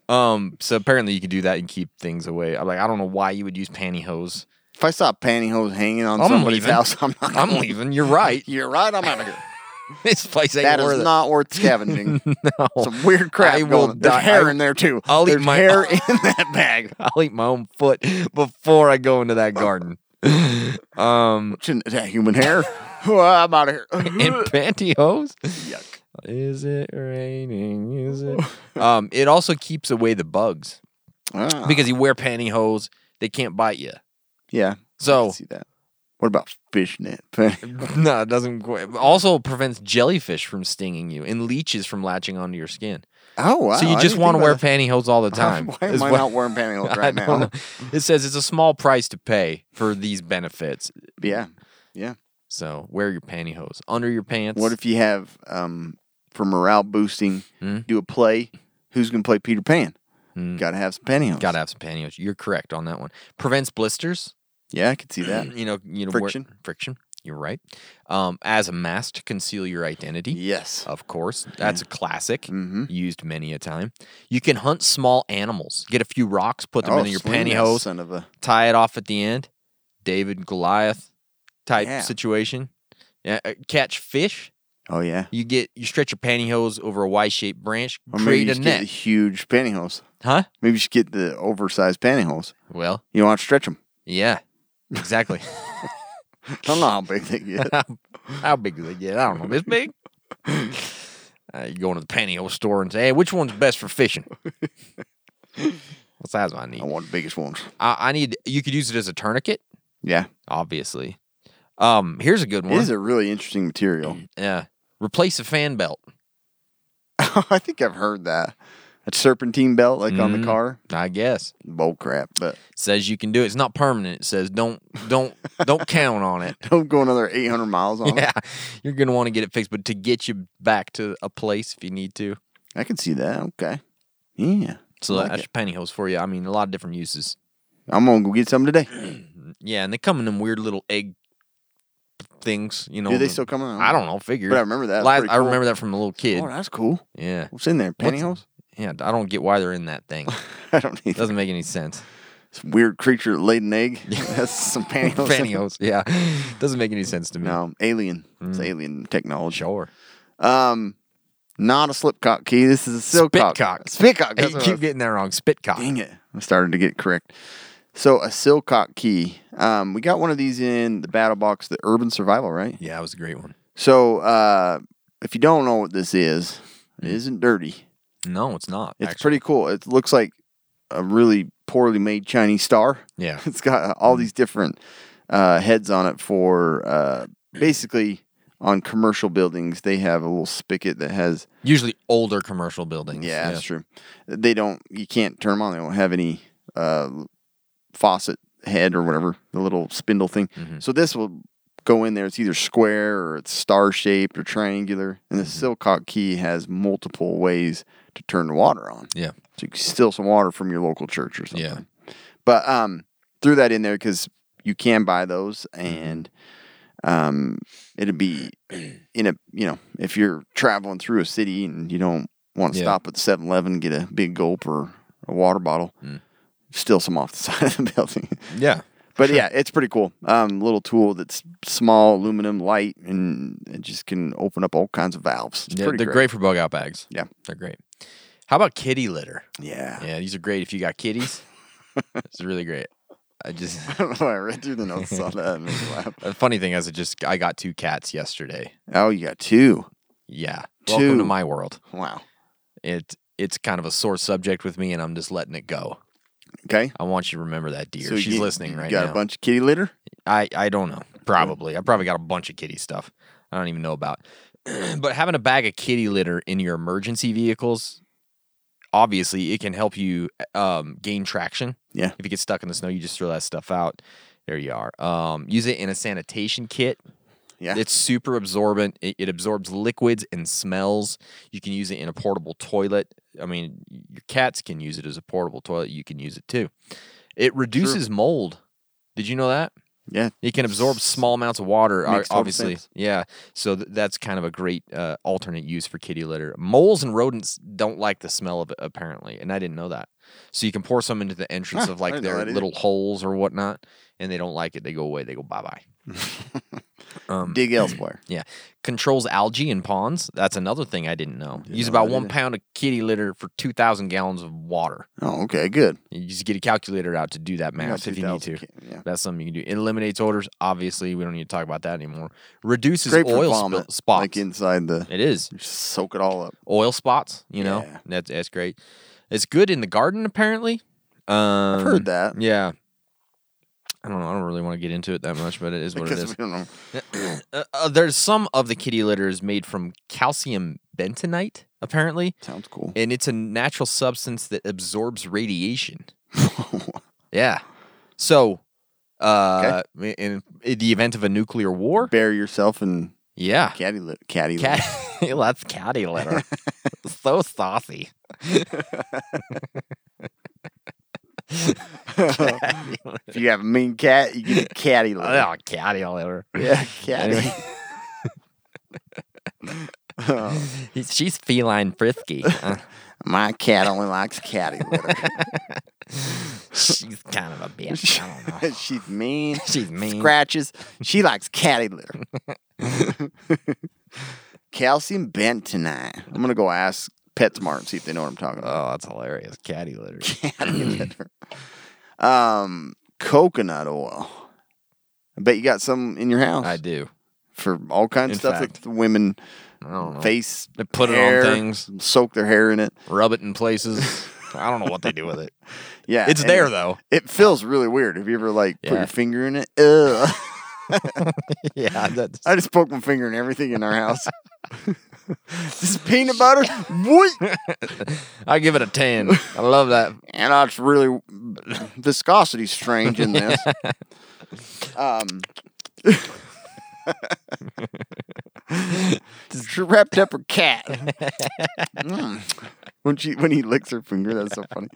Speaker 4: um, so apparently you can do that and keep things away. I'm like, I don't know why you would use pantyhose.
Speaker 5: If I saw pantyhose hanging on
Speaker 4: I'm
Speaker 5: somebody's
Speaker 4: leaving.
Speaker 5: house, I'm not. (laughs)
Speaker 4: I'm leaving. You're right. (laughs)
Speaker 5: You're right. I'm out of here.
Speaker 4: This place ain't
Speaker 5: That
Speaker 4: worth
Speaker 5: is
Speaker 4: it.
Speaker 5: not (laughs) worth scavenging.
Speaker 4: (laughs) No.
Speaker 5: Some weird crap.
Speaker 4: I
Speaker 5: going
Speaker 4: will
Speaker 5: on. There's
Speaker 4: die-
Speaker 5: hair
Speaker 4: I-
Speaker 5: in there too.
Speaker 4: I'll eat
Speaker 5: There's
Speaker 4: my-
Speaker 5: (laughs) hair in that bag.
Speaker 4: I'll eat my own foot before I go into that garden. (laughs) um,
Speaker 5: Shouldn't- Is that human (laughs) hair? Oh, I'm out of here. (laughs)
Speaker 4: in pantyhose.
Speaker 5: Yuck.
Speaker 4: Is it raining? Is
Speaker 5: (laughs)
Speaker 4: it? um, it also keeps away the bugs
Speaker 5: Ah,
Speaker 4: because you wear pantyhose; they can't bite you.
Speaker 5: yeah. I
Speaker 4: So
Speaker 5: can see that. What about fishnet? panty-
Speaker 4: (laughs) no, it doesn't. qu- Also prevents jellyfish from stinging you and leeches from latching onto your skin.
Speaker 5: (laughs) Oh wow.
Speaker 4: so you
Speaker 5: I
Speaker 4: just
Speaker 5: didn't
Speaker 4: want to
Speaker 5: think
Speaker 4: wear
Speaker 5: about
Speaker 4: pantyhose all the
Speaker 5: that.
Speaker 4: time.
Speaker 5: (laughs) Why
Speaker 4: is
Speaker 5: am (laughs) I
Speaker 4: what-
Speaker 5: not wearing pantyhose
Speaker 4: (laughs) I
Speaker 5: right
Speaker 4: don't
Speaker 5: now?
Speaker 4: know. It says it's a small price to pay for these benefits.
Speaker 5: Yeah. Yeah.
Speaker 4: So wear your pantyhose under your pants.
Speaker 5: What if you have um, for morale boosting? Do a play. Who's gonna play Peter Pan? Got to have some pantyhose.
Speaker 4: Gotta have some pantyhose. You're correct on that one. Prevents blisters.
Speaker 5: Yeah, I could see (clears throat)
Speaker 4: (clears throat)
Speaker 5: that.
Speaker 4: You know, you know, where-
Speaker 5: Friction.
Speaker 4: friction. You're right. Um, as a mask to conceal your identity.
Speaker 5: yes. Mm-hmm.
Speaker 4: Of course, that's a classic. Used many a time. You can hunt small animals. Get a few rocks, put them
Speaker 5: Oh,
Speaker 4: in your
Speaker 5: sling that
Speaker 4: pantyhose,
Speaker 5: Son of a.
Speaker 4: tie it off at the end. David and Goliath type
Speaker 5: Yeah.
Speaker 4: situation. Yeah, uh, catch fish.
Speaker 5: Oh yeah.
Speaker 4: You get you stretch your pantyhose over a Y-shaped branch,
Speaker 5: Or maybe
Speaker 4: create
Speaker 5: you
Speaker 4: a
Speaker 5: should get
Speaker 4: net,
Speaker 5: the huge pantyhose.
Speaker 4: huh?
Speaker 5: Maybe you should get the oversized pantyhose.
Speaker 4: Well,
Speaker 5: You don't have to
Speaker 4: (laughs)
Speaker 5: stretch them.
Speaker 4: yeah,
Speaker 5: (laughs)
Speaker 4: exactly. (laughs)
Speaker 5: I don't know how big they get.
Speaker 4: How big do they get? I don't know. This
Speaker 5: (laughs)
Speaker 4: big? Uh, you go into the pantyhose store and say, hey, which one's best for fishing? what size do I
Speaker 5: I
Speaker 4: need?
Speaker 5: want the biggest ones.
Speaker 4: I, I need, you could use it as a tourniquet,
Speaker 5: Yeah.
Speaker 4: obviously. Um, here's a good
Speaker 5: It
Speaker 4: one.
Speaker 5: is a really interesting material.
Speaker 4: yeah. Replace a fan belt. Mm.
Speaker 5: (laughs) I think I've heard that. A serpentine belt, like on the car.
Speaker 4: I guess.
Speaker 5: Bull crap, but (laughs)
Speaker 4: Says you can do it. It's not permanent. It says don't, don't,
Speaker 5: (laughs)
Speaker 4: don't count on it.
Speaker 5: don't go another 800 miles
Speaker 4: (laughs)
Speaker 5: on
Speaker 4: Yeah.
Speaker 5: it.
Speaker 4: You're going to want to get it fixed, but to get you back to a place if you need to.
Speaker 5: I can see that. Okay. Yeah.
Speaker 4: So
Speaker 5: I like
Speaker 4: that's
Speaker 5: it.
Speaker 4: your pantyhose for you. I mean, a lot of different uses.
Speaker 5: I'm going to go get some today.
Speaker 4: Yeah, and they come in them weird little egg things. You know,
Speaker 5: Do they
Speaker 4: the-
Speaker 5: still come in?
Speaker 4: I don't know. Figure.
Speaker 5: But I remember that. That's
Speaker 4: Last-
Speaker 5: pretty
Speaker 4: I
Speaker 5: cool.
Speaker 4: remember that from a little kid.
Speaker 5: Oh, that's cool.
Speaker 4: Yeah,
Speaker 5: What's in there?
Speaker 4: What's- (laughs)
Speaker 5: Pantyhose? (laughs)
Speaker 4: yeah. I don't get why they're in that thing.
Speaker 5: I don't need
Speaker 4: Doesn't make any sense.
Speaker 5: this weird creature that laid
Speaker 4: (laughs)
Speaker 5: an egg. That's some (laughs) pantyhose.
Speaker 4: Pantyhose. Yeah, (laughs) doesn't make any sense to me.
Speaker 5: No, alien. It's alien technology.
Speaker 4: Mm-hmm. Mm. Sure.
Speaker 5: Um, not a slipcock key. This is a silk
Speaker 4: Spitcock.
Speaker 5: Spitcock.
Speaker 4: Hey, (laughs)
Speaker 5: That's
Speaker 4: you
Speaker 5: what I
Speaker 4: keep
Speaker 5: was-
Speaker 4: getting that wrong. Spitcock.
Speaker 5: Dang it! I started to get correct. So a silcock key. Um, we got one of these in the battle box, the urban survival, right?
Speaker 4: Yeah, that was a great one.
Speaker 5: So uh, if you don't know what this is, it isn't dirty.
Speaker 4: No, it's not.
Speaker 5: It's
Speaker 4: Mm. actually.
Speaker 5: pretty cool. It looks like a really poorly made Chinese star.
Speaker 4: Yeah.
Speaker 5: (laughs) It's got all
Speaker 4: Hmm.
Speaker 5: these different uh, heads on it for uh, basically on commercial buildings. They have a little spigot that has
Speaker 4: Usually older commercial buildings.
Speaker 5: Yeah, that's true. They don't. You can't turn them on. They don't have any uh, faucet head or whatever the little spindle thing.
Speaker 4: Mm-hmm.
Speaker 5: So this will go in there. It's either square or it's star shaped or triangular. And the
Speaker 4: Mm-hmm.
Speaker 5: silcock key has multiple ways to turn the water on.
Speaker 4: Yeah.
Speaker 5: So you can steal some water from your local church or something.
Speaker 4: Yeah.
Speaker 5: But um, threw that in there because you can buy those
Speaker 4: Mm-hmm.
Speaker 5: and um, it'd be in a you know if you're traveling through a city and you don't want to
Speaker 4: Yeah.
Speaker 5: stop at 7-Eleven get a big gulp or a water bottle,
Speaker 4: Mm.
Speaker 5: steal some off the (laughs) side of the building.
Speaker 4: Yeah.
Speaker 5: But yeah, it's pretty cool. Um, little tool that's small, aluminum, light, and it just can open up all kinds of valves. It's
Speaker 4: Yeah,
Speaker 5: pretty
Speaker 4: they're
Speaker 5: great.
Speaker 4: great for bug out bags.
Speaker 5: Yeah.
Speaker 4: They're great. How about kitty litter?
Speaker 5: Yeah.
Speaker 4: Yeah, these are great if you got
Speaker 5: (laughs)
Speaker 4: kitties. it's really great. I just (laughs)
Speaker 5: I don't know. why (laughs) I read through the notes on that. and made me laugh.
Speaker 4: the funny thing is, I just I got two cats yesterday.
Speaker 5: Oh, you got two.
Speaker 4: Yeah, welcome
Speaker 5: Two.
Speaker 4: to my world.
Speaker 5: Wow.
Speaker 4: It it's kind of a sore subject with me, and I'm just letting it go.
Speaker 5: Okay.
Speaker 4: I want you to remember that, dear.
Speaker 5: you
Speaker 4: She's
Speaker 5: get-
Speaker 4: listening
Speaker 5: you
Speaker 4: right
Speaker 5: got
Speaker 4: now.
Speaker 5: a bunch of kitty litter.
Speaker 4: I I don't know. Probably I probably got a bunch of kitty stuff. I don't even know about. (clears throat) but having a bag of kitty litter in your emergency vehicles, obviously, it can help you um, gain traction.
Speaker 5: Yeah.
Speaker 4: If you get stuck in the snow, you just throw that stuff out. There you are. Um, use it in a sanitation kit.
Speaker 5: Yeah.
Speaker 4: It's super absorbent. It, it absorbs liquids and smells. You can use it in a portable toilet. I mean, your cats can use it as a portable toilet. You can use it too. It reduces mold. Did you know that?
Speaker 5: yeah.
Speaker 4: It can absorb small amounts of water, o-
Speaker 5: Makes total
Speaker 4: obviously.
Speaker 5: sense.
Speaker 4: Yeah. So th- that's kind of a great uh, alternate use for kitty litter. Moles and rodents don't like the smell of it, apparently. And I didn't know that. So you can pour some into the entrance
Speaker 5: Huh,
Speaker 4: of
Speaker 5: I
Speaker 4: like
Speaker 5: didn't know
Speaker 4: their
Speaker 5: that either.
Speaker 4: little holes or whatnot. And they don't like it. They go away. They go bye bye.
Speaker 5: (laughs)
Speaker 4: Mm.
Speaker 5: Dig elsewhere.
Speaker 4: Yeah. Controls algae in ponds. That's another thing I didn't know. Use
Speaker 5: know
Speaker 4: about
Speaker 5: that
Speaker 4: one
Speaker 5: either.
Speaker 4: pound of kitty litter for 2,000 gallons of water.
Speaker 5: Oh, okay. Good.
Speaker 4: You just get a calculator out to do that
Speaker 5: got
Speaker 4: math if you need
Speaker 5: 2,000
Speaker 4: to.
Speaker 5: ki- yeah.
Speaker 4: That's something you can do. It eliminates odors. Obviously, we don't need to talk about that anymore. Reduces
Speaker 5: Great for
Speaker 4: oil
Speaker 5: vomit,
Speaker 4: spill spots.
Speaker 5: like inside the.
Speaker 4: it is
Speaker 5: Just soak it all up.
Speaker 4: oil spots. You know
Speaker 5: Yeah.
Speaker 4: that's that's great. It's good in the garden apparently. Um, I've
Speaker 5: heard that.
Speaker 4: Yeah. I don't know. I don't really want to get into it that much, but it is what it
Speaker 5: Because
Speaker 4: is.
Speaker 5: we don't know.
Speaker 4: (clears throat) Uh, uh, there's some of the kitty litter is made from calcium bentonite apparently,
Speaker 5: Sounds cool. (laughs)
Speaker 4: and it's a natural substance that absorbs radiation. Yeah. So uh, in, in the event of a nuclear war.
Speaker 5: Bury yourself in
Speaker 4: Yeah.
Speaker 5: caddy litter. Caddy
Speaker 4: Cat- (laughs)
Speaker 5: litter.
Speaker 4: That's catty
Speaker 5: (laughs)
Speaker 4: litter. so saucy. (laughs)
Speaker 5: (laughs)
Speaker 4: Catty litter.
Speaker 5: if you have a mean cat, you get a caddy litter.
Speaker 4: oh, catty litter.
Speaker 5: yeah, caddy.
Speaker 4: Anyway.
Speaker 5: Oh,
Speaker 4: He's- She's feline
Speaker 5: (laughs)
Speaker 4: frisky. Uh,
Speaker 5: (laughs) my cat only likes caddy litter. (laughs)
Speaker 4: she's kind of a bitch. I
Speaker 5: (laughs)
Speaker 4: don't know.
Speaker 5: She's mean.
Speaker 4: (laughs) She's mean.
Speaker 5: Scratches. She likes caddy litter.
Speaker 4: (laughs)
Speaker 5: (laughs) Calcium bentonite. I'm gonna go ask PetSmart and see if they know what I'm talking about.
Speaker 4: Oh, that's hilarious. Catty litter.
Speaker 5: (laughs) Caddy
Speaker 4: Mm.
Speaker 5: litter. Um, coconut oil. I bet you got some in your house.
Speaker 4: I do.
Speaker 5: for all kinds
Speaker 4: In
Speaker 5: of stuff
Speaker 4: fact.
Speaker 5: that the women
Speaker 4: I don't know.
Speaker 5: face
Speaker 4: They put it on
Speaker 5: hair,
Speaker 4: things.
Speaker 5: soak their hair in it.
Speaker 4: Rub it in places. I don't know what they do
Speaker 5: (laughs)
Speaker 4: with it.
Speaker 5: Yeah,
Speaker 4: It's
Speaker 5: and
Speaker 4: there
Speaker 5: it-
Speaker 4: though.
Speaker 5: It feels really weird. Have you ever like put
Speaker 4: Yeah.
Speaker 5: your finger in it? Ugh.
Speaker 4: (laughs)
Speaker 5: (laughs)
Speaker 4: Yeah, that's,
Speaker 5: I just poke my finger in everything in our
Speaker 4: (laughs)
Speaker 5: house. (laughs) this is peanut butter, Whee!
Speaker 4: (laughs) I give it a ten. I love that.
Speaker 5: and
Speaker 4: (laughs)
Speaker 5: that's really viscosity's strange in this.
Speaker 4: (laughs)
Speaker 5: um, (laughs) It's wrapped up her cat. Mm. When she when he licks her finger, that's so funny.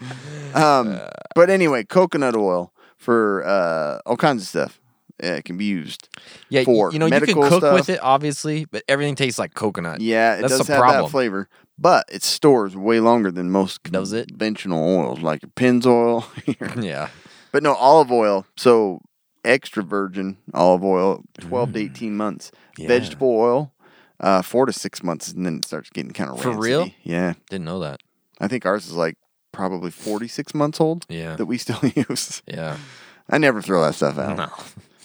Speaker 5: Um, but anyway, coconut oil for uh, all kinds of stuff. Yeah, it can be used.
Speaker 4: (laughs) Yeah, y-
Speaker 5: for
Speaker 4: you know you
Speaker 5: medical
Speaker 4: can cook
Speaker 5: stuff.
Speaker 4: with it, obviously, but everything tastes like coconut.
Speaker 5: Yeah, it
Speaker 4: that's
Speaker 5: does
Speaker 4: the
Speaker 5: have
Speaker 4: problem.
Speaker 5: that flavor, but it stores way longer than most
Speaker 4: Does it?
Speaker 5: conventional oils like your pins oil. (laughs)
Speaker 4: Yeah,
Speaker 5: but no, olive oil. So extra virgin olive oil, 12 to 18 months.
Speaker 4: Mm. Yeah.
Speaker 5: Vegetable oil, uh, four to six months, and then it starts getting kind of
Speaker 4: For real?
Speaker 5: Yeah.
Speaker 4: didn't know that.
Speaker 5: I think ours is like probably 46 months old
Speaker 4: Yeah,
Speaker 5: that we still (laughs) use.
Speaker 4: yeah.
Speaker 5: I never throw that stuff out.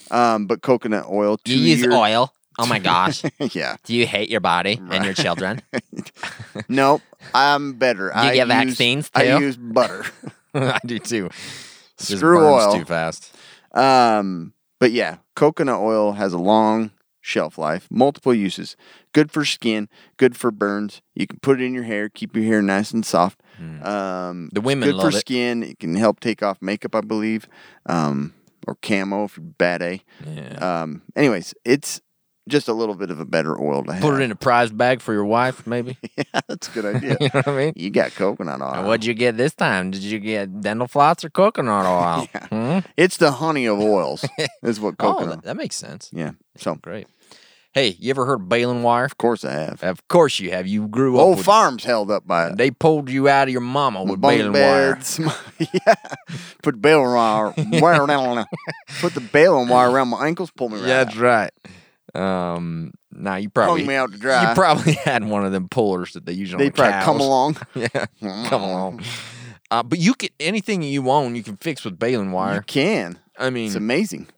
Speaker 5: Um, but coconut oil, two
Speaker 4: Do you use
Speaker 5: year-
Speaker 4: oil? Oh my gosh.
Speaker 5: (laughs) yeah.
Speaker 4: Do you hate your body and your
Speaker 5: (laughs)
Speaker 4: children? (laughs)
Speaker 5: Nope. I'm better.
Speaker 4: you
Speaker 5: I
Speaker 4: get
Speaker 5: use,
Speaker 4: vaccines
Speaker 5: I
Speaker 4: too?
Speaker 5: use butter. (laughs)
Speaker 4: I do too. (laughs) Just
Speaker 5: Screw
Speaker 4: burns
Speaker 5: oil.
Speaker 4: too fast.
Speaker 5: Um, but yeah, coconut oil has a long shelf life, multiple uses. Good for skin, good for burns. You can put it in your hair, keep your hair nice and soft. Um,
Speaker 4: Hmm. The women
Speaker 5: good
Speaker 4: love
Speaker 5: for
Speaker 4: it.
Speaker 5: skin. It can help take off makeup, I believe, um, or camo if you're bad A.
Speaker 4: Yeah.
Speaker 5: Um, anyways, it's just a little bit of a better oil to have.
Speaker 4: Put it in a prize bag for your wife, maybe.
Speaker 5: (laughs)
Speaker 4: (laughs)
Speaker 5: yeah, that's a good idea.
Speaker 4: you know what I mean?
Speaker 5: you got coconut oil.
Speaker 4: And what'd you get this time? Did you get dental floss or coconut
Speaker 5: (laughs)
Speaker 4: oil? Hmm?
Speaker 5: It's the honey of
Speaker 4: (laughs)
Speaker 5: oils, is what
Speaker 4: Oh,
Speaker 5: coconut.
Speaker 4: that, that makes sense.
Speaker 5: yeah. So, of
Speaker 4: Great. Hey, you ever heard of baling wire?
Speaker 5: course, I have.
Speaker 4: Of course you have. You grew up.
Speaker 5: Whole
Speaker 4: with-
Speaker 5: farm's held up by it.
Speaker 4: Uh, They pulled you out of your mama
Speaker 5: My
Speaker 4: with
Speaker 5: bunk
Speaker 4: baling wire.
Speaker 5: my- (laughs) yeah. Put bail wire, wire around. Put the baling wire around my ankles. Pull me
Speaker 4: (laughs)
Speaker 5: right.
Speaker 4: Yeah,
Speaker 5: out.
Speaker 4: that's right. Um, now you probably
Speaker 5: me out to
Speaker 4: (laughs)
Speaker 5: dry.
Speaker 4: You probably had one of them pullers that they use on
Speaker 5: They
Speaker 4: the
Speaker 5: try to
Speaker 4: cows.
Speaker 5: come along.
Speaker 4: (laughs) yeah, come along. Uh, but you can anything you own, you can fix with baling
Speaker 5: You
Speaker 4: wire.
Speaker 5: can.
Speaker 4: I mean,
Speaker 5: It's amazing.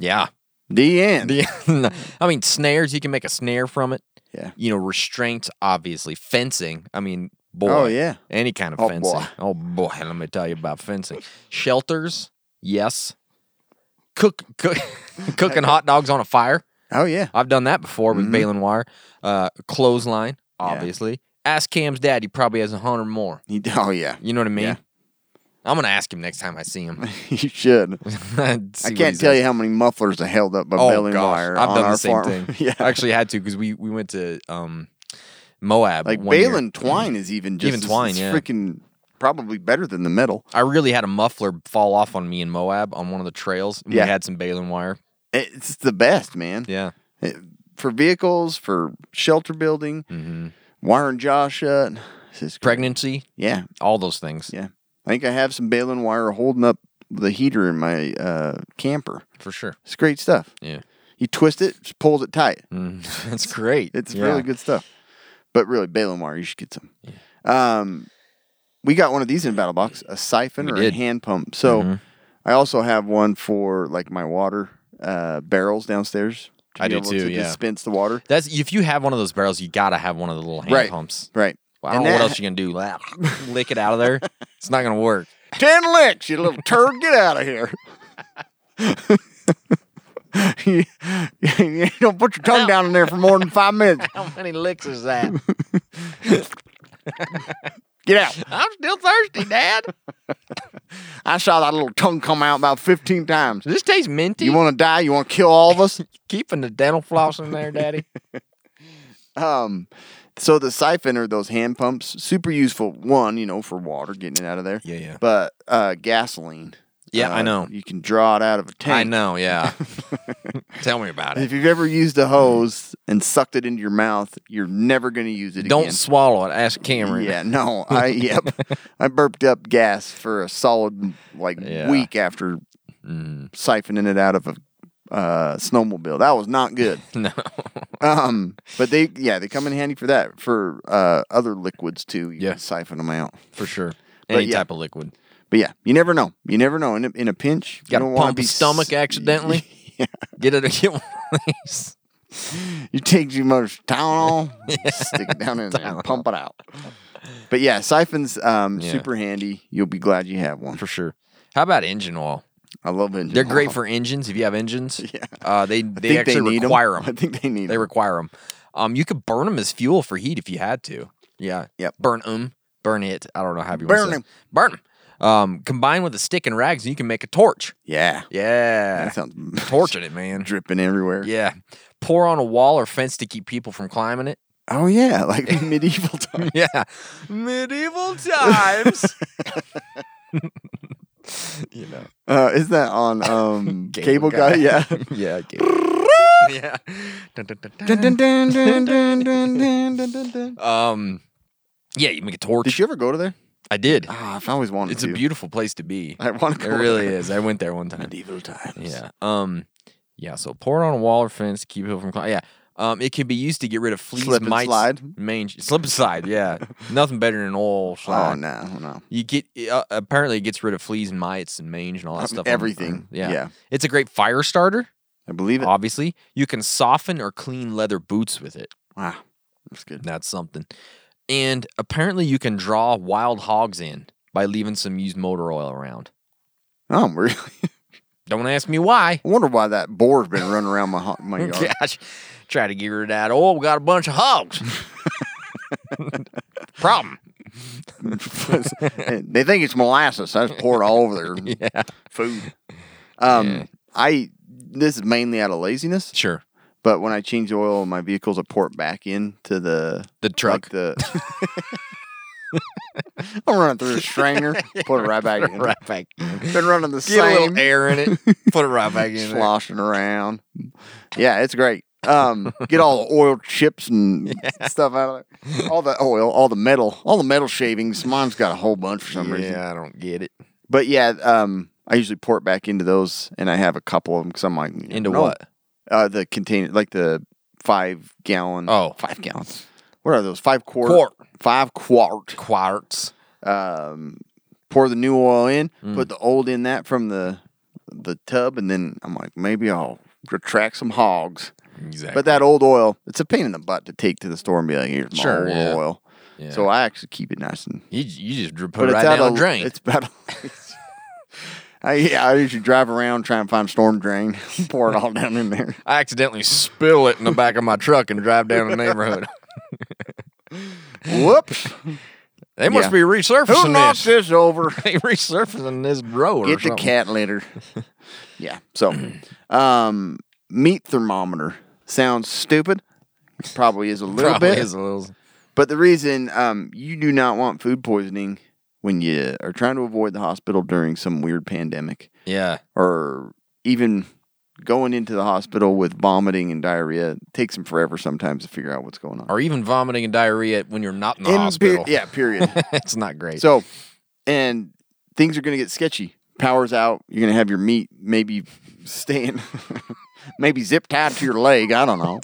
Speaker 4: yeah, (laughs)
Speaker 5: The end.
Speaker 4: The- I mean snares. You can make a snare from it.
Speaker 5: Yeah.
Speaker 4: You know restraints, obviously fencing. I mean, boy.
Speaker 5: Oh, yeah.
Speaker 4: any kind of
Speaker 5: Oh,
Speaker 4: fencing.
Speaker 5: boy.
Speaker 4: Oh boy, (laughs) let me tell you about fencing. Shelters, yes. Cook, cook (laughs)
Speaker 5: (laughs)
Speaker 4: cooking hot dogs on a fire.
Speaker 5: Oh yeah.
Speaker 4: I've done that before with
Speaker 5: Mhm.
Speaker 4: baling wire. Uh, clothesline,
Speaker 5: Yeah.
Speaker 4: obviously. Ask Cam's dad. He probably has a hundred more.
Speaker 5: He, oh yeah. (laughs)
Speaker 4: You know what I mean?
Speaker 5: Yeah.
Speaker 4: I'm gonna ask him next time I see
Speaker 5: (laughs)
Speaker 4: him. (laughs)
Speaker 5: you should. I can't tell you how many mufflers are held up by
Speaker 4: Oh
Speaker 5: baling
Speaker 4: gosh,
Speaker 5: wire.
Speaker 4: I've
Speaker 5: on
Speaker 4: done
Speaker 5: our
Speaker 4: the same
Speaker 5: farm.
Speaker 4: thing.
Speaker 5: (laughs) yeah.
Speaker 4: I actually had to because we we went to um, Moab.
Speaker 5: like
Speaker 4: one year.
Speaker 5: baling twine is even just
Speaker 4: Even
Speaker 5: as-
Speaker 4: twine,
Speaker 5: it's
Speaker 4: yeah.
Speaker 5: Freaking probably better than the metal.
Speaker 4: I really had a muffler fall off on me in Moab on one of the trails. and
Speaker 5: Yeah.
Speaker 4: We had some baling wire.
Speaker 5: It's the best, man.
Speaker 4: Yeah.
Speaker 5: It- for vehicles, for shelter building,
Speaker 4: Mm-hmm.
Speaker 5: wire and jaw shut. This is great.
Speaker 4: Pregnancy,
Speaker 5: Yeah,
Speaker 4: all those things
Speaker 5: yeah. I think I have some baling wire holding up the heater in my uh, camper.
Speaker 4: for sure.
Speaker 5: It's great stuff.
Speaker 4: Yeah.
Speaker 5: You twist it, just pulls it tight.
Speaker 4: Mm. (laughs) That's great.
Speaker 5: It's
Speaker 4: Yeah.
Speaker 5: really good stuff. But really, baling wire, you should get some. Um, we got one of these in Battle Box, a siphon
Speaker 4: We
Speaker 5: or
Speaker 4: did.
Speaker 5: a hand pump. So
Speaker 4: Mhm.
Speaker 5: I also have one for like my water uh, barrels downstairs. to
Speaker 4: I
Speaker 5: be
Speaker 4: do
Speaker 5: able
Speaker 4: too,
Speaker 5: To
Speaker 4: yeah.
Speaker 5: Dispense the water.
Speaker 4: That's if you have one of those barrels, you gotta have one of the little hand
Speaker 5: Right.
Speaker 4: pumps.
Speaker 5: Right.
Speaker 4: I don't
Speaker 5: And
Speaker 4: know what
Speaker 5: that- (laughs)
Speaker 4: else you can do. Like, Lick it out of there. It's not gonna work.
Speaker 5: Ten licks, you little turd. Get out of here. (laughs) you, you don't put your tongue down in there for more than
Speaker 4: (laughs)
Speaker 5: five minutes.
Speaker 4: How many licks is
Speaker 5: (laughs)
Speaker 4: that?
Speaker 5: Get out.
Speaker 4: (laughs) I'm still thirsty, Dad.
Speaker 5: I saw that little tongue come out about
Speaker 4: (laughs)
Speaker 5: 15 times.
Speaker 4: This tastes minty.
Speaker 5: You want to die? You want to kill all of us? (laughs)
Speaker 4: keeping the dental floss in there, Daddy?
Speaker 5: Um, so the siphon or those hand pumps, super useful. One, you know, for water getting it out of there.
Speaker 4: Yeah, yeah.
Speaker 5: But uh, gasoline.
Speaker 4: Yeah, I
Speaker 5: uh,
Speaker 4: know.
Speaker 5: You can draw it out of a tank.
Speaker 4: I know.
Speaker 5: (laughs)
Speaker 4: Yeah. Tell me about it.
Speaker 5: If you've ever used a hose and sucked it into your mouth, you're never going to use it
Speaker 4: Don't
Speaker 5: again.
Speaker 4: swallow it. Ask Cameron.
Speaker 5: Yeah, no. I (laughs) yep. I burped up gas for a solid like
Speaker 4: Yeah. Mm.
Speaker 5: week after siphoning it out of a uh, snowmobile. That was not good.
Speaker 4: (laughs) No.
Speaker 5: Um, but they yeah they come in handy for that for uh, other liquids too. You
Speaker 4: Yeah.
Speaker 5: can siphon them out.
Speaker 4: for sure.
Speaker 5: But
Speaker 4: Any
Speaker 5: yeah.
Speaker 4: type of liquid.
Speaker 5: But yeah, you never know. You never know. In a, in a pinch, you
Speaker 4: Got
Speaker 5: don't
Speaker 4: to
Speaker 5: wanna
Speaker 4: pump
Speaker 5: be
Speaker 4: his stomach
Speaker 5: s-
Speaker 4: accidentally. Get it. (laughs) Get one of these.
Speaker 5: (laughs) You take too much
Speaker 4: (laughs)
Speaker 5: Tylenol, (laughs) stick it down in there, and pump it out. But yeah, siphons um,
Speaker 4: Yeah.
Speaker 5: super handy. You'll be glad you have one.
Speaker 4: for sure. How about engine oil?
Speaker 5: I love engine.
Speaker 4: They're great
Speaker 5: oil. (laughs)
Speaker 4: for engines. If you have engines,
Speaker 5: Yeah.
Speaker 4: uh, they
Speaker 5: I
Speaker 4: they
Speaker 5: think
Speaker 4: actually
Speaker 5: need 'em.
Speaker 4: require them.
Speaker 5: (laughs) I think they need
Speaker 4: They
Speaker 5: them.
Speaker 4: require them. Um, you could burn them as fuel for heat if you had to. Yeah.
Speaker 5: Yep.
Speaker 4: Burn them. Burn it. I don't know how you
Speaker 5: Burn
Speaker 4: want
Speaker 5: 'em.
Speaker 4: to Burn them. Um, combined with a stick and rags, you can make a torch.
Speaker 5: Yeah.
Speaker 4: Yeah.
Speaker 5: That sounds
Speaker 4: (laughs)
Speaker 5: (laughs)
Speaker 4: Torching it, man.
Speaker 5: dripping everywhere.
Speaker 4: Yeah. Pour on a wall or fence to keep people from climbing it. (laughs)
Speaker 5: Oh yeah, (laughs) like the medieval time.
Speaker 4: Yeah. Medieval
Speaker 5: (laughs)
Speaker 4: times. (laughs) you know. (laughs)
Speaker 5: Uh, is that on um,
Speaker 4: Cable
Speaker 5: Cable,
Speaker 4: Guy.
Speaker 5: Guy?
Speaker 4: (laughs)
Speaker 5: Yeah.
Speaker 4: Yeah. okay.
Speaker 5: (laughs)
Speaker 4: yeah. Dun, dun, dun, dun.
Speaker 5: Dun, dun, dun, dun, dun, dun, dun, dun, dun,
Speaker 4: (laughs)
Speaker 5: dun.
Speaker 4: Um, yeah, you make a torch.
Speaker 5: Did you ever go to there?
Speaker 4: I did.
Speaker 5: Ah, I've always wanted
Speaker 4: It's
Speaker 5: to.
Speaker 4: a beautiful place to be.
Speaker 5: I want to
Speaker 4: It
Speaker 5: go.
Speaker 4: really
Speaker 5: there.
Speaker 4: is. I went there one
Speaker 5: (laughs)
Speaker 4: time.
Speaker 5: Medieval times.
Speaker 4: Yeah. Um. Yeah. So pour it on a wall or fence to keep people from. Cli- yeah. Um. It can be used to get rid of fleas,
Speaker 5: Slip and
Speaker 4: mites,
Speaker 5: slide?
Speaker 4: mange. Slip and slide.
Speaker 5: (laughs)
Speaker 4: Yeah. Nothing better than an oil slide.
Speaker 5: Oh no, no.
Speaker 4: You get uh, apparently it gets rid of fleas and mites and mange and all that
Speaker 5: Um,
Speaker 4: stuff. on the
Speaker 5: everything.
Speaker 4: burn. Yeah.
Speaker 5: Yeah.
Speaker 4: It's a great fire starter.
Speaker 5: I believe it.
Speaker 4: Obviously, you can soften or clean leather boots with it.
Speaker 5: Wow, that's good.
Speaker 4: That's something. And apparently, you can draw wild hogs in by leaving some used motor oil around.
Speaker 5: Oh, really? (laughs)
Speaker 4: Don't ask me (laughs) why.
Speaker 5: I wonder why that boar's been running around my ho-
Speaker 4: (laughs)
Speaker 5: my yard.
Speaker 4: Gosh, try to get rid of that oil. We got a bunch of (laughs) hogs. Problem.
Speaker 5: they think it's molasses. I just pour it all over their
Speaker 4: (laughs)
Speaker 5: food. Um, I this is mainly out of laziness,
Speaker 4: Sure.
Speaker 5: but when I change the oil in my vehicles, I pour it back into the
Speaker 4: The truck.
Speaker 5: Like the (laughs) I'm running through
Speaker 4: (laughs)
Speaker 5: a strainer, put it right back in.
Speaker 4: Right back. in.
Speaker 5: Been running the
Speaker 4: Get a
Speaker 5: same,
Speaker 4: little air in it. (laughs) Put it right back in. there.
Speaker 5: sloshing around. Yeah, it's great. Um, get all the oil
Speaker 4: (laughs)
Speaker 5: chips and stuff out of there. All the oil, all the metal, all the metal shavings. Mine's got a whole bunch for some reason.
Speaker 4: Yeah, I don't get it.
Speaker 5: But yeah, um, I usually pour it back into those, and I have a couple of them because I'm like, you
Speaker 4: Into
Speaker 5: know,
Speaker 4: what?
Speaker 5: Uh, the container, like the five gallon.
Speaker 4: Oh.
Speaker 5: five gallons. What are those? Five quart.
Speaker 4: Quart.
Speaker 5: Five quart.
Speaker 4: Quartz.
Speaker 5: Um, pour the new oil in,
Speaker 4: Mm.
Speaker 5: put the old in that from the the tub, and then I'm like, maybe I'll attract some hogs.
Speaker 4: Exactly.
Speaker 5: But that old oil, it's a pain in the butt to take to the store and be like, here's my
Speaker 4: Sure,
Speaker 5: old
Speaker 4: yeah.
Speaker 5: oil.
Speaker 4: Yeah.
Speaker 5: So I actually keep it nice and
Speaker 4: you, you just dr-
Speaker 5: but
Speaker 4: put it right
Speaker 5: it's
Speaker 4: down
Speaker 5: out
Speaker 4: the
Speaker 5: of
Speaker 4: drain.
Speaker 5: It's about. (laughs) I, yeah, I usually drive around try and find storm drain, (laughs) pour it all down in there.
Speaker 4: I accidentally spill it in the back of my truck and drive down the (laughs) neighborhood.
Speaker 5: (laughs) Whoops!
Speaker 4: They must
Speaker 5: Yeah.
Speaker 4: be resurfacing
Speaker 5: Who knocked
Speaker 4: this. (laughs)
Speaker 5: this over?
Speaker 4: They resurfacing this road or
Speaker 5: Get the
Speaker 4: something. (laughs)
Speaker 5: cat litter. Yeah. So, um, meat thermometer sounds stupid. Probably is a little
Speaker 4: Probably
Speaker 5: bit.
Speaker 4: is a little.
Speaker 5: But the reason um, you do not want food poisoning when you are trying to avoid the hospital during some weird pandemic.
Speaker 4: Yeah.
Speaker 5: or even going into the hospital with vomiting and diarrhea it takes them forever sometimes to figure out what's going on.
Speaker 4: Or even vomiting and diarrhea when you're not in the
Speaker 5: In per-
Speaker 4: hospital. (laughs)
Speaker 5: yeah, period.
Speaker 4: it's not great.
Speaker 5: so, and things are going to get sketchy. Power's out. You're going to have your meat maybe staying, (laughs) maybe zip tied to your leg. I don't know.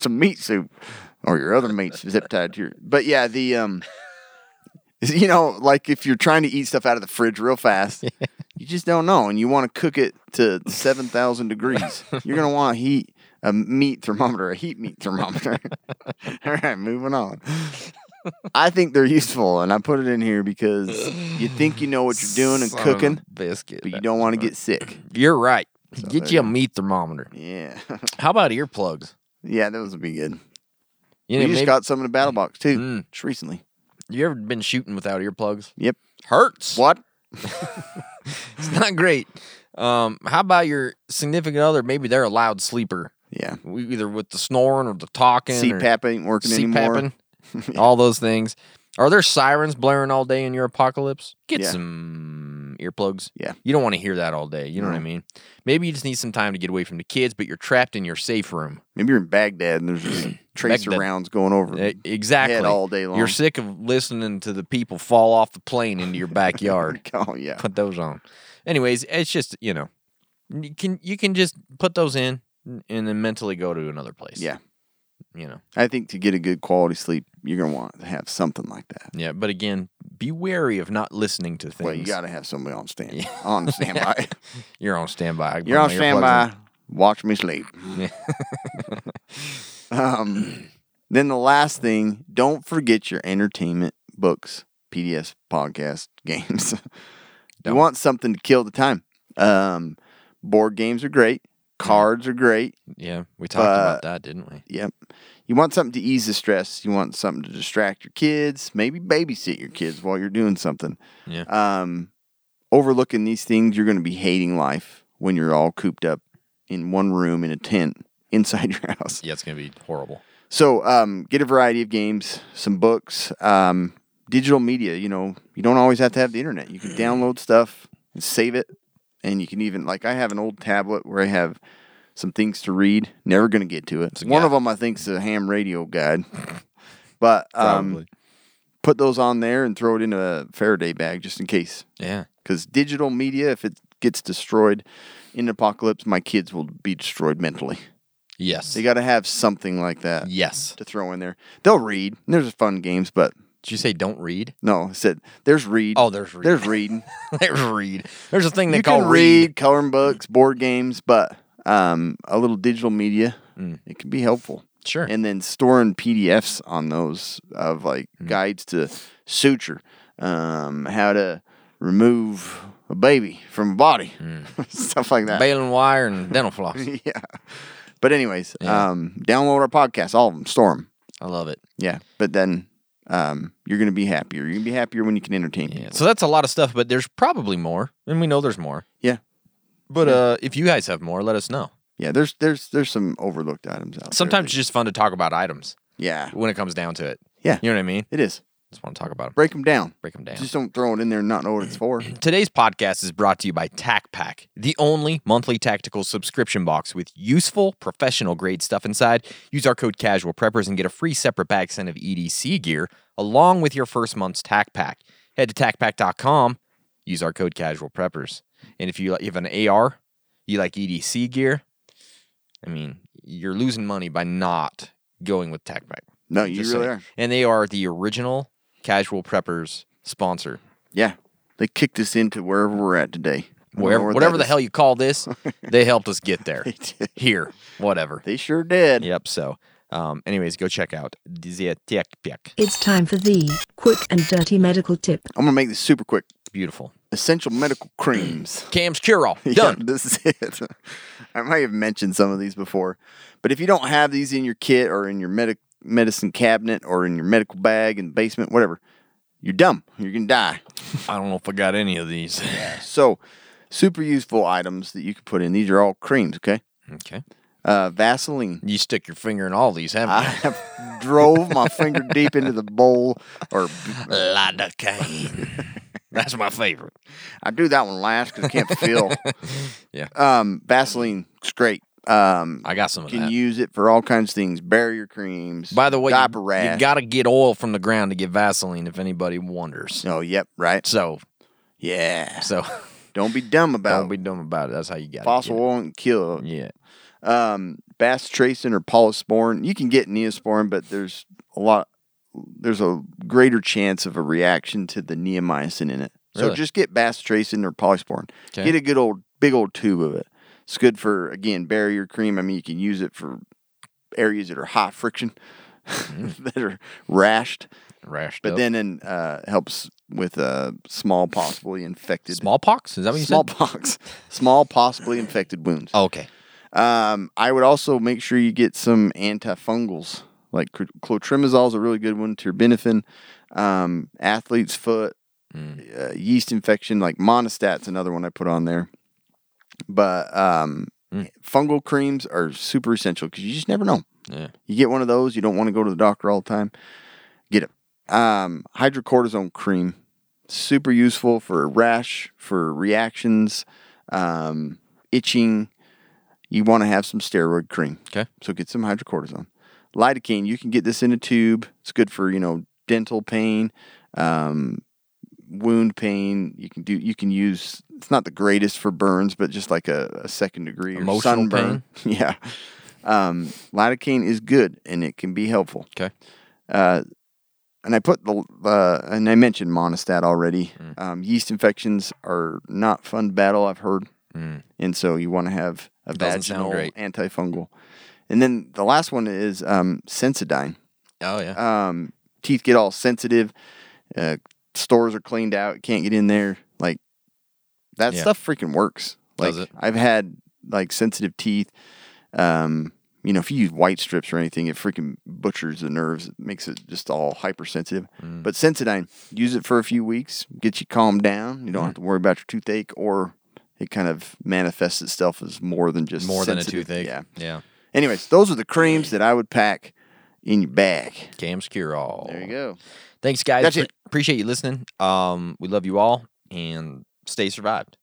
Speaker 5: Some meat soup or your other
Speaker 4: (laughs)
Speaker 5: meats zip tied to your. But yeah, the um, (laughs) you know, like if you're trying to eat stuff out of the fridge
Speaker 4: (laughs)
Speaker 5: real fast, you just don't know, and you want to cook it to seven thousand degrees. You're gonna want to heat a meat thermometer, a heat meat thermometer. (laughs) All right,
Speaker 4: (laughs)
Speaker 5: moving on. I think they're useful, and I put it in here because you think you know what you're doing and
Speaker 4: Son of a
Speaker 5: cooking,
Speaker 4: biscuit.
Speaker 5: but you don't want to get sick.
Speaker 4: You're right. Get
Speaker 5: there
Speaker 4: you a
Speaker 5: you
Speaker 4: meat thermometer.
Speaker 5: Yeah, (laughs)
Speaker 4: How about earplugs?
Speaker 5: yeah, those would be good.
Speaker 4: You
Speaker 5: You
Speaker 4: know,
Speaker 5: just
Speaker 4: maybe-
Speaker 5: got some in the battle box too,
Speaker 4: Mm.
Speaker 5: just recently.
Speaker 4: you ever been shooting without earplugs?
Speaker 5: Yep,
Speaker 4: Hurts.
Speaker 5: What?
Speaker 4: It's not great. Um, how about your significant other? Maybe they're a loud sleeper,
Speaker 5: Yeah.
Speaker 4: We- either with the snoring or the talking. or
Speaker 5: CPAP ain't working anymore. (laughs)
Speaker 4: CPAPing, all those things. Are there sirens blaring all day in your apocalypse? Get
Speaker 5: Yeah.
Speaker 4: some earplugs.
Speaker 5: Yeah.
Speaker 4: You don't want to hear that all day. You know what I
Speaker 5: No.
Speaker 4: mean? Maybe you just need some time to get away from the kids, but you're trapped in your safe room.
Speaker 5: Maybe you're in Baghdad and
Speaker 4: (clears throat)
Speaker 5: there's just tracer
Speaker 4: Baghdad.
Speaker 5: rounds going over.
Speaker 4: E- Exactly.
Speaker 5: all day long.
Speaker 4: You're sick of listening to the people fall off the plane into
Speaker 5: (laughs)
Speaker 4: your backyard.
Speaker 5: (laughs) Oh yeah.
Speaker 4: put those on. Anyways, it's just you know, you can you can just put those in and then mentally go to another place.
Speaker 5: Yeah.
Speaker 4: You know.
Speaker 5: I think to get a good quality sleep, you're gonna want to have something like that.
Speaker 4: Yeah. But again, be wary of not listening to things.
Speaker 5: Well, you gotta have somebody on stand on
Speaker 4: (laughs)
Speaker 5: standby.
Speaker 4: You're on standby. I can
Speaker 5: you're
Speaker 4: put
Speaker 5: on
Speaker 4: my earplugs
Speaker 5: standby. Watch me sleep. (laughs) um, then the last thing, don't forget your entertainment books, PDS, podcast, (laughs) games. you
Speaker 4: Don't.
Speaker 5: want something to kill the time. Um, board games are great. Cards are great.
Speaker 4: Yeah, we talked
Speaker 5: But-
Speaker 4: about that, didn't we?
Speaker 5: Yep. You want something to ease the stress. You want something to distract your kids. Maybe babysit your kids while you're doing something.
Speaker 4: Yeah.
Speaker 5: Um, overlooking these things, you're going to be hating life when you're all cooped up in one room in a tent inside (laughs) your house.
Speaker 4: Yeah, it's gonna be horrible.
Speaker 5: So um, get a variety of games, some books, um, digital media. You know, you don't always have to have the internet. You can download stuff and save it, and you can even like I have an old tablet where I have some things to read. Never going to get to it.
Speaker 4: a
Speaker 5: One
Speaker 4: guide.
Speaker 5: of them I think is a ham radio guide, but um,
Speaker 4: Probably.
Speaker 5: put those on there and throw it in a Faraday bag just in case.
Speaker 4: yeah.
Speaker 5: Because digital media, if it gets destroyed in an apocalypse, my kids will be destroyed mentally.
Speaker 4: Yes.
Speaker 5: They got to have something like that
Speaker 4: yes.
Speaker 5: to throw in there. They'll read. and There's fun games, but
Speaker 4: Did you say don't read? (laughs)
Speaker 5: no, I said there's read.
Speaker 4: Oh, there's read.
Speaker 5: There's reading.
Speaker 4: There's read. There's a thing (laughs) they
Speaker 5: you
Speaker 4: call
Speaker 5: can read, coloring books, board games, but um, a little digital media it can be helpful.
Speaker 4: Mm. Sure.
Speaker 5: And then storing PDFs on those of like
Speaker 4: Mm.
Speaker 5: guides to suture, um, how to remove a baby from a body,
Speaker 4: Mm.
Speaker 5: (laughs) stuff like that.
Speaker 4: baling wire and dental
Speaker 5: (laughs)
Speaker 4: floss.
Speaker 5: yeah. But anyways, um, download our podcast, all of them, store them.
Speaker 4: I love it.
Speaker 5: Yeah, but then um, you're gonna be happier. You're gonna be happier when you can entertain
Speaker 4: Yeah.
Speaker 5: people.
Speaker 4: So that's a lot of stuff, but there's probably more, and we know there's more.
Speaker 5: Yeah,
Speaker 4: But uh, if you guys have more, let us know.
Speaker 5: yeah. There's there's there's some overlooked items out. there
Speaker 4: Sometimes it's
Speaker 5: that-
Speaker 4: just fun to talk about items
Speaker 5: yeah,
Speaker 4: when it comes down to it.
Speaker 5: Yeah.
Speaker 4: You know what I mean?
Speaker 5: it is.
Speaker 4: Just want to talk about 'em.
Speaker 5: Break them down.
Speaker 4: Break 'em down.
Speaker 5: Just don't throw it in there and not know what it's for.
Speaker 4: (clears throat) Today's podcast is brought to you by Tac Pack, the only monthly tactical subscription box with useful professional grade stuff inside. Use our code Casual Preppers and get a free separate bag sent of EDC gear along with your first month's Tac Pack. Head to TacPack.com, use our code Casual Preppers, and if you, like- you have an AR, you like EDC gear. I mean, you're losing money by not going with Tac Pack.
Speaker 5: No, you
Speaker 4: Just
Speaker 5: really
Speaker 4: saying.
Speaker 5: are.
Speaker 4: And they are the original Casual Preppers sponsor.
Speaker 5: Yeah, they kicked us into wherever we're at today. I don't know
Speaker 4: wherever,
Speaker 5: where
Speaker 4: whatever
Speaker 5: that
Speaker 4: the
Speaker 5: is.
Speaker 4: hell you call
Speaker 5: (laughs)
Speaker 4: this, they helped us get there.
Speaker 5: did.
Speaker 4: Here, whatever.
Speaker 5: They sure did.
Speaker 4: Yep. So, um, anyways, go check out the Tech Pick.
Speaker 2: It's time for the quick and dirty medical tip.
Speaker 5: I'm gonna make this super quick.
Speaker 4: Beautiful.
Speaker 5: Essential medical creams.
Speaker 4: Cam's Cure All
Speaker 5: (laughs) Yeah,
Speaker 4: done.
Speaker 5: this is it. I might have mentioned some of these before, but if you don't have these in your kit or in your medic medicine cabinet or in your medical bag in the basement, whatever, you're dumb. You're gonna die.
Speaker 4: I don't know if I got any of these.
Speaker 5: So, super useful items that you can put in. These are all creams. Okay,
Speaker 4: okay.
Speaker 5: uh, Vaseline.
Speaker 4: You stick your finger in all these, haven't
Speaker 5: I
Speaker 4: you?
Speaker 5: (laughs) have drove my finger deep into the bowl, or (laughs)
Speaker 4: Lidocaine. (laughs) That's my favorite.
Speaker 5: I do that one last because I can't feel.
Speaker 4: (laughs) Yeah.
Speaker 5: um, Vaseline. It's great. Um,
Speaker 4: I got some of
Speaker 5: can
Speaker 4: that.
Speaker 5: use it for all kinds of things. Barrier creams.
Speaker 4: By the way, you,
Speaker 5: diaper rash.
Speaker 4: you got to get oil from the ground to get Vaseline if anybody wonders.
Speaker 5: Oh, yep, right.
Speaker 4: So,
Speaker 5: Yeah.
Speaker 4: so
Speaker 5: Don't be dumb
Speaker 4: (laughs)
Speaker 5: about
Speaker 4: don't be dumb about it. That's how you got
Speaker 5: fossil won't kill.
Speaker 4: Yeah.
Speaker 5: Um, bass tracin or polysporin. You can get neosporin, but there's a lot. There's a greater chance of a reaction to the neomycin in it. So
Speaker 4: Really?
Speaker 5: just get bass tracin or polysporin.
Speaker 4: Okay.
Speaker 5: Get a good old big old tube of it. It's good for again barrier cream. I mean, you can use it for areas that are high friction,
Speaker 4: Mm.
Speaker 5: (laughs) that are rashed.
Speaker 4: Rash.
Speaker 5: But then in, uh, helps with uh, small, possibly infected
Speaker 4: smallpox? Is that what you said?
Speaker 5: smallpox, (laughs) small possibly infected wounds.
Speaker 4: Oh, okay.
Speaker 5: Um, I would also make sure you get some antifungals, like cl- clotrimazole is a really good one. Terbinafine, um, athlete's foot,
Speaker 4: Mm.
Speaker 5: uh, yeast infection, like monostat's another one I put on there. But um,
Speaker 4: Hmm.
Speaker 5: fungal creams are super essential because you just never know.
Speaker 4: Yeah.
Speaker 5: You get one of those, you don't want to go to the doctor all the time. Get it. Um, hydrocortisone cream, super useful for rash, for reactions, um, itching. You want to have some steroid cream.
Speaker 4: Okay.
Speaker 5: So get some hydrocortisone. Lidocaine, you can get this in a tube. It's good for, you know, dental pain, um, wound pain. You can do you can use it's not the greatest for burns, but just like a, a second degree or
Speaker 4: Emotional
Speaker 5: sunburn. (laughs) yeah. Um, lidocaine is good and it can be helpful.
Speaker 4: Okay.
Speaker 5: Uh, and I put the uh, and I mentioned monostat already.
Speaker 4: Mm.
Speaker 5: Um, yeast infections are not fun to battle. I've heard, and so you want to have a
Speaker 4: Mm. Doesn't sound
Speaker 5: vaginal
Speaker 4: great.
Speaker 5: antifungal. And then the last one is um, Sensodyne.
Speaker 4: Oh yeah.
Speaker 5: Um, teeth get all sensitive. Uh, stores are cleaned out. Can't get in there. Like that
Speaker 4: Yeah.
Speaker 5: stuff freaking works. Like
Speaker 4: Does it?
Speaker 5: I've had like sensitive teeth. Um, you know, if you use white strips or anything, it freaking butchers the nerves. It makes it just all hypersensitive.
Speaker 4: Mm.
Speaker 5: But Sensodyne, use it for a few weeks, gets you calmed down. You don't have to worry about your toothache, or it kind of manifests itself as more than just
Speaker 4: More than a
Speaker 5: sensitive.
Speaker 4: toothache.
Speaker 5: Yeah.
Speaker 4: Yeah.
Speaker 5: Anyways, those are the creams that I would pack in your bag.
Speaker 4: Cam's cure all.
Speaker 5: There you go.
Speaker 4: Thanks, guys.
Speaker 5: That's it.
Speaker 4: Appreciate you listening. Um, we love you all and stay survived.